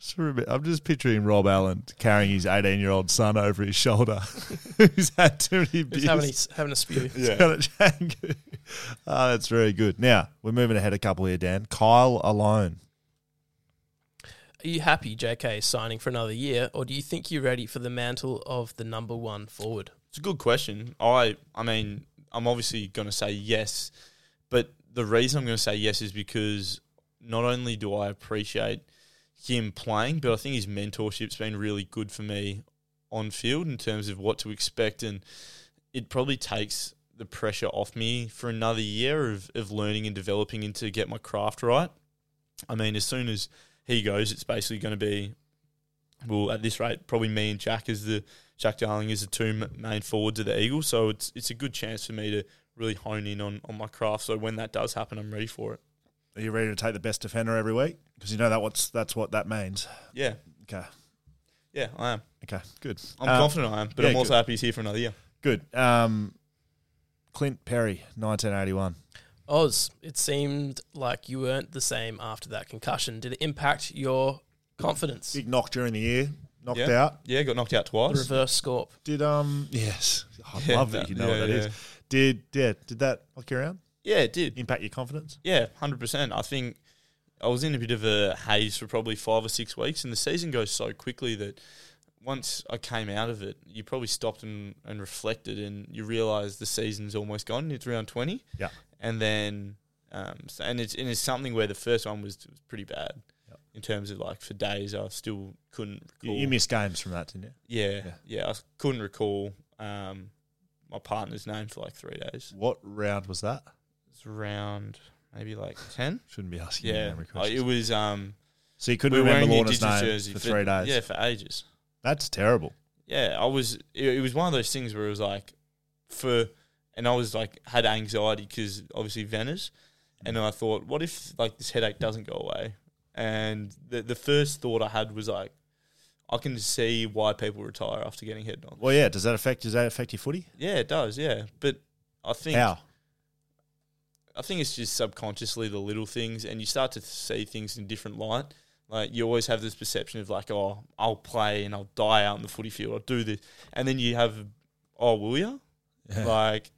[SPEAKER 4] Just for a bit- I'm just picturing Rob Allen carrying his 18 year old son over his shoulder who's had too many
[SPEAKER 1] Just having
[SPEAKER 4] beers.
[SPEAKER 1] a, having a spew.
[SPEAKER 4] He's got a Django. oh, that's very good. Now, we're moving ahead a couple here, Dan. Kyle alone.
[SPEAKER 1] Are you happy JK is signing for another year, or do you think you're ready for the mantle of the number one forward?
[SPEAKER 5] It's a good question. I I mean, I'm obviously going to say yes, but the reason I'm going to say yes is because not only do I appreciate him playing, but I think his mentorship's been really good for me on field in terms of what to expect and it probably takes the pressure off me for another year of, of learning and developing and to get my craft right. I mean, as soon as he goes, it's basically going to be, well, at this rate, probably me and Jack as the Jack Darling is the two ma- main forwards of the Eagles. So it's it's a good chance for me to really hone in on, on my craft. So when that does happen, I'm ready for it.
[SPEAKER 4] Are you ready to take the best defender every week? Because you know that what's that's what that means.
[SPEAKER 5] Yeah,
[SPEAKER 4] Okay.
[SPEAKER 5] yeah, I am.
[SPEAKER 4] Okay. Good.
[SPEAKER 5] I'm
[SPEAKER 4] Um,
[SPEAKER 5] confident I am, but
[SPEAKER 4] yeah,
[SPEAKER 5] I'm also
[SPEAKER 4] good.
[SPEAKER 5] happy he's here for another year.
[SPEAKER 4] Good. Um, Clint Perry, 1981.
[SPEAKER 1] Oz, Oh, it seemed like you weren't the same after that concussion. Did it impact your confidence?
[SPEAKER 4] Big knock during the year. Knocked
[SPEAKER 5] Yeah,
[SPEAKER 4] out.
[SPEAKER 5] yeah, got knocked out
[SPEAKER 1] The
[SPEAKER 5] twice.
[SPEAKER 1] reverse scorp.
[SPEAKER 4] Did um yes, I
[SPEAKER 5] Yeah,
[SPEAKER 4] love that
[SPEAKER 5] that-
[SPEAKER 4] you know
[SPEAKER 5] yeah,
[SPEAKER 4] what that is.
[SPEAKER 5] yeah.
[SPEAKER 4] Did yeah, did that knock you around?
[SPEAKER 5] Yeah, it did.
[SPEAKER 4] Impact your confidence?
[SPEAKER 5] Yeah, hundred percent. I think I was in a bit of a haze for probably five or six weeks, and the season goes so quickly that once I came out of it, you probably stopped and, and reflected, and you realise the season's almost gone. It's round twenty,
[SPEAKER 4] Yeah.
[SPEAKER 5] and then um, so, and it's and it's something where the first one was, was pretty bad
[SPEAKER 4] Yep.
[SPEAKER 5] in terms of like for days I still couldn't
[SPEAKER 4] You,
[SPEAKER 5] recall.
[SPEAKER 4] you missed games from that, didn't you?
[SPEAKER 5] yeah,
[SPEAKER 4] Yeah.
[SPEAKER 5] yeah, I couldn't recall um, my partner's name for like three days.
[SPEAKER 4] What round was that?
[SPEAKER 5] It's round maybe like ten.
[SPEAKER 4] Shouldn't be asking you
[SPEAKER 5] Yeah,
[SPEAKER 4] memory
[SPEAKER 5] uh,
[SPEAKER 4] questions.
[SPEAKER 5] it was. Um,
[SPEAKER 4] so you couldn't remember Lorna's name for three days.
[SPEAKER 5] Yeah, for ages.
[SPEAKER 4] That's terrible.
[SPEAKER 5] Yeah, I was. It, it was one of those things where it was like, for, and I was like had anxiety because obviously Venice, and then I thought, what if like this headache doesn't go away? And the the first thought I had was like, I can see why people retire after getting head knocks.
[SPEAKER 4] Well yeah, does that affect does that affect your footy?
[SPEAKER 5] Yeah, it does. Yeah, but I think
[SPEAKER 4] How?
[SPEAKER 5] I think it's just subconsciously the little things, and you start to see things in different light. Like you always have this perception of like, oh, I'll play and I'll die out in the footy field. I'll do this, and then you have, oh, will you? Like,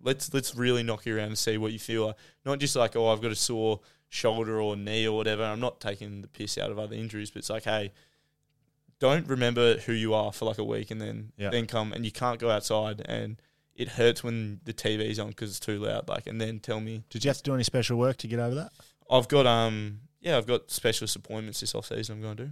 [SPEAKER 5] let's let's really knock you around and see what you feel. Like. Not just like, oh, I've got a sore shoulder or knee or whatever. I'm not taking the piss out of other injuries, but it's like, hey, don't remember who you are for like a week, and then
[SPEAKER 4] Yeah.
[SPEAKER 5] then come and you can't go outside, and it hurts when the TV's on because it's too loud. Like, and then tell me.
[SPEAKER 4] Did you have to do any special work to get over that?
[SPEAKER 5] I've got um yeah, I've got specialist appointments this off season. I'm going to do.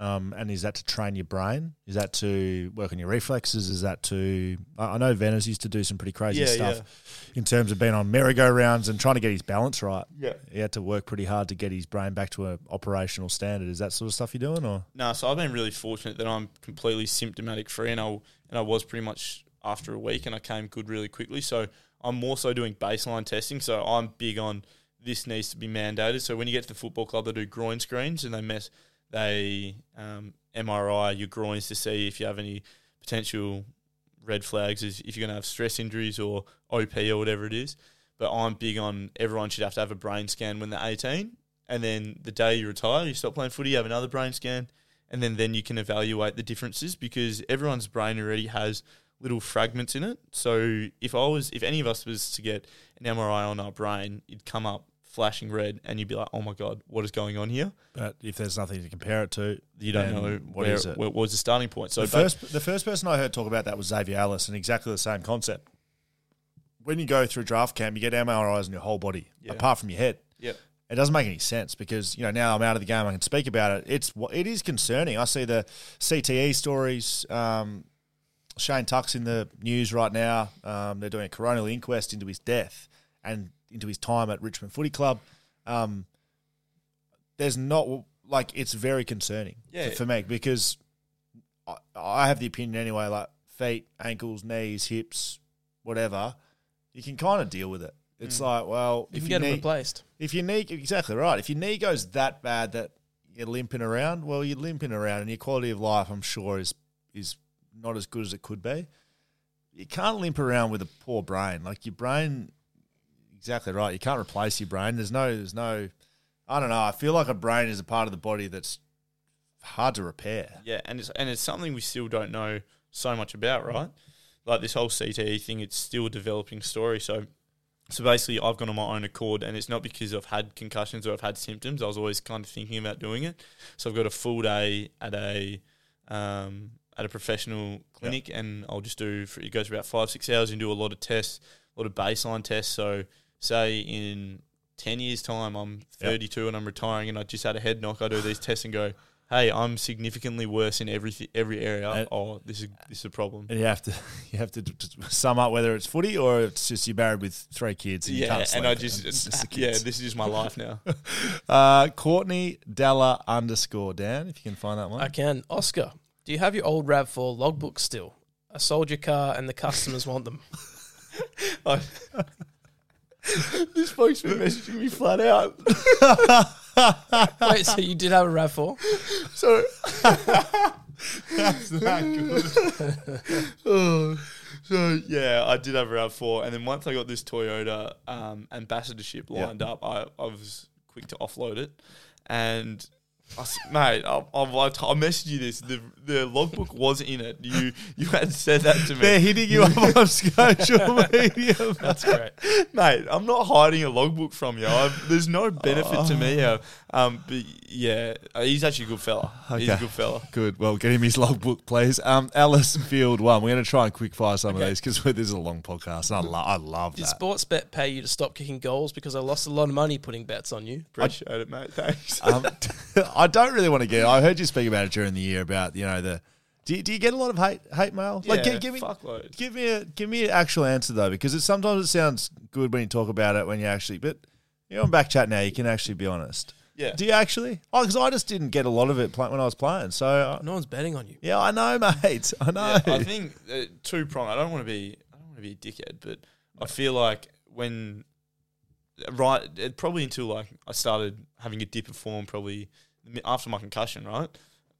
[SPEAKER 4] Um, and is that to train your brain? Is that to work on your reflexes? Is that to I, I know Venice used to do some pretty crazy
[SPEAKER 5] Yeah,
[SPEAKER 4] stuff in terms of being on merry-go-rounds and trying to get his balance right.
[SPEAKER 5] Yeah.
[SPEAKER 4] he had to work pretty hard to get his brain back to an operational standard. Is that sort of stuff you're doing, or
[SPEAKER 5] No, so I've been really fortunate that I'm completely symptomatic free, and I and I was pretty much after a week, and I came good really quickly. So I'm more so doing baseline testing. So I'm big on this needs to be mandated. So when you get to the football club, they do groin screens and they mess they um, MRI your groins to see if you have any potential red flags is if you're going to have stress injuries or OP or whatever it is. But I'm big on everyone should have to have a brain scan when they're 18, and then the day you retire, you stop playing footy, you have another brain scan, and then then you can evaluate the differences because everyone's brain already has little fragments in it. So if I was, if any of us was to get an MRI on our brain, it'd come up flashing red, and you'd be like, "Oh my god, what is going on here?"
[SPEAKER 4] but if there's nothing to compare it to,
[SPEAKER 5] You don't
[SPEAKER 4] then
[SPEAKER 5] know
[SPEAKER 4] what
[SPEAKER 5] where,
[SPEAKER 4] is it.
[SPEAKER 5] what was the starting point. So
[SPEAKER 4] the
[SPEAKER 5] ba-
[SPEAKER 4] first, the first person I heard talk about that was Xavier Ellis, and exactly the same concept. When you go through draft camp, you get MRIs in your whole body,
[SPEAKER 5] Yeah.
[SPEAKER 4] apart from your head.
[SPEAKER 5] yeah,
[SPEAKER 4] it doesn't make any sense because you know now I'm out of the game. I can speak about it. It's it is concerning. I see the CTE stories. E Um, Shane Tuck's in the news right now. Um, they're doing a coronal inquest into his death and into his time at Richmond Footy Club. Um, there's not like it's very concerning
[SPEAKER 5] Yeah.
[SPEAKER 4] for, for me because I, I have the opinion anyway, like feet, ankles, knees, hips, whatever, you can kind of deal with it. It's like, well,
[SPEAKER 1] Mm. You
[SPEAKER 4] if
[SPEAKER 1] can
[SPEAKER 4] you
[SPEAKER 1] get him
[SPEAKER 4] need,
[SPEAKER 1] replaced.
[SPEAKER 4] if your knee, exactly right. If your knee goes that bad that you're limping around, well, you're limping around, and your quality of life, I'm sure, is is not as good as it could be. You can't limp around with a poor brain. Like your brain, exactly right. You can't replace your brain. There's no, there's no. I don't know. I feel like a brain is a part of the body that's hard to repair.
[SPEAKER 5] Yeah, and it's and it's something we still don't know so much about, right? Like this whole CTE thing, it's still a developing story. So, so basically, I've gone on my own accord, and it's not because I've had concussions or I've had symptoms. I was always kind of thinking about doing it, so I've got a full day at a um, at a professional clinic, and I'll just do for, it goes for about five six hours and do a lot of tests, a lot of baseline tests. So, say in ten years' time, I'm 32 and I'm retiring, and I just had a head knock. I do these tests and go. Hey, I'm significantly worse in every every area.
[SPEAKER 4] And-
[SPEAKER 5] oh, this is this is a problem.
[SPEAKER 4] And you have to you have to d- d- sum up whether it's footy or it's just you're married with three kids. And you
[SPEAKER 5] Yeah,
[SPEAKER 4] can't
[SPEAKER 5] and I
[SPEAKER 4] sleep.
[SPEAKER 5] just
[SPEAKER 4] It's the
[SPEAKER 5] yeah,
[SPEAKER 4] kids.
[SPEAKER 5] this is just my life now.
[SPEAKER 4] Uh, Courtney Della underscore Dan, if you can find that one.
[SPEAKER 1] I can. Oscar, do you have your old RAV4 logbook still? I sold your car and the customers want them.
[SPEAKER 5] I- this bloke's been messaging me flat out.
[SPEAKER 1] Wait, so you did have a RAV4?
[SPEAKER 5] So
[SPEAKER 4] That's not good.
[SPEAKER 5] Oh, so yeah, I did have around four, and then once I got this Toyota um, ambassadorship lined up, I, I was quick to offload it, and. I s mate, I, I, I t- I messaged you this. The, the logbook was in it. You you had said that to me.
[SPEAKER 4] They're hitting you up on social media.
[SPEAKER 1] That's great.
[SPEAKER 5] Mate, I'm not hiding a logbook from you. I've, there's no benefit to me. uh, Um, but yeah, uh, he's actually a good fella. He's a
[SPEAKER 4] Okay.
[SPEAKER 5] good fella.
[SPEAKER 4] Good. Well, get him his logbook, please. Um, Alice Field one. We're going to try and quick fire some of these because this is a long podcast, and I, lo- I love
[SPEAKER 1] Did
[SPEAKER 4] that.
[SPEAKER 1] sports bet pay you to stop kicking goals because I lost a lot of money putting bets on you?
[SPEAKER 5] Appreciate it, mate. Thanks.
[SPEAKER 4] um, I don't really want to get. I heard you speak about it during the year about you know the. Do you, do you get a lot of hate hate mail? like,
[SPEAKER 5] Yeah,
[SPEAKER 4] gi- give me
[SPEAKER 5] fuckloads.
[SPEAKER 4] give me a give me an actual answer though, because it sometimes it sounds good when you talk about it when you actually. But you're on back chat now. You can actually be honest.
[SPEAKER 5] Yeah.
[SPEAKER 4] Do you actually? Oh, because I just didn't get a lot of it pl- when I was playing. So uh,
[SPEAKER 1] No one's betting on you.
[SPEAKER 4] yeah, I know, mate. I know.
[SPEAKER 5] I think uh, two prong. I don't want to be. I don't want to be a dickhead, but I feel like when right, it, probably until like I started having a dip of form, probably after my concussion, right.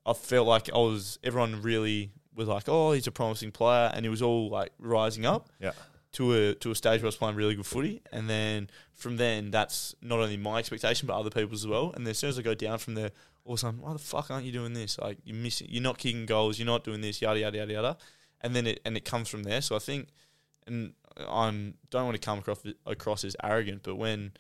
[SPEAKER 5] I felt like I was. Everyone really was like, "Oh, he's a promising player," and it was all like rising up
[SPEAKER 4] yeah.
[SPEAKER 5] to a to a stage where I was playing really good footy, and then from then that's not only my expectation but other people's as well. And then as soon as I go down from there, all of a sudden, why the fuck aren't you doing this? Like you're missing, you're not kicking goals, you're not doing this, yada yada yada yada. And then it and it comes from there. So I think, and I'm don't want to come across across as arrogant, but when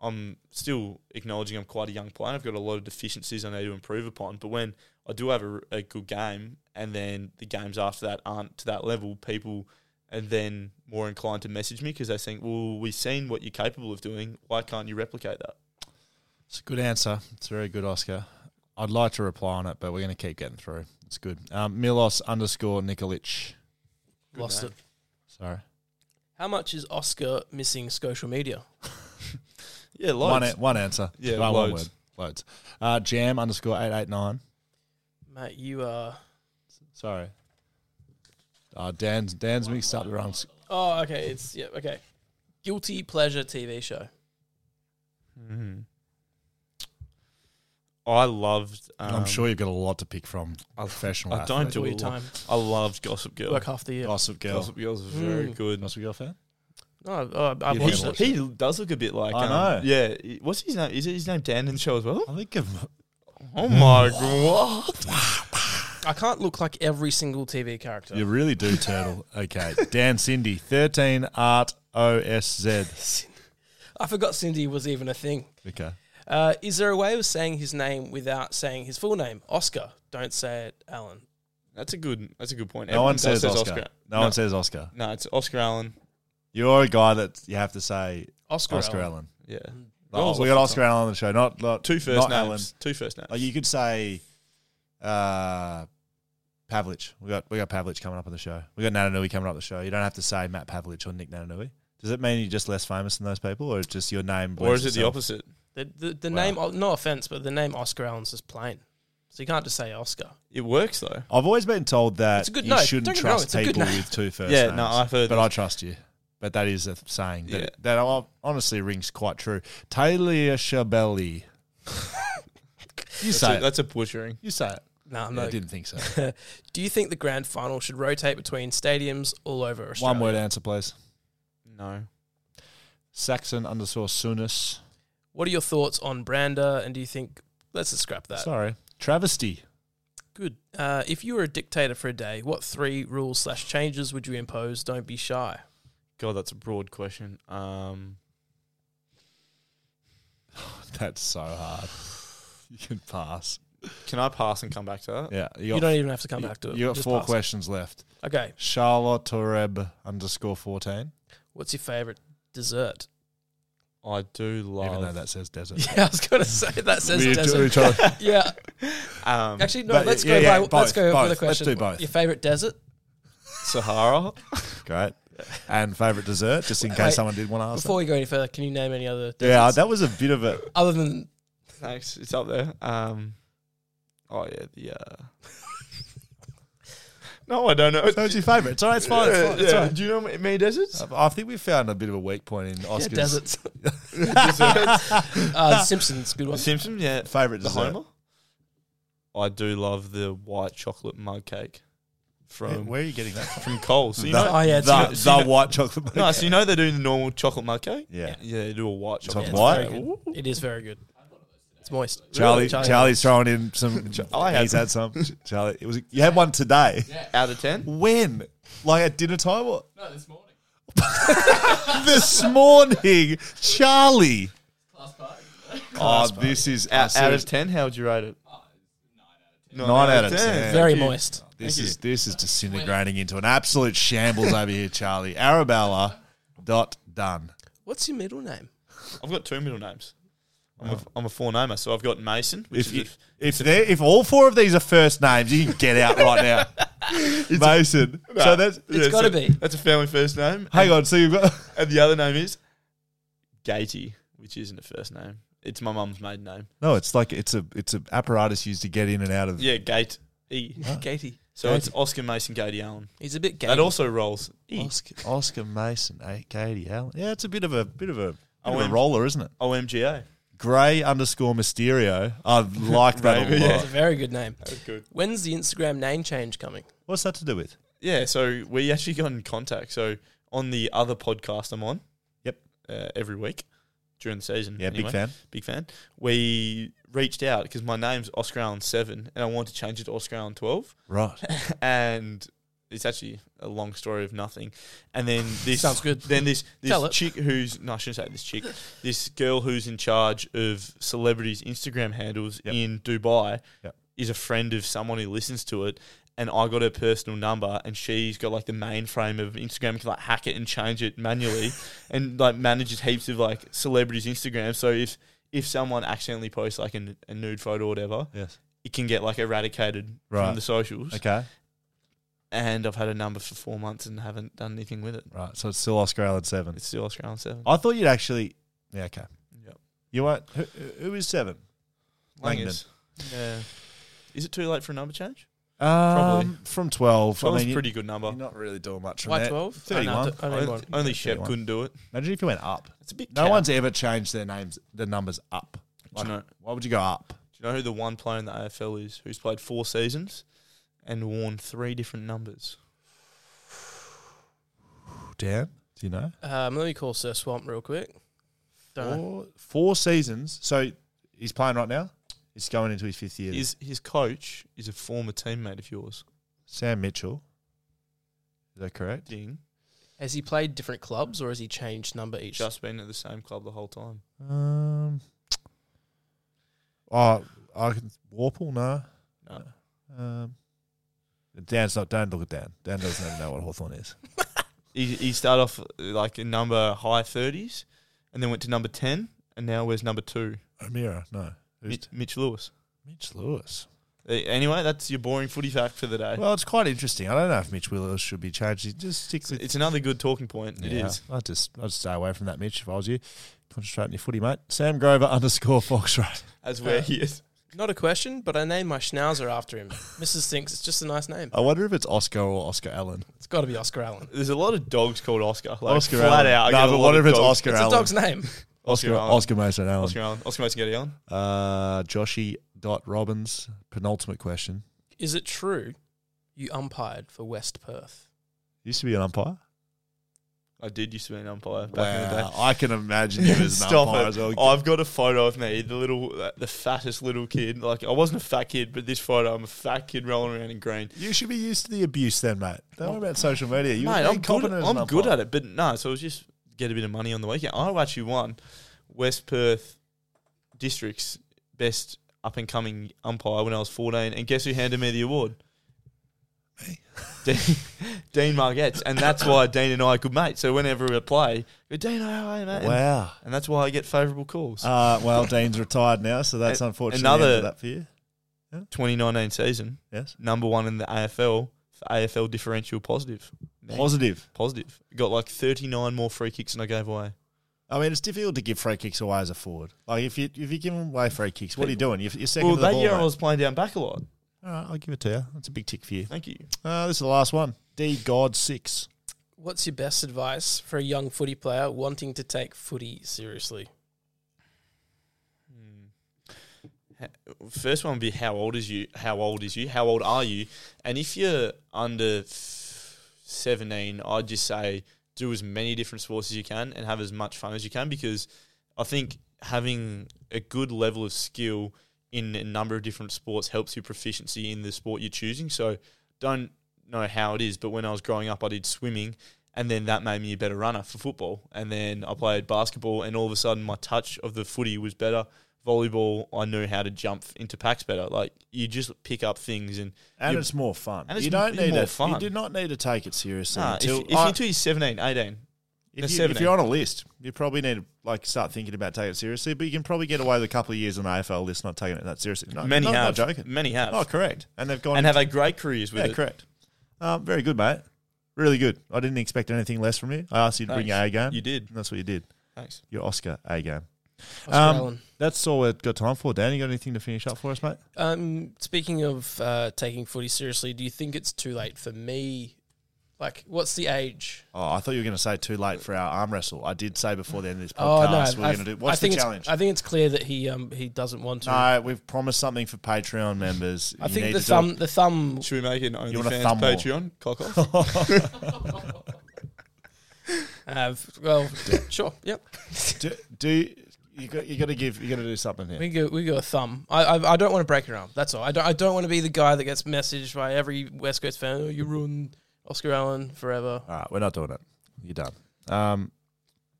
[SPEAKER 5] I'm still acknowledging I'm quite a young player. I've got a lot of deficiencies I need to improve upon. But when I do have a, a good game, and then the games after that aren't to that level, people are then more inclined to message me because they think, "Well, we've seen what you're capable of doing. Why can't you replicate that?"
[SPEAKER 4] It's a good answer. It's very good, Oscar. I'd like to reply on it, but we're going to keep getting through. It's good. Um, Milos underscore Nikolic.
[SPEAKER 1] lost it.
[SPEAKER 4] Sorry.
[SPEAKER 1] How much is Oscar missing social media?
[SPEAKER 5] Yeah,
[SPEAKER 4] One,
[SPEAKER 5] loads.
[SPEAKER 4] a- one answer.
[SPEAKER 5] Yeah,
[SPEAKER 4] one, one word.
[SPEAKER 5] loads.
[SPEAKER 4] Loads. Uh, jam underscore 889.
[SPEAKER 1] Mate, you are.
[SPEAKER 4] Sorry. Uh, Dan's Dan's mixed up the wrong. s-
[SPEAKER 1] Oh, okay. It's. Yeah, okay. Guilty pleasure TV show.
[SPEAKER 5] Mhm. I loved. Um,
[SPEAKER 4] I'm sure you've got a lot to pick from. Professional.
[SPEAKER 5] I don't
[SPEAKER 4] athlete.
[SPEAKER 5] do
[SPEAKER 1] Do
[SPEAKER 5] a
[SPEAKER 1] your
[SPEAKER 5] lot.
[SPEAKER 1] time.
[SPEAKER 5] I loved Gossip Girl.
[SPEAKER 1] Work half the year.
[SPEAKER 4] Gossip Girl.
[SPEAKER 5] Gossip Girl's very
[SPEAKER 1] Mm.
[SPEAKER 5] good.
[SPEAKER 4] Gossip Girl fan?
[SPEAKER 1] No, oh, I, I
[SPEAKER 4] You
[SPEAKER 1] watched
[SPEAKER 4] didn't
[SPEAKER 1] it.
[SPEAKER 4] watch
[SPEAKER 5] He, he does look a bit like.
[SPEAKER 4] I
[SPEAKER 5] um,
[SPEAKER 4] know.
[SPEAKER 5] Yeah, he- what's his name? Is it his name Dan in the show as well?
[SPEAKER 4] I think of.
[SPEAKER 5] Oh my
[SPEAKER 4] Mm.
[SPEAKER 5] god!
[SPEAKER 1] I can't look like every single TV character.
[SPEAKER 4] You really do, Turtle. Okay. Dan Cindy, 13 Art OSZ.
[SPEAKER 1] I forgot Cindy was even a thing.
[SPEAKER 4] Okay.
[SPEAKER 1] Uh, is there a way of saying his name without saying his full name? Oscar. Don't say it, Alan.
[SPEAKER 5] That's a good. That's a good point.
[SPEAKER 4] No one
[SPEAKER 5] Everyone
[SPEAKER 4] says
[SPEAKER 5] does
[SPEAKER 4] Oscar. No, one says Oscar.
[SPEAKER 5] No, it's Oscar Allen.
[SPEAKER 4] You're a guy that you have to say
[SPEAKER 1] Oscar.
[SPEAKER 4] Oscar
[SPEAKER 1] Allen.
[SPEAKER 4] Allen.
[SPEAKER 5] Yeah,
[SPEAKER 4] Oh,
[SPEAKER 5] Rolls
[SPEAKER 4] we
[SPEAKER 5] off
[SPEAKER 4] got
[SPEAKER 5] the
[SPEAKER 4] Oscar Allen on the show, not, Oh, not
[SPEAKER 5] Two first
[SPEAKER 4] not
[SPEAKER 5] names.
[SPEAKER 4] Allen.
[SPEAKER 5] Two first names.
[SPEAKER 4] Like you could say, uh, Pavlich. We got we got Pavlich coming up on the show. We got Nananui coming up on the show. You don't have to say Matt Pavlich or Nick Nananui. Does it mean you're just less famous than those people, or just your name?
[SPEAKER 5] Or is it the
[SPEAKER 4] itself?
[SPEAKER 5] opposite?
[SPEAKER 1] The the, the
[SPEAKER 4] Wow.
[SPEAKER 1] name, no offense, but the name Oscar Allen's is plain, so you can't just say Oscar.
[SPEAKER 5] It works though.
[SPEAKER 4] I've always been told that
[SPEAKER 1] It's a good
[SPEAKER 4] you
[SPEAKER 1] name. Don't
[SPEAKER 4] shouldn't
[SPEAKER 1] get me wrong,
[SPEAKER 4] trust
[SPEAKER 1] it's a good
[SPEAKER 4] people
[SPEAKER 1] name.
[SPEAKER 4] with two first
[SPEAKER 5] Yeah,
[SPEAKER 4] names.
[SPEAKER 5] no, I've heard
[SPEAKER 4] But
[SPEAKER 5] that.
[SPEAKER 4] I trust you. But that is a saying that
[SPEAKER 5] Yeah.
[SPEAKER 4] that hon- honestly rings quite true. Talia Shabelli. you
[SPEAKER 5] That's,
[SPEAKER 4] say
[SPEAKER 5] a,
[SPEAKER 4] it.
[SPEAKER 5] that's a butchering.
[SPEAKER 4] you say it.
[SPEAKER 1] No, I'm
[SPEAKER 4] Yeah, I
[SPEAKER 1] not.
[SPEAKER 4] didn't think so.
[SPEAKER 1] Do you think the grand final should rotate between stadiums all over Australia?
[SPEAKER 4] One word answer, please.
[SPEAKER 5] No.
[SPEAKER 4] Saxon underscore Sunnis.
[SPEAKER 1] What are your thoughts on Brander? And do you think let's just scrap that?
[SPEAKER 4] Sorry, travesty.
[SPEAKER 1] Good. Uh, if you were a dictator for a day, what three rules slash changes would you impose? Don't be shy.
[SPEAKER 5] God, that's a broad question. Um,
[SPEAKER 4] That's so hard. You can pass.
[SPEAKER 5] can I pass and come back to that?
[SPEAKER 4] Yeah,
[SPEAKER 1] You,
[SPEAKER 4] got-
[SPEAKER 1] don't even have to come back to it.
[SPEAKER 4] You got
[SPEAKER 1] Just
[SPEAKER 4] four
[SPEAKER 1] pass.
[SPEAKER 4] questions left.
[SPEAKER 1] Okay.
[SPEAKER 4] Charlotte Toreb underscore fourteen.
[SPEAKER 1] What's your favorite dessert?
[SPEAKER 5] I do love.
[SPEAKER 4] Even though that says desert.
[SPEAKER 1] Yeah, I was going to say that says
[SPEAKER 4] We
[SPEAKER 1] desert.
[SPEAKER 4] do try-
[SPEAKER 1] Yeah.
[SPEAKER 5] um,
[SPEAKER 1] Actually, no.
[SPEAKER 4] But,
[SPEAKER 1] let's
[SPEAKER 4] yeah,
[SPEAKER 1] go.
[SPEAKER 4] yeah,
[SPEAKER 1] by,
[SPEAKER 4] both,
[SPEAKER 1] let's go
[SPEAKER 4] both.
[SPEAKER 1] with a
[SPEAKER 4] Let's
[SPEAKER 1] question.
[SPEAKER 4] do both.
[SPEAKER 1] Your favorite desert?
[SPEAKER 5] Sahara.
[SPEAKER 4] Great. And favourite dessert, just in case
[SPEAKER 1] Wait,
[SPEAKER 4] someone did want to ask.
[SPEAKER 1] Before we go any further, can you name any other
[SPEAKER 4] that. Yeah,
[SPEAKER 1] deserts
[SPEAKER 4] that was a bit of a.
[SPEAKER 1] other than
[SPEAKER 5] Thanks. It's up there. Um, oh yeah, the. Uh... no, I don't know.
[SPEAKER 4] That was your favourite. It's all right, it's fine. It's fine, it's
[SPEAKER 5] Yeah,
[SPEAKER 4] all right.
[SPEAKER 5] Do you know me- me deserts?
[SPEAKER 4] I think we found a bit of a weak point in Oscar's
[SPEAKER 1] deserts?
[SPEAKER 5] Deserts.
[SPEAKER 1] Uh, Simpsons, good one.
[SPEAKER 5] Simpson. Yeah.
[SPEAKER 4] favourite
[SPEAKER 5] The
[SPEAKER 4] dessert.
[SPEAKER 5] Homer. I do love the white chocolate mug
[SPEAKER 4] Where-
[SPEAKER 5] cake from
[SPEAKER 4] Where are you getting that?
[SPEAKER 5] from Coles. So you know,
[SPEAKER 1] oh, yeah, it's
[SPEAKER 4] the,
[SPEAKER 1] good.
[SPEAKER 4] the white chocolate. Milk.
[SPEAKER 5] no, so you know they're doing the normal chocolate mug cake.
[SPEAKER 4] Yeah.
[SPEAKER 5] Yeah, they do a white
[SPEAKER 4] It's
[SPEAKER 5] chocolate.
[SPEAKER 4] on
[SPEAKER 1] it's
[SPEAKER 5] mug
[SPEAKER 4] white.
[SPEAKER 1] very good. It is very good. It's moist.
[SPEAKER 4] Charlie,
[SPEAKER 1] Really?
[SPEAKER 4] Charlie's throwing in some.
[SPEAKER 5] I had
[SPEAKER 4] he's had some. Charlie, it was you had one today.
[SPEAKER 5] cake. Out of ten.
[SPEAKER 4] When? Like at dinner time? Or? No, this morning. this morning, Charlie. Oh, this is I
[SPEAKER 5] Out,
[SPEAKER 4] see
[SPEAKER 5] out
[SPEAKER 4] it.
[SPEAKER 5] of ten, how would you rate it? Nine
[SPEAKER 4] Nine out of ten.
[SPEAKER 1] Very
[SPEAKER 5] Thank you.
[SPEAKER 1] moist.
[SPEAKER 4] This is this is disintegrating into an absolute shambles over here, Charlie. Arabella dot done.
[SPEAKER 1] What's your middle name?
[SPEAKER 5] I've got two middle names. I'm, a, I'm a four namer, so I've got Mason, which
[SPEAKER 4] If
[SPEAKER 5] is
[SPEAKER 4] you,
[SPEAKER 5] a-
[SPEAKER 4] if they if all four of these are first names, you can get out right now. Mason. so that's
[SPEAKER 5] Yeah,
[SPEAKER 1] gotta
[SPEAKER 5] so
[SPEAKER 1] be.
[SPEAKER 5] That's a family first name.
[SPEAKER 4] hang on. So you've got
[SPEAKER 5] And the other name is Gaty, which isn't a first name. It's my mum's maiden name.
[SPEAKER 4] no. It's like it's a it's an apparatus used to get in and out of.
[SPEAKER 5] Yeah, Gate E.
[SPEAKER 1] Gaty.
[SPEAKER 5] So it's Oscar Mason Gaty Allen.
[SPEAKER 1] He's a bit gay.
[SPEAKER 5] That also rolls E.
[SPEAKER 4] Oscar, Oscar Mason, eh, Katie Allen. Yeah, it's a bit of a bit of a, bit of a
[SPEAKER 5] OM.
[SPEAKER 4] roller, isn't it?
[SPEAKER 5] OMGA.
[SPEAKER 4] Gray underscore Mysterio. I like that a
[SPEAKER 5] Maybe,
[SPEAKER 1] That's
[SPEAKER 4] lot.
[SPEAKER 1] a very good name.
[SPEAKER 5] good.
[SPEAKER 1] When's the Instagram name change coming?
[SPEAKER 4] What's that to do with?
[SPEAKER 5] Yeah, so we actually got in contact. So on the other podcast I'm on,
[SPEAKER 4] Yep.
[SPEAKER 5] uh, every week during the season.
[SPEAKER 4] Yeah,
[SPEAKER 5] anyway.
[SPEAKER 4] big fan.
[SPEAKER 5] big fan. We reached out because my name's Oscar Allen Seven, and I wanted to change it to Oscar Allen Twelve.
[SPEAKER 4] Right.
[SPEAKER 5] And it's actually a long story of nothing. And then this
[SPEAKER 1] Sounds good.
[SPEAKER 5] Then this this
[SPEAKER 1] Tell it.
[SPEAKER 5] chick who's no, I shouldn't say this chick. This girl who's in charge of celebrities' Instagram handles
[SPEAKER 4] Yep.
[SPEAKER 5] in Dubai
[SPEAKER 4] Yep.
[SPEAKER 5] is a friend of someone who listens to it. And I got her personal number, and she's got like the mainframe of Instagram. You can like hack it and change it manually, and like manages heaps of like celebrities' Instagram. So if if someone accidentally posts like a, a nude photo or whatever,
[SPEAKER 4] Yes.
[SPEAKER 5] it can get like eradicated
[SPEAKER 4] Right.
[SPEAKER 5] from the socials.
[SPEAKER 4] Okay.
[SPEAKER 5] And I've had a number for four months and haven't done anything with it.
[SPEAKER 4] Right. So it's still Oscar Allen seven.
[SPEAKER 5] It's still Oscar Allen Seven.
[SPEAKER 4] I thought you'd actually. Yeah. Okay.
[SPEAKER 5] Yep.
[SPEAKER 4] You won't. Who, who- who is seven? Langdon.
[SPEAKER 5] Langers. Yeah. Is it too late for a number change?
[SPEAKER 4] Um, from twelve.
[SPEAKER 5] Twelve's
[SPEAKER 4] I mean,
[SPEAKER 5] pretty
[SPEAKER 4] you,
[SPEAKER 5] good number.
[SPEAKER 4] you're not really doing much. From
[SPEAKER 1] Why
[SPEAKER 4] there.
[SPEAKER 1] twelve?
[SPEAKER 4] Thirty-one.
[SPEAKER 1] I don't know.
[SPEAKER 5] Only, only Shep
[SPEAKER 4] 31.
[SPEAKER 5] couldn't do it.
[SPEAKER 4] Imagine if you went up.
[SPEAKER 5] It's a bit.
[SPEAKER 4] No
[SPEAKER 5] cap.
[SPEAKER 4] one's ever changed their names, the numbers up.
[SPEAKER 5] Do you, know, do
[SPEAKER 4] Why would you go up?
[SPEAKER 5] you know who the one player in the AFL is who's played four seasons and worn three different numbers?
[SPEAKER 4] Dan, do you know?
[SPEAKER 1] Um, let me call Sir Swamp real quick. Don't know.
[SPEAKER 4] Four, four seasons. So he's playing right now. He's going into his fifth year.
[SPEAKER 5] His his coach is a former teammate of yours.
[SPEAKER 4] Sam Mitchell. Is that correct?
[SPEAKER 5] Ding.
[SPEAKER 1] Has he played different clubs or has he changed number each?
[SPEAKER 5] Just been at the same club the whole time.
[SPEAKER 4] Um. Oh, I can Warple. No.
[SPEAKER 5] No.
[SPEAKER 4] Um. Dan's not. Don't look at Dan. Dan doesn't even know what Hawthorn is.
[SPEAKER 5] He, he started off uh, like in number high 30s and then went to number 10 and now where's number two?
[SPEAKER 4] Amira. No. Who's
[SPEAKER 5] Mi- Mitch Lewis.
[SPEAKER 4] Mitch Lewis.
[SPEAKER 5] Uh, Anyway, that's your boring footy fact for the day.
[SPEAKER 4] Well, it's quite interesting. I don't know if Mitch Willis should be changed. He Just stick with
[SPEAKER 5] it's another good talking point. It
[SPEAKER 4] Yeah,
[SPEAKER 5] is.
[SPEAKER 4] I'd just I'd stay away from that, Mitch. If I was you, concentrate on your footy, mate. Sam Grover underscore Fox, right?
[SPEAKER 5] as where he is.
[SPEAKER 1] Not a question, but I named my schnauzer after him. Mrs. thinks it's just a nice name.
[SPEAKER 4] I wonder if it's Oscar or Oscar Allen.
[SPEAKER 1] It's got to be Oscar Allen.
[SPEAKER 5] There's a lot of dogs called Oscar. Like
[SPEAKER 4] Oscar Allen.
[SPEAKER 5] flat out. I
[SPEAKER 4] No,
[SPEAKER 5] get a
[SPEAKER 4] but
[SPEAKER 5] lot
[SPEAKER 4] what
[SPEAKER 5] of
[SPEAKER 4] if it's
[SPEAKER 5] dogs.
[SPEAKER 4] Oscar
[SPEAKER 1] It's a
[SPEAKER 4] Allen?
[SPEAKER 1] dog's name.
[SPEAKER 5] Oscar
[SPEAKER 4] Oscar
[SPEAKER 5] Allen.
[SPEAKER 4] Oscar Mason Allen.
[SPEAKER 5] Oscar Allen. Oscar Mason Getty Allen.
[SPEAKER 4] Uh, Joshy dot Robbins. Penultimate question.
[SPEAKER 1] Is it true you umpired for West Perth?
[SPEAKER 4] Used to be an umpire.
[SPEAKER 5] I did used to be an umpire back in the day.
[SPEAKER 4] Wow, I can imagine you as an
[SPEAKER 5] Stop
[SPEAKER 4] umpire
[SPEAKER 5] it. Oh.
[SPEAKER 4] as well.
[SPEAKER 5] I've got a photo of me, the little, uh, the fattest little kid. Like, I wasn't a fat kid, but this photo, I'm a fat kid rolling around in green.
[SPEAKER 4] you should be used to the abuse then, mate. Don't worry about social media. You
[SPEAKER 5] Mate, I'm, good, I'm good at it, but no, so it was just get a bit of money on the weekend. I actually won West Perth District's best up and coming umpire when I was 14, and guess who handed me the award? Dean, Dean Margetts, and that's why Dean and I are good mates. So whenever we play, we go, Dean, how are you, mate? And-
[SPEAKER 4] Wow.
[SPEAKER 5] And that's why I get favourable calls.
[SPEAKER 4] Uh, well, Dean's retired now, so that's
[SPEAKER 5] A-
[SPEAKER 4] unfortunate.
[SPEAKER 5] another-
[SPEAKER 4] Another that for you.
[SPEAKER 5] 2019 season,
[SPEAKER 4] Yes.
[SPEAKER 5] number one in the AFL for AFL differential positive.
[SPEAKER 4] Positive.
[SPEAKER 5] Positive. Got like 39 more free kicks than I gave away.
[SPEAKER 4] I mean, it's difficult to give free kicks away as a forward. Like if you if you give away free kicks, what are you doing? You're, you're second
[SPEAKER 5] well,
[SPEAKER 4] to the
[SPEAKER 5] that
[SPEAKER 4] ball.
[SPEAKER 5] year I
[SPEAKER 4] mate.
[SPEAKER 5] was playing down back a lot.
[SPEAKER 4] All right, I'll give it to you. That's a big tick for you.
[SPEAKER 5] Thank you.
[SPEAKER 4] Uh, this is the last one. D God six.
[SPEAKER 1] What's your best advice for a young footy player wanting to take footy seriously?
[SPEAKER 5] Hmm. First one would be how old is you? How old is you? How old are you? And if you're under f- 17, I'd just say do as many different sports as you can and have as much fun as you can because I think having a good level of skill in a number of different sports helps your proficiency in the sport you're choosing. So don't know how it is, but when I was growing up, I did swimming, and then that made me a better runner for football. And then I played basketball, and all of a sudden, my touch of the footy was better. Volleyball, I knew how to jump into packs better. Like you just pick up things, and
[SPEAKER 4] And
[SPEAKER 5] you-
[SPEAKER 4] it's more fun.
[SPEAKER 5] and it's
[SPEAKER 4] you don't
[SPEAKER 5] m-
[SPEAKER 4] need
[SPEAKER 5] more
[SPEAKER 4] to,
[SPEAKER 5] fun.
[SPEAKER 4] You do not need to take it seriously.
[SPEAKER 5] Nah, if,
[SPEAKER 4] until,
[SPEAKER 5] if
[SPEAKER 4] I-
[SPEAKER 5] you're till you're 17, 18,
[SPEAKER 4] if, you,
[SPEAKER 5] seventeen.
[SPEAKER 4] if you're on a list, you probably need to like start thinking about taking it seriously. But you can probably get away with a couple of years on the AFL list not taking it that seriously. No,
[SPEAKER 5] Many
[SPEAKER 4] no,
[SPEAKER 5] have.
[SPEAKER 4] Not joking.
[SPEAKER 5] Many have.
[SPEAKER 4] Oh, correct. And they've gone
[SPEAKER 5] and have
[SPEAKER 4] into-
[SPEAKER 5] had great careers with
[SPEAKER 4] yeah,
[SPEAKER 5] it.
[SPEAKER 4] correct. Um, very good, mate. Really good. I didn't expect anything less from you. I asked you to bring your A
[SPEAKER 5] Thanks.
[SPEAKER 4] game.
[SPEAKER 5] You did.
[SPEAKER 4] And That's what you did.
[SPEAKER 5] Thanks.
[SPEAKER 4] Your Oscar A game.
[SPEAKER 1] Oscar
[SPEAKER 4] Um,
[SPEAKER 1] Allen.
[SPEAKER 4] that's all we've got time for. Dan, you got anything to finish up for us, mate?
[SPEAKER 1] Um, speaking of uh, taking footy seriously, do you think it's too late for me? Like, what's the age?
[SPEAKER 4] Oh, I thought you were going to say too late for our arm wrestle. I did say before the end of this
[SPEAKER 1] Oh no,
[SPEAKER 4] podcast we're
[SPEAKER 1] I-
[SPEAKER 4] going to do.
[SPEAKER 1] I
[SPEAKER 4] What's
[SPEAKER 1] think
[SPEAKER 4] the
[SPEAKER 1] it's-
[SPEAKER 4] challenge?
[SPEAKER 1] I think it's clear that he um he doesn't want to.
[SPEAKER 4] no, we've promised something for Patreon members.
[SPEAKER 1] I
[SPEAKER 4] You
[SPEAKER 1] think
[SPEAKER 4] need
[SPEAKER 1] the
[SPEAKER 4] to do
[SPEAKER 1] thumb,
[SPEAKER 4] it.
[SPEAKER 1] the thumb.
[SPEAKER 5] Should we make an
[SPEAKER 4] You want a
[SPEAKER 5] OnlyFans
[SPEAKER 4] thumb war?
[SPEAKER 5] Patreon? Cock off.
[SPEAKER 1] Have well, sure, yep.
[SPEAKER 4] Do, do you got you got to give you got to do something here?
[SPEAKER 1] We go, we go a thumb. I, I, I don't want to break your arm. That's all. I don't, I don't want to be the guy that gets messaged by every West Coast fan. Oh, you ruined Oscar Allen forever.
[SPEAKER 4] All right, we're not doing it. You're done. Um,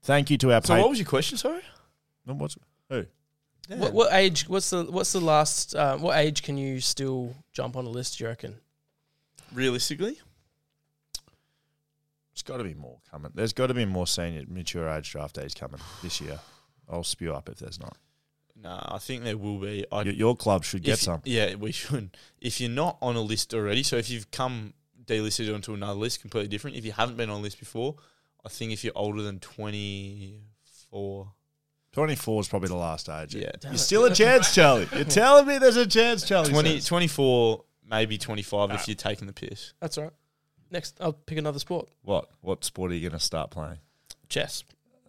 [SPEAKER 4] thank you to our.
[SPEAKER 5] so
[SPEAKER 4] pa-
[SPEAKER 5] what was your question? Sorry.
[SPEAKER 4] what's who?
[SPEAKER 1] What, what age? What's the what's the last? Uh, what age can you still jump on a list? Do you reckon?
[SPEAKER 5] Realistically,
[SPEAKER 4] There's got to be more coming. There's got to be more senior mature age draft days coming this year. I'll spew up if there's not.
[SPEAKER 5] nah. I think there will be. I
[SPEAKER 4] Your, your club should get
[SPEAKER 5] if-
[SPEAKER 4] some.
[SPEAKER 5] Yeah, we should. If you're not on a list already, so if you've come delisted onto another list, completely different. If you haven't been on a list before, I think if you're older than 24,
[SPEAKER 4] 24 is probably the last age.
[SPEAKER 5] yeah,
[SPEAKER 4] You're still a chance, Charlie. You're telling me there's a chance, Charlie.
[SPEAKER 5] 20,
[SPEAKER 4] says.
[SPEAKER 5] 24, maybe 25 if you're taking the piss.
[SPEAKER 1] That's all right. Next, I'll pick another sport.
[SPEAKER 4] What? What sport are you going to start playing?
[SPEAKER 1] Chess.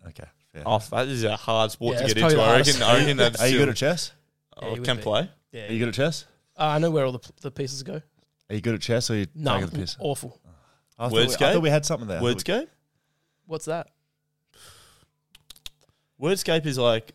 [SPEAKER 4] Okay. fair.
[SPEAKER 5] Oh, that is a hard sport
[SPEAKER 1] Yeah,
[SPEAKER 5] to
[SPEAKER 1] it's
[SPEAKER 5] get into.
[SPEAKER 1] probably the
[SPEAKER 5] I reckon,
[SPEAKER 1] hardest.
[SPEAKER 5] I reckon that's
[SPEAKER 4] Are you
[SPEAKER 5] still-
[SPEAKER 4] good at chess?
[SPEAKER 5] I
[SPEAKER 1] Yeah, you
[SPEAKER 5] can
[SPEAKER 1] would be.
[SPEAKER 5] play.
[SPEAKER 1] Yeah.
[SPEAKER 4] Are you good at chess?
[SPEAKER 1] Uh, I know where all the, the pieces go.
[SPEAKER 4] Are you good at chess or are you
[SPEAKER 1] No,
[SPEAKER 4] taking the piss?
[SPEAKER 1] awful.
[SPEAKER 4] I thought, we, I
[SPEAKER 5] Wordscape?
[SPEAKER 4] thought we had something there. I thought we-
[SPEAKER 5] Wordscape?
[SPEAKER 1] What's that?
[SPEAKER 5] Wordscape is like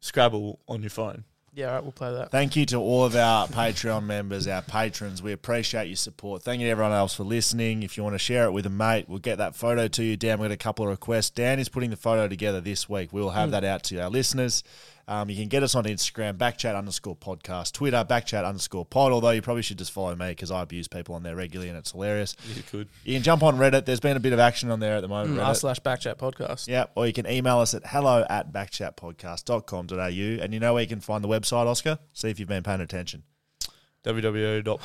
[SPEAKER 5] Scrabble on your phone.
[SPEAKER 1] Yeah, all right, we'll play that.
[SPEAKER 4] Thank you to all of our Patreon members, our patrons. We appreciate your support. Thank you to everyone else for listening. If you want to share it with a mate, we'll get that photo to you. Dan, we got a couple of requests. Dan is putting the photo together this week. We'll
[SPEAKER 5] Hmm.
[SPEAKER 4] have that out to our listeners. Um, you can get us on Instagram, backchat underscore podcast, Twitter, backchat underscore pod, although you probably should just follow me because I abuse people on there regularly and it's hilarious.
[SPEAKER 5] You could.
[SPEAKER 4] You can jump on Reddit. There's been a bit of action on there at the moment.
[SPEAKER 1] Mm,
[SPEAKER 4] Reddit.
[SPEAKER 1] R slash backchat podcast.
[SPEAKER 4] Yeah, or you can email us at hello at backchatpodcast.com.au. And you know where you can find the website, Oscar? See if you've been paying attention.
[SPEAKER 5] wwo. dot-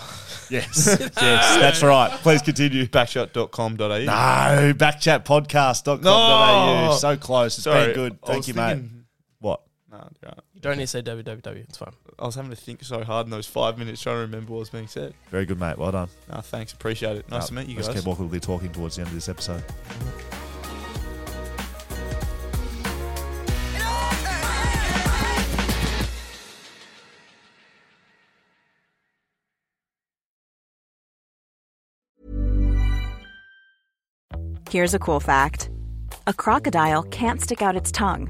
[SPEAKER 7] Yes, yes, that's right. Please continue.
[SPEAKER 5] backshot.com.au.
[SPEAKER 7] No, backchatpodcast.com.au.
[SPEAKER 5] No.
[SPEAKER 7] So close. It's
[SPEAKER 5] Sorry,
[SPEAKER 7] been good.
[SPEAKER 5] I
[SPEAKER 7] Thank
[SPEAKER 5] was
[SPEAKER 7] you, mate.
[SPEAKER 5] thinking-
[SPEAKER 7] What?
[SPEAKER 5] No, you're right.
[SPEAKER 1] You don't need to say www. It's fine.
[SPEAKER 5] I was having to think so hard in those five minutes trying to remember what was being said.
[SPEAKER 7] Very good, mate. Well done.
[SPEAKER 5] No, thanks. Appreciate it. Nice to meet you
[SPEAKER 7] Let's
[SPEAKER 5] guys.
[SPEAKER 7] keep awkwardly talking towards the end of this episode.
[SPEAKER 3] Here's a cool fact a crocodile can't stick out its tongue.